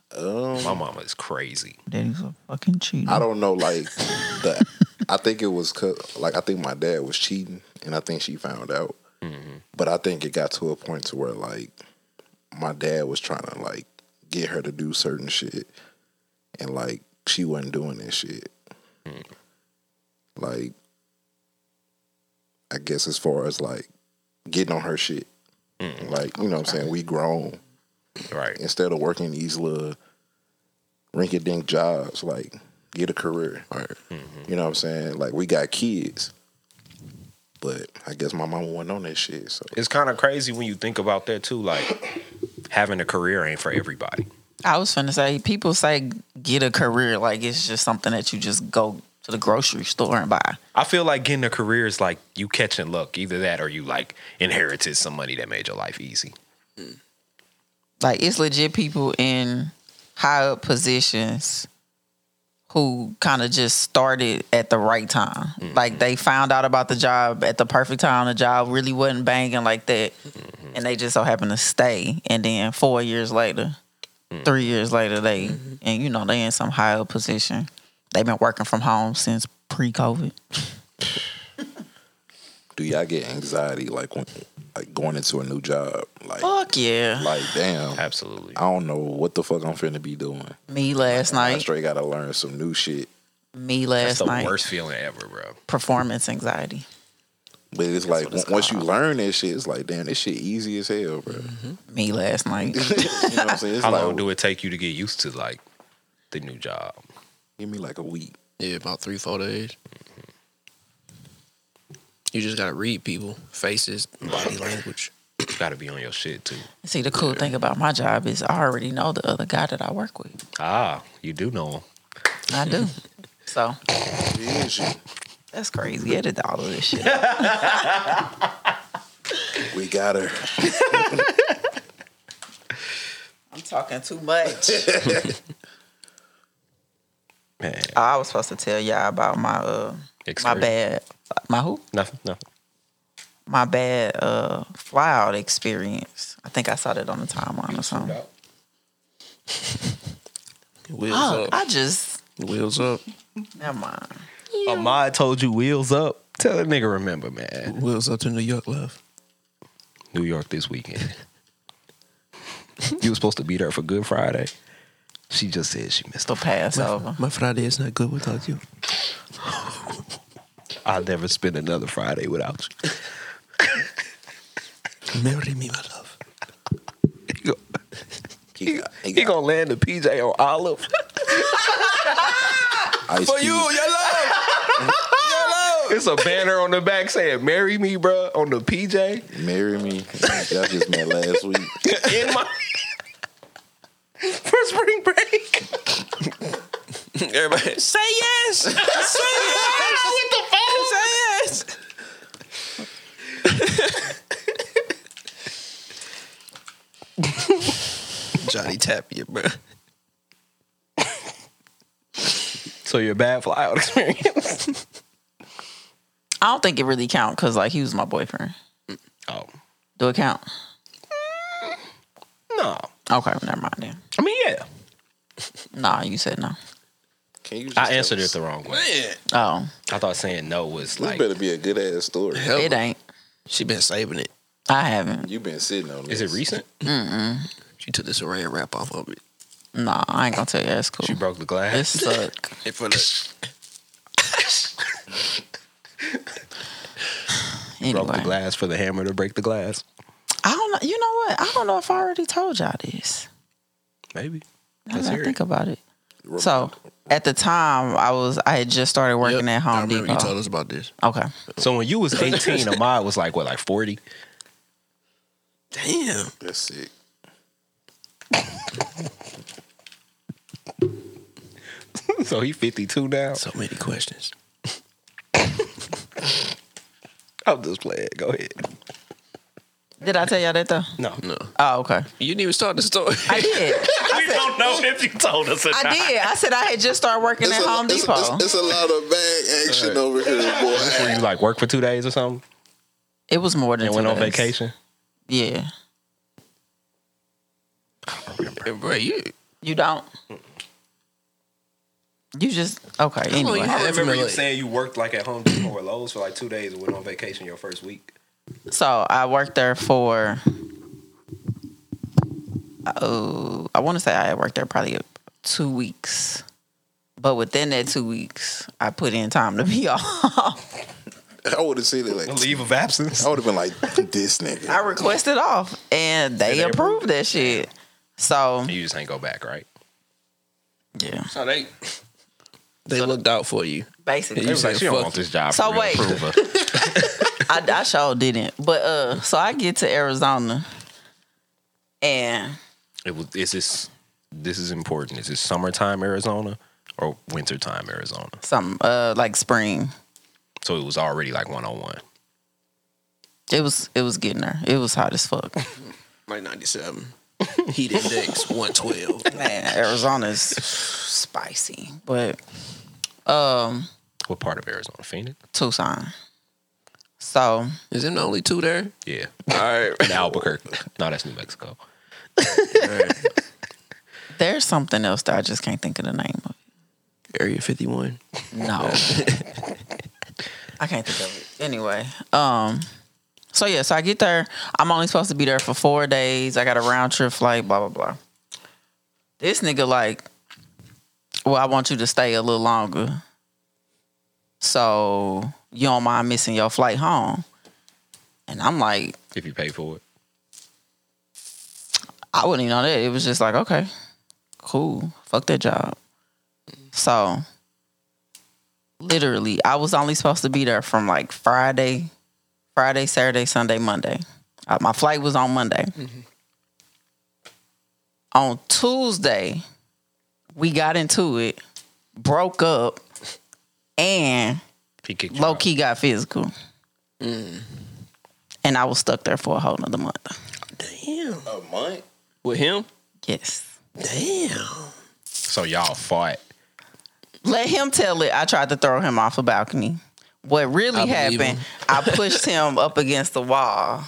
Speaker 5: My mama is crazy.
Speaker 1: my daddy was a fucking cheater.
Speaker 3: I don't know. Like the, I think it was 'cause- like I think my dad was cheating, and I think she found out. But I think it got to a point to where like my dad was trying to like get her to do certain shit, and like she wasn't doing that shit. Like, I guess as far as like getting on her shit, like you know what I'm saying. We grown
Speaker 5: Right.
Speaker 3: instead of working these little rinky dink jobs, like get a career. Or, You know what I'm saying? Like we got kids. But I guess my mama wasn't on that shit. So
Speaker 5: It's kind of crazy when you think about that too. Like having a career ain't for everybody.
Speaker 1: I was finna say people say get a career like it's just something that you just go to the grocery store and buy.
Speaker 5: I feel like getting a career is like you catching luck. Either that or you like inherited some money that made your life easy.
Speaker 1: Like it's legit people in high up positions who kind of just started at the right time. Like they found out about the job at the perfect time. The job really wasn't banging like that, and they just so happened to stay. And then four years later, three years later, they and you know they in some high up position. They've been working from home since pre COVID.
Speaker 3: do y'all get anxiety like when, like going into a new job? Like
Speaker 1: Fuck yeah.
Speaker 3: like damn, I
Speaker 5: Absolutely.
Speaker 3: don't know what the fuck I'm finna be doing.
Speaker 1: Me last
Speaker 3: I
Speaker 1: night.
Speaker 3: straight gotta learn some new shit.
Speaker 1: Me
Speaker 5: That's
Speaker 1: last
Speaker 5: the
Speaker 1: night.
Speaker 5: worst feeling ever, bro.
Speaker 1: Performance anxiety.
Speaker 3: But
Speaker 1: That's
Speaker 3: it's like
Speaker 1: what it's
Speaker 3: once you
Speaker 1: called.
Speaker 3: learn that shit, it's like damn, this shit easy as hell, bro.
Speaker 1: Me last night.
Speaker 3: you know what I'm saying? It's
Speaker 5: How
Speaker 3: like
Speaker 5: long do it take you to get used to like the new job?
Speaker 3: give me like a week.
Speaker 2: Yeah, about three, four days. You just gotta read people, faces, body language.
Speaker 5: You gotta be on your shit too.
Speaker 1: See, the cool thing about my job is I already know the other guy that I work with.
Speaker 5: Ah, you do know 'em.
Speaker 1: I do. So
Speaker 3: Yeah, shit.
Speaker 1: that's crazy. Edit all of this shit.
Speaker 3: We got her.
Speaker 1: I'm talking too much.
Speaker 5: Man,
Speaker 1: I was supposed to tell y'all about my uh my
Speaker 5: Excursion.
Speaker 1: bad my who?
Speaker 5: nothing, nothing.
Speaker 1: My bad uh fly out experience. I think I saw that on the timeline or something.
Speaker 2: Wheels
Speaker 1: Oh,
Speaker 2: up.
Speaker 1: I just
Speaker 2: Wheels up.
Speaker 1: never mind.
Speaker 5: Ahmad told you wheels up. Tell that nigga remember, man.
Speaker 2: Wheels up to New York, love.
Speaker 5: New York this weekend. you was supposed to be there for Good Friday. She just said she missed
Speaker 1: The
Speaker 5: the.
Speaker 1: Passover.
Speaker 2: My Friday is not good without you.
Speaker 5: I'll never spend another Friday without you.
Speaker 2: Marry me, my love.
Speaker 5: He go-
Speaker 10: He got, he
Speaker 5: He
Speaker 10: got
Speaker 5: gonna land the PJ on Olive.
Speaker 3: Ice
Speaker 10: for
Speaker 3: Cube.
Speaker 10: you, your love, your love.
Speaker 5: It's a banner on the back saying "Marry me, bruh" on the PJ.
Speaker 3: Marry me. That just met last week.
Speaker 5: in my for spring break.
Speaker 10: Everybody say yes, say yes with the phone. Say yes. Johnny Tapia, bro.
Speaker 5: So your bad flyout experience.
Speaker 1: I don't think it really count because like he was my boyfriend.
Speaker 5: Oh
Speaker 1: Do it count?
Speaker 5: no,
Speaker 1: Okay, never mind then.
Speaker 5: I mean yeah,
Speaker 1: Nah, you said no.
Speaker 3: Can you just
Speaker 5: I answered it the wrong way.
Speaker 1: Oh,
Speaker 5: I thought saying no was
Speaker 3: This
Speaker 5: like,
Speaker 3: better be a good ass story.
Speaker 5: Oh.
Speaker 1: it ain't.
Speaker 2: She been saving it.
Speaker 1: I haven't.
Speaker 3: You've been sitting on
Speaker 5: is
Speaker 3: this.
Speaker 5: it recent?
Speaker 2: She took this array of wrap off of it.
Speaker 1: Nah, I ain't gonna tell you. That's cool.
Speaker 5: She broke the
Speaker 1: This
Speaker 5: glass.
Speaker 1: suck.
Speaker 10: For the,
Speaker 5: Broke the
Speaker 1: Anyway,
Speaker 5: glass for the hammer to break the glass.
Speaker 1: I don't know. You know what? I don't know if I already told y'all this.
Speaker 5: Maybe.
Speaker 1: Now
Speaker 5: Let's
Speaker 1: that I
Speaker 5: hear it.
Speaker 1: think about it. So at the time, I was I had just started working
Speaker 2: Yep,
Speaker 1: at
Speaker 2: I
Speaker 1: Home
Speaker 2: remember
Speaker 1: Depot.
Speaker 2: you told us about this.
Speaker 1: okay,
Speaker 5: So when you was eighteen, Ahmad was like what, like forty?
Speaker 2: Damn.
Speaker 3: That's sick.
Speaker 5: so he fifty two now.
Speaker 2: So many questions.
Speaker 5: I'm just playing. Go ahead.
Speaker 1: did I tell y'all that though?
Speaker 5: No, no.
Speaker 1: Oh, okay.
Speaker 2: You didn't even start the story.
Speaker 1: I did. I, said,
Speaker 5: don't know if you told us. Or
Speaker 1: I did. I said I had just started working at Home
Speaker 3: it's,
Speaker 1: Depot.
Speaker 3: it's- it's a lot of bad action over here, boy.
Speaker 5: Where you like work for two days or something
Speaker 1: it was more than
Speaker 5: and
Speaker 1: two
Speaker 5: went on
Speaker 1: days.
Speaker 5: vacation?
Speaker 1: Yeah,
Speaker 2: Bro, you
Speaker 1: you don't. You just okay.
Speaker 2: long
Speaker 1: Anyway,
Speaker 2: you
Speaker 5: I remember you
Speaker 2: Definitely.
Speaker 5: saying you worked like at Home Depot or Lowe's for like two days and went on vacation your first week.
Speaker 1: So I worked there for. Oh, I want to say I had worked there probably two weeks, but within that two weeks, I put in time to be off.
Speaker 3: I would have seen it like
Speaker 5: leave of absence.
Speaker 3: I would have been like this nigga.
Speaker 1: I requested off, and they,
Speaker 5: And they
Speaker 1: approved that shit. So
Speaker 5: You just ain't go back, right?
Speaker 1: yeah,
Speaker 10: so they
Speaker 2: they looked out for you.
Speaker 1: basically,
Speaker 2: You
Speaker 5: It was like
Speaker 2: said
Speaker 5: she don't
Speaker 2: fuck
Speaker 5: want this job.
Speaker 1: So
Speaker 5: for real
Speaker 1: wait.
Speaker 5: approval.
Speaker 1: I, I sure didn't. But uh, so I get to Arizona, and
Speaker 5: it was, is this this is important? Is this summertime Arizona or wintertime Arizona?
Speaker 1: some uh like spring.
Speaker 5: So it was already like one on one.
Speaker 1: It was it was getting there. It was hot as fuck.
Speaker 10: like ninety seven. Heat index one twelve.
Speaker 1: Man, Arizona's spicy, but um,
Speaker 5: What part of Arizona? Phoenix?
Speaker 1: Tucson. So
Speaker 2: Is them the only two there?
Speaker 5: Yeah,
Speaker 2: All right.
Speaker 5: in Albuquerque. no, that's New Mexico.
Speaker 1: there's something else that I just can't think of the name of.
Speaker 2: Area 51.
Speaker 1: No, I can't think of it. Anyway, um, so yeah, so I get there. I'm only supposed to be there for four days. I got a round trip flight. Blah blah blah. This nigga like, well, I want you to stay a little longer, so you don't mind missing your flight home. And I'm like,
Speaker 5: If you pay for it.
Speaker 1: I wouldn't even know that. It was just like, okay, cool. Fuck that job. So literally, I was only supposed to be there from like Friday, Friday, Saturday, Sunday, Monday. Uh, my flight was on Monday. On Tuesday, we got into it, broke up, and
Speaker 5: He kicked you
Speaker 1: low
Speaker 5: out.
Speaker 1: key got physical. And I was stuck there for a whole nother month.
Speaker 2: Damn.
Speaker 3: A month?
Speaker 5: with him.
Speaker 1: Yes.
Speaker 2: Damn.
Speaker 5: So y'all fought.
Speaker 1: let him tell it. I tried to throw him off a balcony. What really
Speaker 11: I believe
Speaker 1: happened,
Speaker 11: him.
Speaker 1: I pushed him up against the wall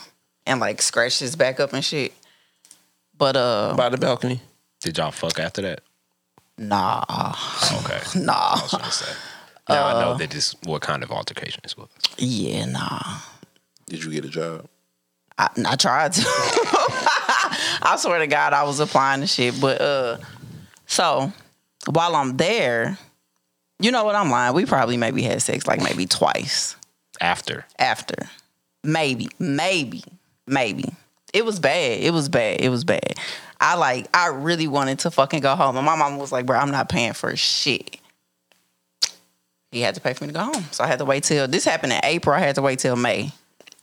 Speaker 1: and like scratched his back up and shit. But uh
Speaker 11: By the balcony.
Speaker 5: Did y'all fuck after that?
Speaker 1: nah,
Speaker 5: Okay.
Speaker 1: nah.
Speaker 5: I was gonna say. Now I know that this what kind of altercation this was.
Speaker 1: Yeah, nah.
Speaker 8: Did you get a job?
Speaker 1: I, I tried to. I swear to God, I was applying to shit. But uh, so while I'm there, you know what? I'm lying. We probably maybe had sex like maybe twice
Speaker 5: After.
Speaker 1: after, maybe, maybe, maybe. It was bad. It was bad. It was bad. I like. I really wanted to fucking go home, and my mom was like, "Bro, I'm not paying for shit." He had to pay for me to go home, so I had to wait till this happened in April. I had to wait till May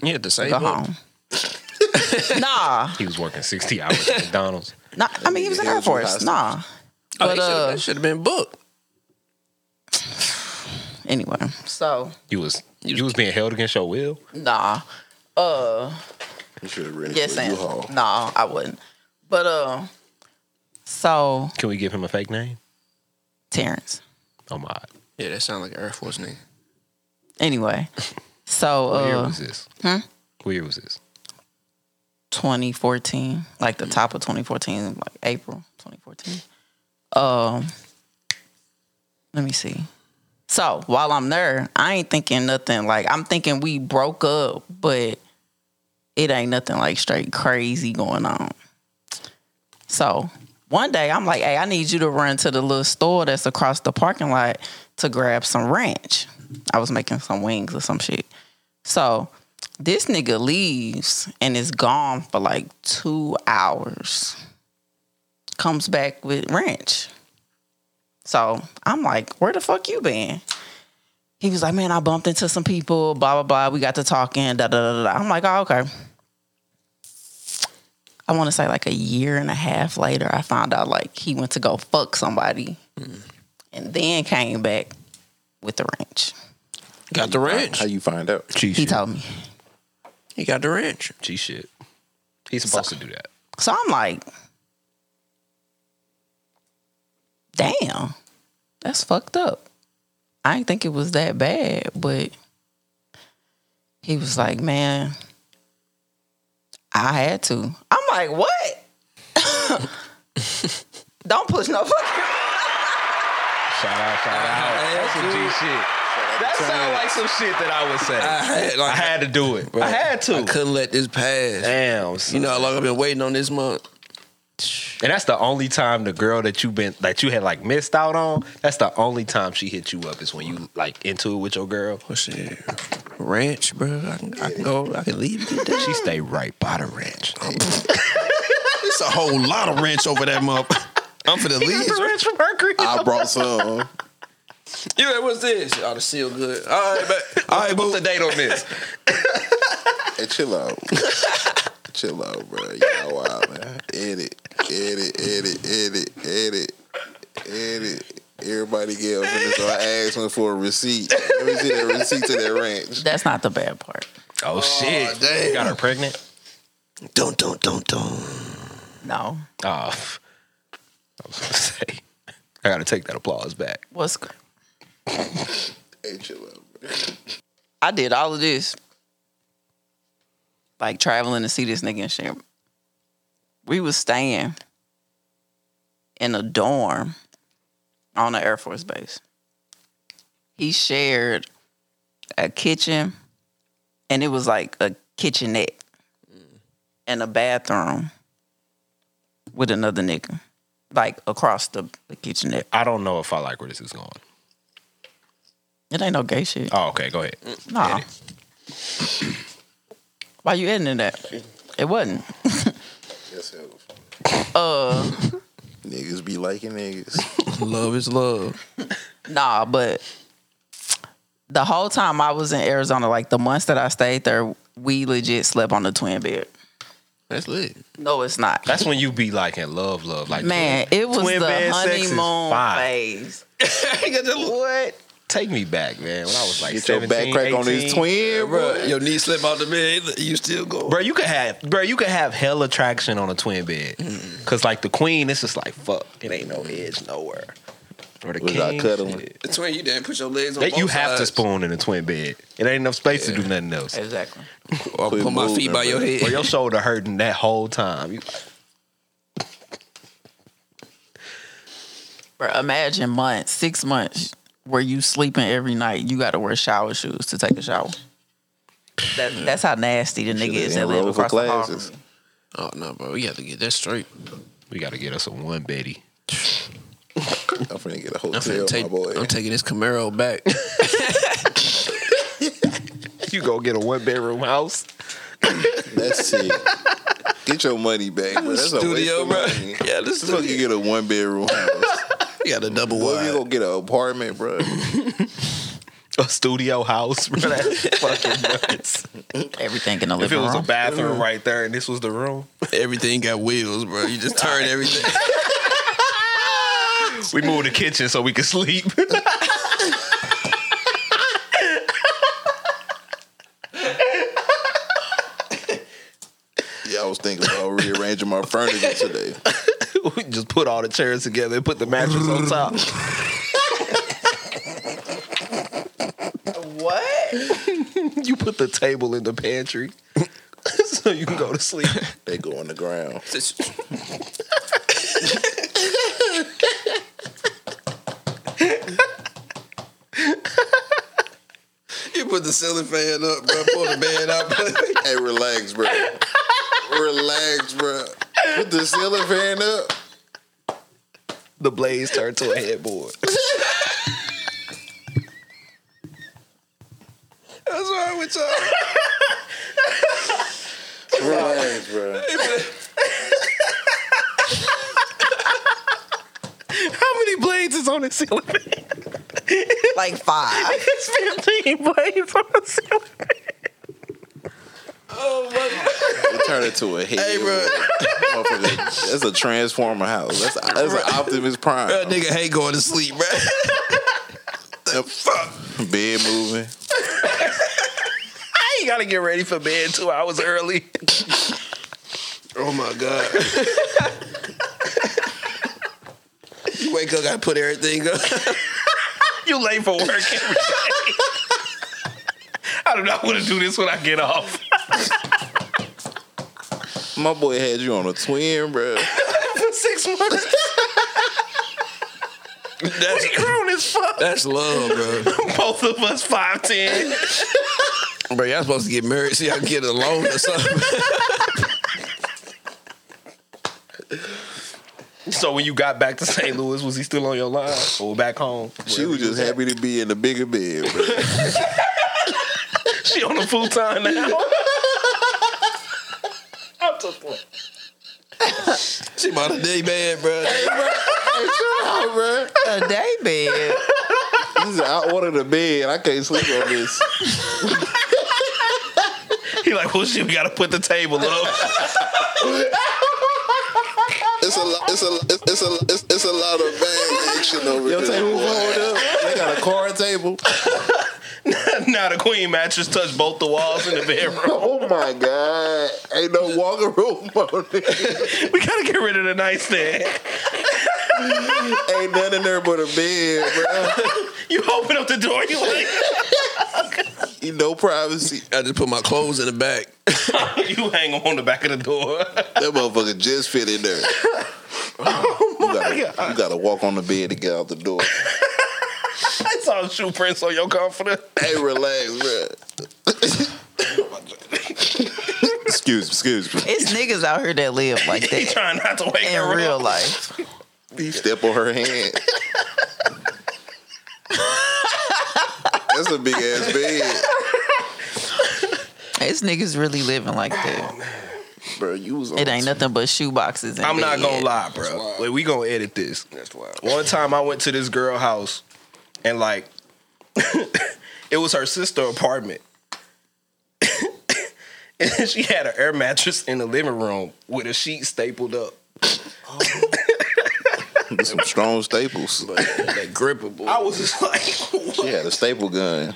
Speaker 11: You had to
Speaker 1: to
Speaker 11: save
Speaker 1: go
Speaker 11: up.
Speaker 1: home. nah,
Speaker 5: He was working 60 hours at McDonald's.
Speaker 1: Nah, I mean, he was in the Air Force. Nah.
Speaker 11: Oh,
Speaker 1: But,
Speaker 11: they should've-
Speaker 1: uh,
Speaker 11: that should have been booked.
Speaker 1: Anyway, so
Speaker 5: You was you was being held against your will.
Speaker 1: nah. Uh,
Speaker 8: You should have rented
Speaker 1: yes
Speaker 8: for a
Speaker 1: and
Speaker 8: U-Haul.
Speaker 1: nah, I wouldn't. But uh, so
Speaker 5: Can we give him a fake name?
Speaker 1: Terrence.
Speaker 5: Oh my.
Speaker 11: Yeah, that sounds like an Air Force nigga.
Speaker 1: Anyway, so
Speaker 5: What year
Speaker 1: uh,
Speaker 5: was this?
Speaker 1: huh?
Speaker 5: What year was this?
Speaker 1: 2014, like the top of 2014, like April 2014. Um, let me see. So while I'm there, I ain't thinking nothing. Like I'm thinking we broke up, but it ain't nothing like straight crazy going on. So one day I'm like, hey, I need you to run to the little store that's across the parking lot to grab some ranch. I was making some wings or some shit. So this nigga leaves and is gone for like two hours. Comes back with ranch. So I'm like, where the fuck you been? He was like, man, I bumped into some people, blah, blah, blah. We got to talking, da, da, da, da. da." I'm like, oh, okay. I want to say like a year and a half later, I found out like he went to go fuck somebody and then came back with the ranch.
Speaker 11: Got the ranch.
Speaker 8: How you find out?
Speaker 5: G
Speaker 1: He told me.
Speaker 11: He got the ranch.
Speaker 5: G shit. He's supposed to do that.
Speaker 1: So I'm like, damn, that's fucked up. I didn't think it was that bad, but he was like, man, I had to. I'm like, what? Don't push no fucking.
Speaker 5: Shout out, shout out. That's some G shit. That sounds like some shit that I would say.
Speaker 11: I had,
Speaker 5: I
Speaker 11: like,
Speaker 5: had to do it. I had
Speaker 2: I
Speaker 5: to.
Speaker 2: couldn't let this pass.
Speaker 5: Damn. son.
Speaker 2: You know how long I've been waiting on this month?
Speaker 5: And that's the only time the girl that you been that you had like missed out on. That's the only time she hit you up is when you like into it with your girl.
Speaker 11: Oh, shit.
Speaker 2: Ranch, bro. I can, I can go. I can leave. and Get that.
Speaker 5: She stay right by the ranch.
Speaker 2: It's a whole lot of ranch over that month. I'm for the leave.
Speaker 5: ranch from Mercury.
Speaker 8: I brought some.
Speaker 2: You like, what's this? Oh, the seal good. All right, but all right,
Speaker 5: What's
Speaker 2: boo.
Speaker 5: the date on this?
Speaker 8: Hey, chill out. chill out, bro. You know why, man. Edit, edit, edit, edit, edit, edit. Everybody get up in this. So I asked him for a receipt. Let me see that receipt to that ranch.
Speaker 1: That's not the bad part.
Speaker 5: Oh, shit!
Speaker 2: damn.
Speaker 5: You got her pregnant.
Speaker 2: Don't, don't, don't, don't.
Speaker 1: No.
Speaker 5: Oh, f- I was gonna say. I gotta take that applause back.
Speaker 1: What's
Speaker 8: Hey, chill out, bro.
Speaker 1: I did all of this, like traveling to see this nigga and shit. We was staying in a dorm on the Air Force Base. He shared a kitchen, and it was like a kitchenette and a bathroom with another nigga, like across the, the kitchenette.
Speaker 5: I don't know if I like where this is going.
Speaker 1: It ain't no gay shit.
Speaker 5: Oh, okay, go ahead.
Speaker 1: nah. Why you editing that? It wasn't.
Speaker 2: Uh.
Speaker 8: Niggas be liking niggas.
Speaker 11: Love is love.
Speaker 1: Nah, but the whole time I was in Arizona, like the months that I stayed there, we legit slept on the twin bed.
Speaker 11: That's lit.
Speaker 1: No, it's not.
Speaker 5: That's when you be like in love, love, like
Speaker 1: Man, it was
Speaker 5: Twin
Speaker 1: the
Speaker 5: bed sex is
Speaker 1: honeymoon
Speaker 5: fire.
Speaker 1: phase.
Speaker 5: What? Take me back, man. When I was like
Speaker 8: Get your
Speaker 5: 17,
Speaker 8: back crack on his
Speaker 5: 18.
Speaker 8: twin, bro.
Speaker 2: Bro, your knee slip out the bed. You still go.
Speaker 5: Bro, you could have, bro, you could have hell attraction on a twin bed, cause like the queen, it's just like fuck, it ain't no edge nowhere. Or the
Speaker 8: Without
Speaker 5: king,
Speaker 8: cuddling.
Speaker 5: shit.
Speaker 2: That's when you didn't put your legs on.
Speaker 5: That- you
Speaker 2: both
Speaker 5: have to
Speaker 2: sides.
Speaker 5: spoon in a twin bed. It ain't enough space to do nothing else.
Speaker 1: Exactly.
Speaker 2: Or
Speaker 8: Quit
Speaker 2: put my
Speaker 8: moving,
Speaker 2: feet by your
Speaker 8: bro.
Speaker 5: Or
Speaker 2: head.
Speaker 5: your shoulder hurting that whole time. You like,
Speaker 1: Bro, imagine months, six months where you sleeping every night. You got to wear shower shoes to take a shower. That, that's how nasty the nigga is that live
Speaker 8: enroll for
Speaker 1: across the hall.
Speaker 8: classes.
Speaker 11: Oh no, bro, we got to get that straight.
Speaker 5: we gotta get us a one Betty.
Speaker 8: I'm finna get a
Speaker 11: I'm,
Speaker 8: hotel,
Speaker 11: finna take,
Speaker 8: my boy.
Speaker 11: I'm taking this Camaro back.
Speaker 5: You go get a one bedroom house.
Speaker 8: That's it. Get your money back, bro. That's
Speaker 2: Studio,
Speaker 8: a
Speaker 2: bro.
Speaker 8: waste of money.
Speaker 2: Yeah, this
Speaker 8: This fuck you
Speaker 2: is.
Speaker 8: get a one bedroom house.
Speaker 11: You got a double
Speaker 8: Boy, you
Speaker 11: wide.
Speaker 8: gonna get an apartment, bro.
Speaker 5: A studio house, bro. That's fucking nuts.
Speaker 1: Everything in the
Speaker 5: If it
Speaker 1: living
Speaker 5: was a
Speaker 1: room.
Speaker 5: bathroom right there and this was the room,
Speaker 2: Everything got wheels, bro. You just turn everything.
Speaker 5: we moved the kitchen so we could sleep.
Speaker 8: Yeah, I was thinking about rearranging my furniture today.
Speaker 5: we just put all the chairs together and put the mattress on top.
Speaker 1: what?
Speaker 5: You put the table in the pantry so you can go to sleep.
Speaker 8: They go on the ground.
Speaker 2: you put the ceiling fan up, bro. Pull the bed out.
Speaker 8: Hey, relax, bro. relax, bro. Put the ceiling fan up.
Speaker 5: The blaze turned to a headboard.
Speaker 2: What's wrong with y'all?
Speaker 8: Relax, bro.
Speaker 5: How many blades is on the ceiling?
Speaker 1: Like five.
Speaker 5: It's 15 blades on the ceiling.
Speaker 8: It turned into a head.
Speaker 2: Hey, bro.
Speaker 8: Motherfucker, That's a transformer house. That's that's an Optimus Prime.
Speaker 2: That nigga hate going to sleep, bro.
Speaker 8: Bed moving.
Speaker 5: I ain't gotta get ready for bed two hours early.
Speaker 2: Oh my god. you wake up, gotta put everything up.
Speaker 5: You late for work every day. I do not want to do this when I get off.
Speaker 8: My boy had you on a twin, bro.
Speaker 5: for six months.
Speaker 2: That's,
Speaker 5: Grown as fuck.
Speaker 2: that's love, bro.
Speaker 5: Both of us five ten.
Speaker 2: Bro, y'all supposed to get married so y'all can get alone or something.
Speaker 5: So when you got back to St. Louis, was he still on your line or back home?
Speaker 8: She was just happy to be in the bigger bed, bro.
Speaker 5: She on the full time now. I'm just playing.
Speaker 2: she about a day bad, bro.
Speaker 8: Oh, bro.
Speaker 1: A day bed.
Speaker 8: This is I ordered a bed. I can't sleep on this.
Speaker 5: He like, well, shit, we gotta put the table up.
Speaker 2: It's a lot. It's a. It's, it's a. It's, it's a lot of bad action over
Speaker 8: Your
Speaker 2: here.
Speaker 8: table's rolled up. They got a card table.
Speaker 5: now the queen mattress touched both the walls in the bedroom.
Speaker 8: Oh my god! Ain't no walking room on it.
Speaker 5: We gotta get rid of the nightstand.
Speaker 8: Ain't nothing in there but a bed, bro.
Speaker 5: You open up the door, you like,
Speaker 8: Ain't No privacy.
Speaker 2: I just put my clothes in the back.
Speaker 5: you hang on the back of the door.
Speaker 8: That motherfucker just fit in there. Oh my you gotta, god! You gotta walk on the bed to get out the door.
Speaker 5: It's all shoe prints on your comforter.
Speaker 3: Hey, relax, bro.
Speaker 8: Excuse me, excuse me.
Speaker 1: It's niggas out here that live like
Speaker 5: He
Speaker 1: that
Speaker 5: trying not to wake
Speaker 1: in
Speaker 5: her
Speaker 1: real
Speaker 5: up.
Speaker 1: life.
Speaker 3: You step on her hand.
Speaker 8: That's a big ass bed.
Speaker 1: It's niggas really living like
Speaker 5: Oh,
Speaker 1: that.
Speaker 3: Bro, you was on
Speaker 1: It ain't nothing but shoe boxes. And
Speaker 5: I'm not
Speaker 1: bed.
Speaker 5: gonna lie, bro. Wait, we gonna edit this.
Speaker 2: That's wild.
Speaker 5: One time I went to this girl house and like it was her sister apartment. and she had an air mattress in the living room with a sheet stapled up.
Speaker 8: With some strong staples.
Speaker 2: That gripper boy.
Speaker 5: I was just like,
Speaker 8: She had a staple gun.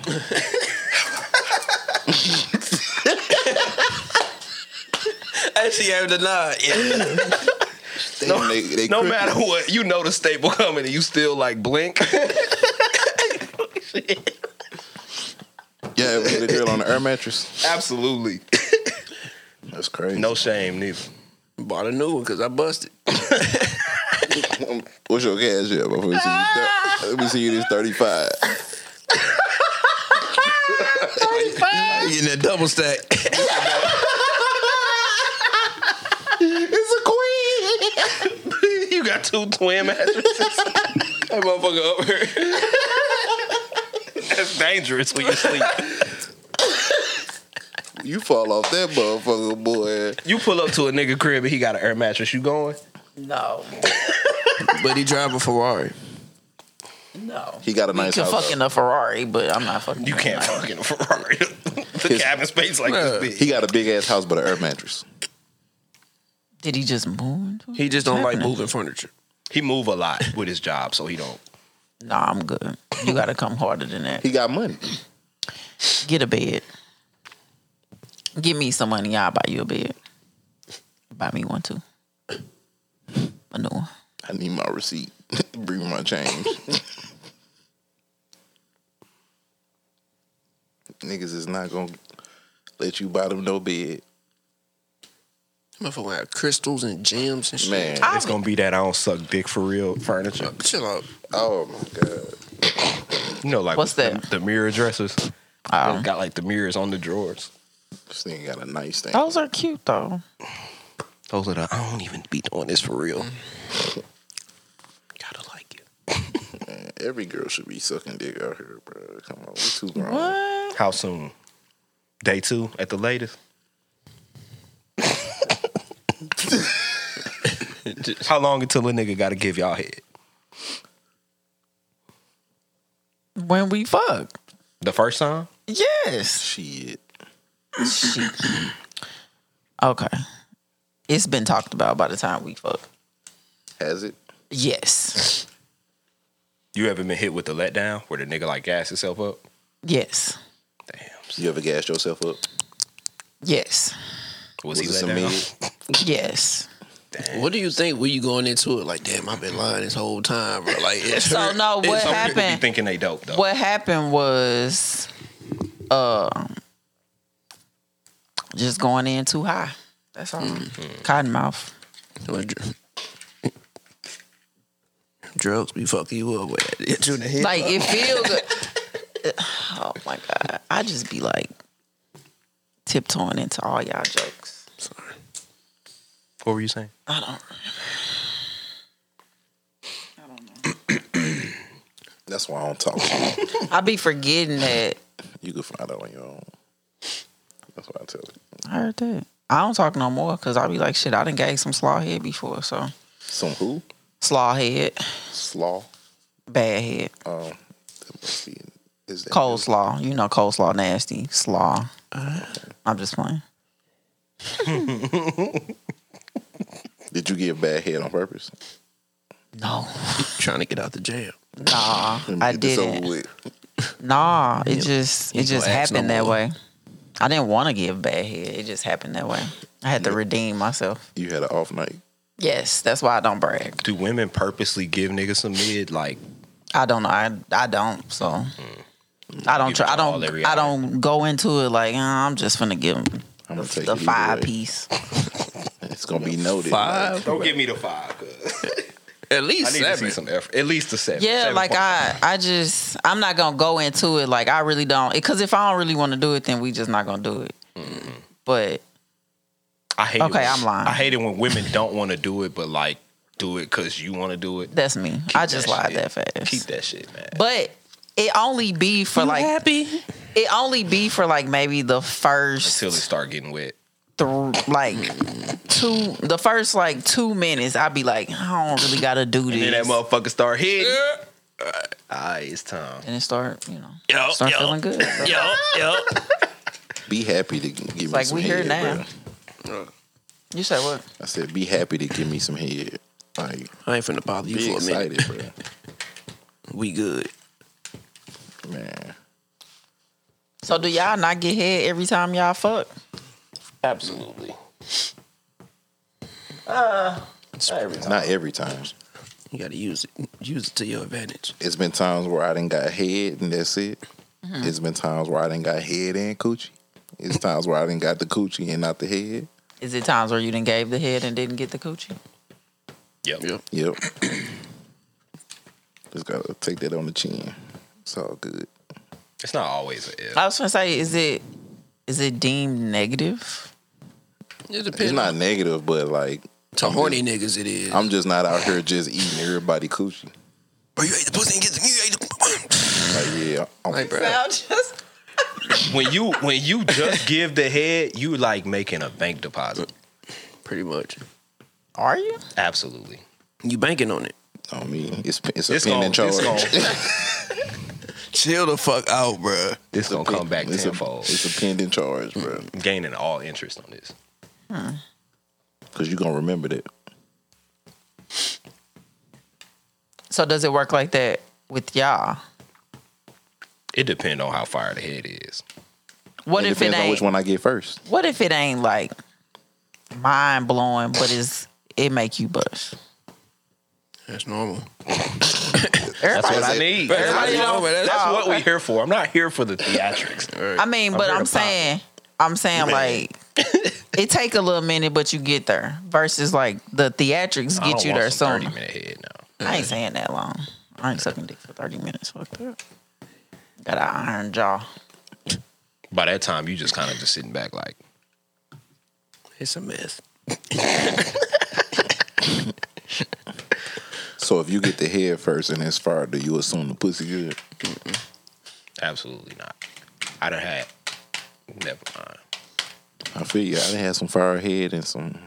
Speaker 2: Actually, have to nod. Yeah.
Speaker 8: They,
Speaker 5: No-
Speaker 8: they, they
Speaker 5: no
Speaker 8: crooked.
Speaker 5: matter what, you know the staple coming and you still like blink.
Speaker 8: Yeah, with the girl on the air mattress.
Speaker 5: Absolutely.
Speaker 8: That's crazy.
Speaker 5: No shame, neither.
Speaker 2: Bought a new one because I busted.
Speaker 8: What's your cash app? Let me see you thir- let me see you this 35.
Speaker 2: Getting that double stack.
Speaker 5: you got two twin mattresses.
Speaker 2: That motherfucker up here.
Speaker 5: That's dangerous when you sleep.
Speaker 8: You fall off that motherfucker, boy.
Speaker 5: You pull up to a nigga crib and he got an air mattress. You going?
Speaker 1: No,
Speaker 2: But he drive a Ferrari.
Speaker 1: no.
Speaker 8: He got a
Speaker 1: You
Speaker 8: nice
Speaker 1: can
Speaker 8: house.
Speaker 1: fucking a Ferrari, but I'm not fucking.
Speaker 5: You
Speaker 1: a
Speaker 5: can't
Speaker 1: Ferrari.
Speaker 5: fucking a Ferrari. the
Speaker 8: His-
Speaker 5: cabin space like
Speaker 2: Bruh.
Speaker 5: this
Speaker 8: He
Speaker 5: big.
Speaker 8: got a big ass house, but an air mattress.
Speaker 1: Did he just move? into it?
Speaker 2: He just don't like
Speaker 1: Happening.
Speaker 2: moving furniture.
Speaker 5: He move a lot with his job, so he don't.
Speaker 1: Nah, I'm good. You gotta come harder than that.
Speaker 8: He got money.
Speaker 1: Get a bed. Give me some money. I'll buy you a bed. Buy me one too. A new one.
Speaker 8: I need my receipt. Bring me my change. Niggas is not gonna let you buy them no bed.
Speaker 2: Motherfucker have crystals and gems and shit.
Speaker 8: Man.
Speaker 1: I-
Speaker 5: It's gonna be that I don't suck dick for real furniture.
Speaker 2: Chill out.
Speaker 8: Oh my god.
Speaker 5: You know, like
Speaker 1: What's
Speaker 5: with
Speaker 1: that?
Speaker 5: The, the mirror dressers.
Speaker 1: Um,
Speaker 5: got like the mirrors on the drawers.
Speaker 8: This thing got a nice thing.
Speaker 1: those are cute though.
Speaker 5: Those are the. I don't even be doing this for real. Mm.
Speaker 2: Gotta like it.
Speaker 8: Man, every girl should be sucking dick out here, bro. Come on, we too grown.
Speaker 1: What?
Speaker 5: How soon? Day two at the latest. How long until a nigga gotta give y'all head?
Speaker 1: When we fuck.
Speaker 5: The first time?
Speaker 1: Yes.
Speaker 8: Shit.
Speaker 1: Shit. Okay. It's been talked about by the time we fuck.
Speaker 8: Has it?
Speaker 1: Yes.
Speaker 5: You ever been hit with the letdown where the nigga like gas himself up?
Speaker 1: Yes.
Speaker 5: Damn.
Speaker 8: You ever gassed yourself up?
Speaker 1: Yes.
Speaker 5: Was, he
Speaker 8: it
Speaker 5: let
Speaker 8: some
Speaker 5: down?
Speaker 8: meat?
Speaker 1: Yes.
Speaker 2: What do you think? Were you going into it like, damn, I've been lying this whole time, bro? Like, it's
Speaker 1: So
Speaker 2: hurt.
Speaker 1: no, what
Speaker 5: Some people be
Speaker 1: happened?
Speaker 5: thinking they dope though.
Speaker 1: What happened was, uh, just going in too high. That's all. Cotton mouth.
Speaker 2: Like, dr- Drugs be fucking you up with that. Hit you in the head.
Speaker 1: Like it feels. oh my god! I just be like tiptoeing into all y'all jokes.
Speaker 5: What were you saying?
Speaker 1: I don't.
Speaker 8: That's why I don't talk to you.
Speaker 1: I be forgetting that.
Speaker 8: You can find out on your own. That's why I tell you.
Speaker 1: I heard that. I don't talk no more because I be like, shit. I done gave some slaw head before, so
Speaker 8: Some who?
Speaker 1: slaw head,
Speaker 8: Slaw.
Speaker 1: bad head,
Speaker 8: Um, that must be. Is that
Speaker 1: coleslaw. You know, coleslaw nasty slaw. I'm just playing.
Speaker 8: Did you give bad head on purpose?
Speaker 1: No.
Speaker 2: trying to get out the jail.
Speaker 1: Nah, I
Speaker 8: Get this over
Speaker 1: didn't.
Speaker 8: with.
Speaker 1: Nah, it just it
Speaker 2: ain't
Speaker 1: just
Speaker 2: gonna ask no
Speaker 1: happened that
Speaker 2: more.
Speaker 1: way. I didn't want to give bad head. It just happened that way. I had to redeem myself.
Speaker 8: You had an off night.
Speaker 1: Yes, that's why I don't brag.
Speaker 5: Do women purposely give niggas some mid? Like,
Speaker 1: I don't know. I I don't. So I don't
Speaker 5: Give
Speaker 1: try. I
Speaker 5: it Mm. all
Speaker 1: don't.
Speaker 5: every
Speaker 1: I
Speaker 5: hour.
Speaker 1: don't go into it like "Uh, I'm just gonna give him
Speaker 8: I'm gonna take
Speaker 1: the
Speaker 8: it either
Speaker 1: five
Speaker 8: way.
Speaker 1: piece.
Speaker 8: It's gonna be noted.
Speaker 2: Five.
Speaker 5: don't give me the five. 'cause
Speaker 2: At least
Speaker 5: I need to
Speaker 2: seven.
Speaker 5: see some effort. At least a seven.
Speaker 1: Yeah,
Speaker 5: Seven
Speaker 1: like
Speaker 5: point-
Speaker 1: I, I just, I'm not gonna go into it. Like I really don't, because if I don't really want to do it, then we just not gonna do it. But
Speaker 5: I hate.
Speaker 1: Okay,
Speaker 5: it when,
Speaker 1: I'm lying.
Speaker 5: I hate it when women don't want to do it, but like do it because you want to do it.
Speaker 1: that's me. I just
Speaker 5: that
Speaker 1: lied
Speaker 5: shit.
Speaker 1: that fast.
Speaker 5: Keep that shit, man.
Speaker 1: But it only be for like happy. It only be for like maybe the first
Speaker 5: Until it start getting wet.
Speaker 1: th- like two, the first like two minutes. I'd be like, I don't really gotta do
Speaker 5: And
Speaker 1: this.
Speaker 5: then that motherfucker start hitting. Ah, it's time.
Speaker 1: and it start, you know,
Speaker 2: Yo,
Speaker 1: start
Speaker 2: yo.
Speaker 1: feeling good. It's
Speaker 2: Yo, yo.
Speaker 3: Be happy to give me
Speaker 1: like
Speaker 3: some
Speaker 1: we
Speaker 3: head,
Speaker 1: here now.
Speaker 3: bro.
Speaker 1: You said what?
Speaker 3: I said, be happy to give me some head. Like,
Speaker 2: I ain't finna bother you
Speaker 3: be
Speaker 2: for a minute.
Speaker 3: excited, bro.
Speaker 2: We good.
Speaker 3: Man,
Speaker 1: So do y'all not get head every time y'all fuck?
Speaker 5: Absolutely.
Speaker 3: not every time.
Speaker 2: You gotta use it. Use it to your advantage.
Speaker 3: It's been times where I didn't got head and that's it.
Speaker 1: Mm-hmm.
Speaker 3: It's been times where I didn't got head and coochie. It's times where I didn't got the coochie and not the head.
Speaker 1: Is it times where you didn't gave the head and didn't get the coochie?
Speaker 5: Yep.
Speaker 3: Yep. Just gotta take that on the chin. It's all good.
Speaker 5: It's not always a if.
Speaker 1: I was gonna say, is it is it deemed negative?
Speaker 2: It
Speaker 3: It's
Speaker 2: depends.
Speaker 3: not negative, but like
Speaker 2: to horny niggas, it is.
Speaker 3: I'm just not out here just eating everybody coochie.
Speaker 2: bro, you ate the pussy and get the, you ate the.
Speaker 3: Like yeah, I'm,
Speaker 2: like, bro.
Speaker 1: Well, just
Speaker 5: When you when you just give the head, you like making a bank deposit.
Speaker 2: Pretty much.
Speaker 1: are you?
Speaker 5: Absolutely.
Speaker 2: You banking on it.
Speaker 3: I mean, it's it's a
Speaker 5: It's
Speaker 3: pending
Speaker 5: gonna,
Speaker 3: charge.
Speaker 5: it's gonna,
Speaker 2: Chill the fuck out, bro.
Speaker 5: it's gonna come back
Speaker 3: It's a,
Speaker 5: tenfold.
Speaker 3: it's a pending charge, bro.
Speaker 5: I'm gaining all interest on this.
Speaker 3: Because you're gonna remember that.
Speaker 1: So does it work like that with y'all?
Speaker 5: It depends on how far the head is.
Speaker 1: What
Speaker 3: it
Speaker 1: if it
Speaker 3: depends on
Speaker 1: ain't?
Speaker 3: which one I get first.
Speaker 1: What if it ain't like mind blowing, but it's it make you bust?
Speaker 2: That's normal.
Speaker 5: That's what I
Speaker 1: Everybody-
Speaker 5: need.
Speaker 2: That's
Speaker 1: Everybody don't-
Speaker 2: normal. That's-
Speaker 5: That's
Speaker 1: Oh,
Speaker 5: what
Speaker 1: okay.
Speaker 5: we here for. I'm not here for the theatrics.
Speaker 1: I mean, but
Speaker 5: here
Speaker 1: I'm
Speaker 5: to pop.
Speaker 1: saying, I'm saying like. It take a little minute, but you get there. Versus like the theatrics
Speaker 5: I
Speaker 1: get
Speaker 5: don't
Speaker 1: you
Speaker 5: want
Speaker 1: there
Speaker 5: some
Speaker 1: soon.
Speaker 5: Thirty minute head now.
Speaker 1: I ain't saying that long. I ain't sucking dick for 30 minutes. Fuck that. Got an iron jaw.
Speaker 5: By that time, you just kind of just sitting back like,
Speaker 2: It's a mess.
Speaker 3: So if you get the head first and it's far, do you assume the pussy good?
Speaker 5: absolutely not. I done had. Never mind.
Speaker 3: I feel you. I done had some fire head and some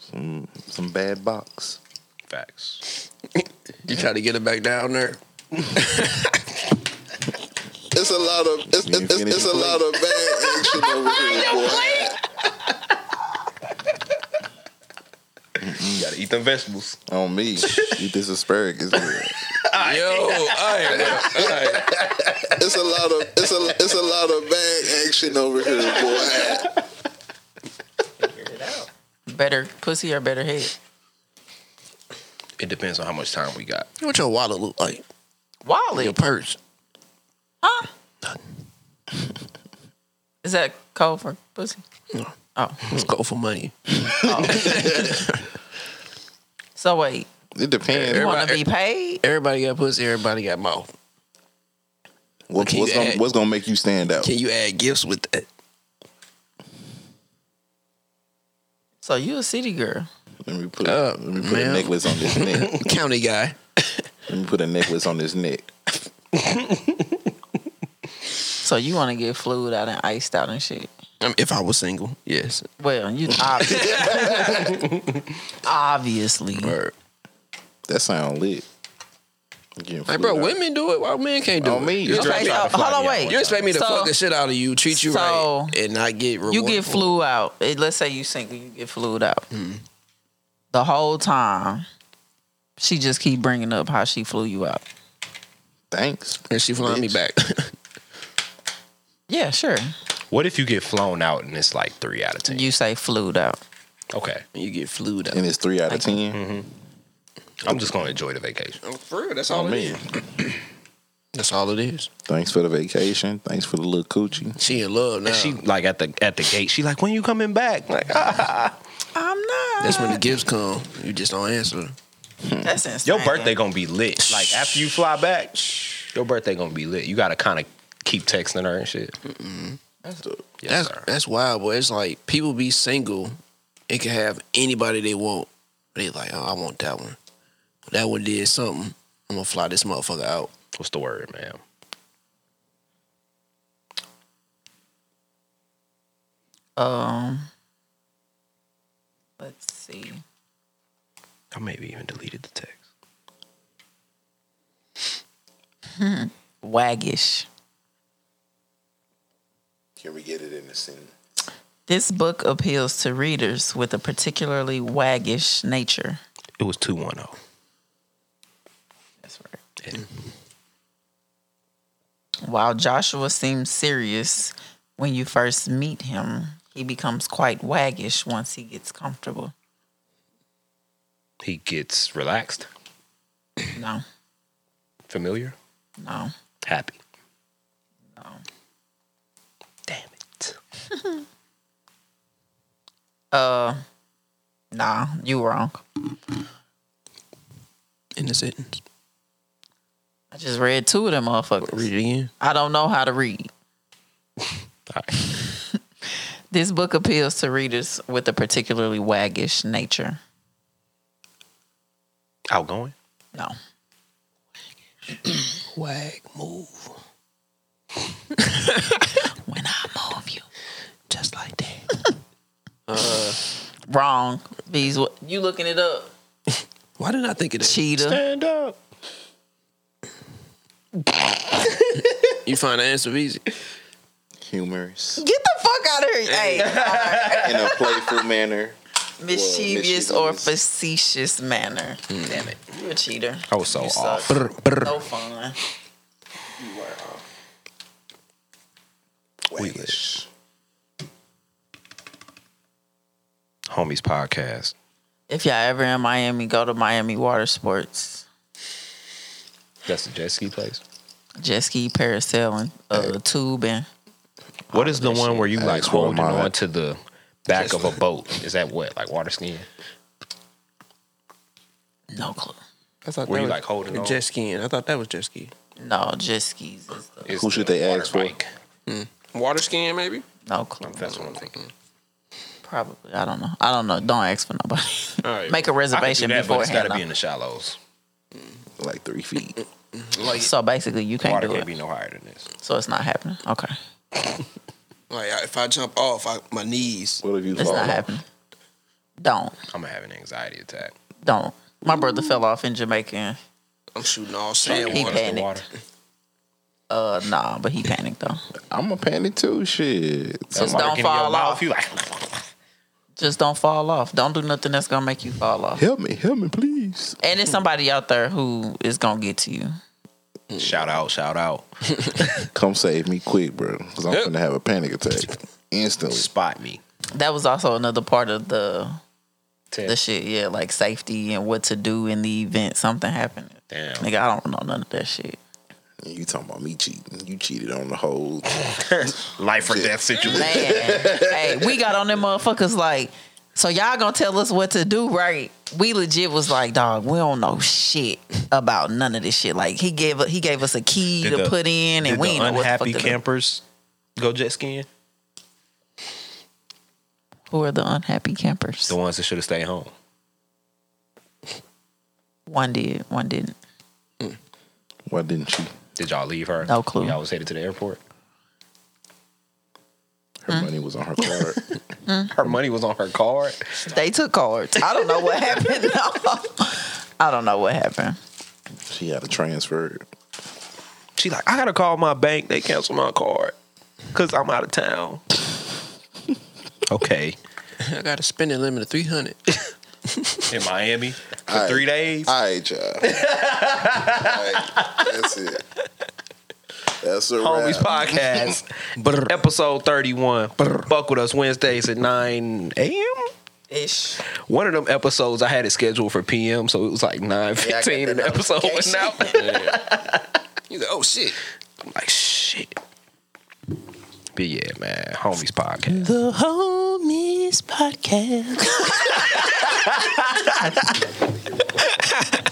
Speaker 3: some some bad box.
Speaker 5: Facts.
Speaker 2: You try to get it back down there.
Speaker 8: It's a lot of it's,
Speaker 3: You ain't
Speaker 8: it's,
Speaker 3: finished
Speaker 8: it's
Speaker 3: your
Speaker 8: a lot of bad action over here, boy.
Speaker 5: You gotta eat them vegetables.
Speaker 3: On me, eat this asparagus.
Speaker 2: Yo,
Speaker 3: good.
Speaker 2: all right, bro. All right.
Speaker 8: It's a lot of it's a it's a lot of bad action over here, boy.
Speaker 1: Better pussy or better head?
Speaker 5: It depends on how much time we got.
Speaker 2: What your wallet look like? Your
Speaker 1: Wally.
Speaker 2: purse.
Speaker 1: Huh? Is that code for pussy? Oh.
Speaker 2: Let's go for money.
Speaker 1: So wait,
Speaker 3: It depends.
Speaker 1: you want to
Speaker 2: Everybody-
Speaker 1: be paid?
Speaker 2: Everybody got pussy. Everybody got mouth.
Speaker 3: What,
Speaker 2: Can
Speaker 3: what's
Speaker 2: you
Speaker 3: gonna
Speaker 2: add-
Speaker 3: what's gonna make you stand out?
Speaker 2: Can you add gifts with that?
Speaker 1: So you a city girl.
Speaker 3: Let me put
Speaker 2: Uh,
Speaker 3: let me put a
Speaker 2: ma'am.
Speaker 3: necklace on this neck.
Speaker 2: County guy.
Speaker 3: let me put a necklace on this neck.
Speaker 1: So you want to get flued out and iced out and shit.
Speaker 2: Um, if I was single, yes.
Speaker 1: Well, you obviously. obviously.
Speaker 2: Word.
Speaker 3: That sound lit. Getting
Speaker 2: Like, bro,
Speaker 3: flued out.
Speaker 2: women do it. Why men can't do
Speaker 3: On
Speaker 2: it?
Speaker 3: me.
Speaker 2: Oh, You
Speaker 3: Okay,
Speaker 2: expect,
Speaker 1: Okay, so, hold on, wait.
Speaker 2: you expect me to
Speaker 1: So-
Speaker 2: fuck the shit out of you, treat you
Speaker 1: so-
Speaker 2: right, and not get rewarded?
Speaker 1: You get flew out. Eh, Let's say you single, you get flued out.
Speaker 5: Mm-hmm.
Speaker 1: The whole time, she just keep bringing up how she flew you out.
Speaker 3: Thanks.
Speaker 2: and she flying me back.
Speaker 1: Yeah, sure.
Speaker 5: What if you get flown out and it's like three out of ten?
Speaker 1: You say flued out.
Speaker 5: okay,
Speaker 2: you get flued out.
Speaker 3: And it's three out of ten.
Speaker 5: I'm just gonna enjoy the vacation.
Speaker 2: For real, that's
Speaker 1: Mm-hmm.
Speaker 3: On me.
Speaker 2: That's all it is.
Speaker 3: Thanks for the vacation. Thanks for the little coochie.
Speaker 2: She in love now.
Speaker 5: And she like at the at the gate. She like, when you coming back? Like, ah,
Speaker 1: I'm not.
Speaker 2: that's when the gifts come. You just don't answer.
Speaker 1: That's insane.
Speaker 5: Your birthday gonna be lit. Like after you fly back, your birthday gonna be lit. You gotta kind of keep texting her and shit. Yes,
Speaker 2: that's
Speaker 5: sir.
Speaker 2: that's wild, boy. It's like people be single and can have anybody they want. They like, oh, I want that one. That one did something. I'm gonna fly this motherfucker out.
Speaker 5: What's the word, man?
Speaker 1: Um, let's see.
Speaker 5: I maybe even deleted the text.
Speaker 1: Waggish.
Speaker 8: Can we get it in the scene?
Speaker 1: This book appeals to readers with a particularly waggish nature.
Speaker 5: It was two one oh. zero.
Speaker 1: That's right.
Speaker 2: Mm.
Speaker 1: While Joshua seems serious when you first meet him, he becomes quite waggish once he gets comfortable.
Speaker 5: He gets relaxed,
Speaker 1: No,
Speaker 5: familiar,
Speaker 1: no.
Speaker 5: happy.
Speaker 1: No.
Speaker 5: Damn it.
Speaker 1: Uh, nah, you wrong.
Speaker 2: In the sentence.
Speaker 1: I just read two of them motherfuckers.
Speaker 2: Read it again.
Speaker 1: I don't know how to read. This book appeals to readers with a particularly waggish nature.
Speaker 5: Outgoing.
Speaker 1: No.
Speaker 2: Wag move.
Speaker 1: When I move you.
Speaker 2: Just like that.
Speaker 1: Wrong. These what you looking it up.
Speaker 2: Why didn't I think of that?
Speaker 1: Cheetah.
Speaker 5: Stand up.
Speaker 2: You find the answer easy.
Speaker 8: Humorous
Speaker 1: Get the fuck out of here. Hey,
Speaker 8: in a playful manner.
Speaker 1: mischievous or
Speaker 8: mischievous.
Speaker 1: facetious manner. Damn it. You're a cheater.
Speaker 5: I was so
Speaker 1: You suck.
Speaker 5: off.
Speaker 1: No fun.
Speaker 5: We lit. Homies podcast.
Speaker 1: If y'all ever in Miami, go to Miami Water Sports.
Speaker 5: That's the jet ski place.
Speaker 1: Jet ski, parasailing, uh, tubing.
Speaker 5: What is the one where you like
Speaker 8: Ask for a
Speaker 5: holding
Speaker 8: mile.
Speaker 5: on to the back of a boat? Is that what like water skiing?
Speaker 1: No clue.
Speaker 2: I thought
Speaker 5: Were
Speaker 2: that
Speaker 5: you
Speaker 2: was
Speaker 5: like holding on?
Speaker 2: jet skiing. I thought that was jet ski.
Speaker 1: No, jet skis. Is the,
Speaker 5: Is
Speaker 8: Who should
Speaker 5: the
Speaker 8: they
Speaker 5: water
Speaker 8: ask for?
Speaker 5: bike?
Speaker 2: Water skiing, maybe.
Speaker 1: no clue.
Speaker 5: That's what I'm thinking.
Speaker 1: Probably. I don't know. I don't know. Don't ask for nobody.
Speaker 2: All right.
Speaker 1: Make a
Speaker 5: I could do
Speaker 1: reservation
Speaker 5: that, but it's
Speaker 1: beforehand.
Speaker 5: gotta be in the shallows.
Speaker 8: like three feet.
Speaker 1: though. so basically, you can't
Speaker 5: Water
Speaker 1: do
Speaker 5: can't
Speaker 1: it.
Speaker 5: be no higher than this.
Speaker 1: so it's not happening. Okay.
Speaker 2: Like I- if I jump off, I, my knees.
Speaker 8: What if you
Speaker 1: It's
Speaker 8: fall
Speaker 1: not
Speaker 8: off?
Speaker 1: happening. Don't.
Speaker 5: I'm gonna have an anxiety attack.
Speaker 1: Don't. My brother fell off in Jamaica. and
Speaker 2: I'm shooting all sand
Speaker 1: He
Speaker 2: water.
Speaker 1: panicked. Uh, nah, but he panicked though.
Speaker 8: I'm a panic too. Shit.
Speaker 1: Just
Speaker 5: Somebody
Speaker 1: don't
Speaker 5: get in your
Speaker 1: fall
Speaker 5: mouth,
Speaker 1: off.
Speaker 5: You like
Speaker 1: Just don't fall off. Don't do nothing that's gonna make you fall off.
Speaker 8: Help me, help me, please.
Speaker 1: And it's somebody out there who is gonna get to you. Mm.
Speaker 5: shout out, shout out,
Speaker 8: Come save me quick, bro, because I'm gonna have a panic attack instantly.
Speaker 5: spot me.
Speaker 1: That was also another part of the
Speaker 5: Ted.
Speaker 1: the shit. Yeah, like safety and what to do in the event something happened.
Speaker 5: Damn.
Speaker 1: Nigga, I don't know none of that shit.
Speaker 8: And you talking about me cheating? You cheated on the whole.
Speaker 5: Life or death situation.
Speaker 1: Man, hey, we got on them motherfuckers like, so y'all gonna tell us what to do, right? We legit was like, dog, we don't know shit about none of this shit. Like he gave he gave us a key
Speaker 5: Did
Speaker 1: to
Speaker 5: the-
Speaker 1: put in,
Speaker 5: Did
Speaker 1: and we
Speaker 5: the
Speaker 1: ain't know what the fuck
Speaker 5: unhappy
Speaker 1: to do.
Speaker 5: campers go jet skiing?
Speaker 1: Who are the unhappy campers?
Speaker 5: The ones that should have stayed home.
Speaker 1: One did, one didn't.
Speaker 8: Why didn't you?
Speaker 5: Did y'all leave her?
Speaker 1: No clue.
Speaker 5: When Y'all was headed to the airport.
Speaker 8: Her
Speaker 1: Hmm?
Speaker 8: money was on her card.
Speaker 5: Her money was on her card.
Speaker 1: They took cards. I don't know what happened. No. I don't know what happened.
Speaker 8: she had to transfer. it.
Speaker 5: She like, I gotta call my bank. They cancel my card because I'm out of town. okay,
Speaker 2: I got a spending limit of three hundred.
Speaker 5: in Miami for
Speaker 8: All right.
Speaker 5: three days.
Speaker 8: All right, y'all.
Speaker 12: That's it.
Speaker 8: That's a
Speaker 5: Homies
Speaker 8: wrap.
Speaker 5: podcast, episode 31. Fuck with us Wednesdays at 9 a.m.
Speaker 1: Ish.
Speaker 5: One of them episodes I had it scheduled for PM, so it was like 9 15 and the episode went out.
Speaker 2: You like, oh shit.
Speaker 5: I'm like, shit. But yeah, man, Homies podcast.
Speaker 2: The homies podcast.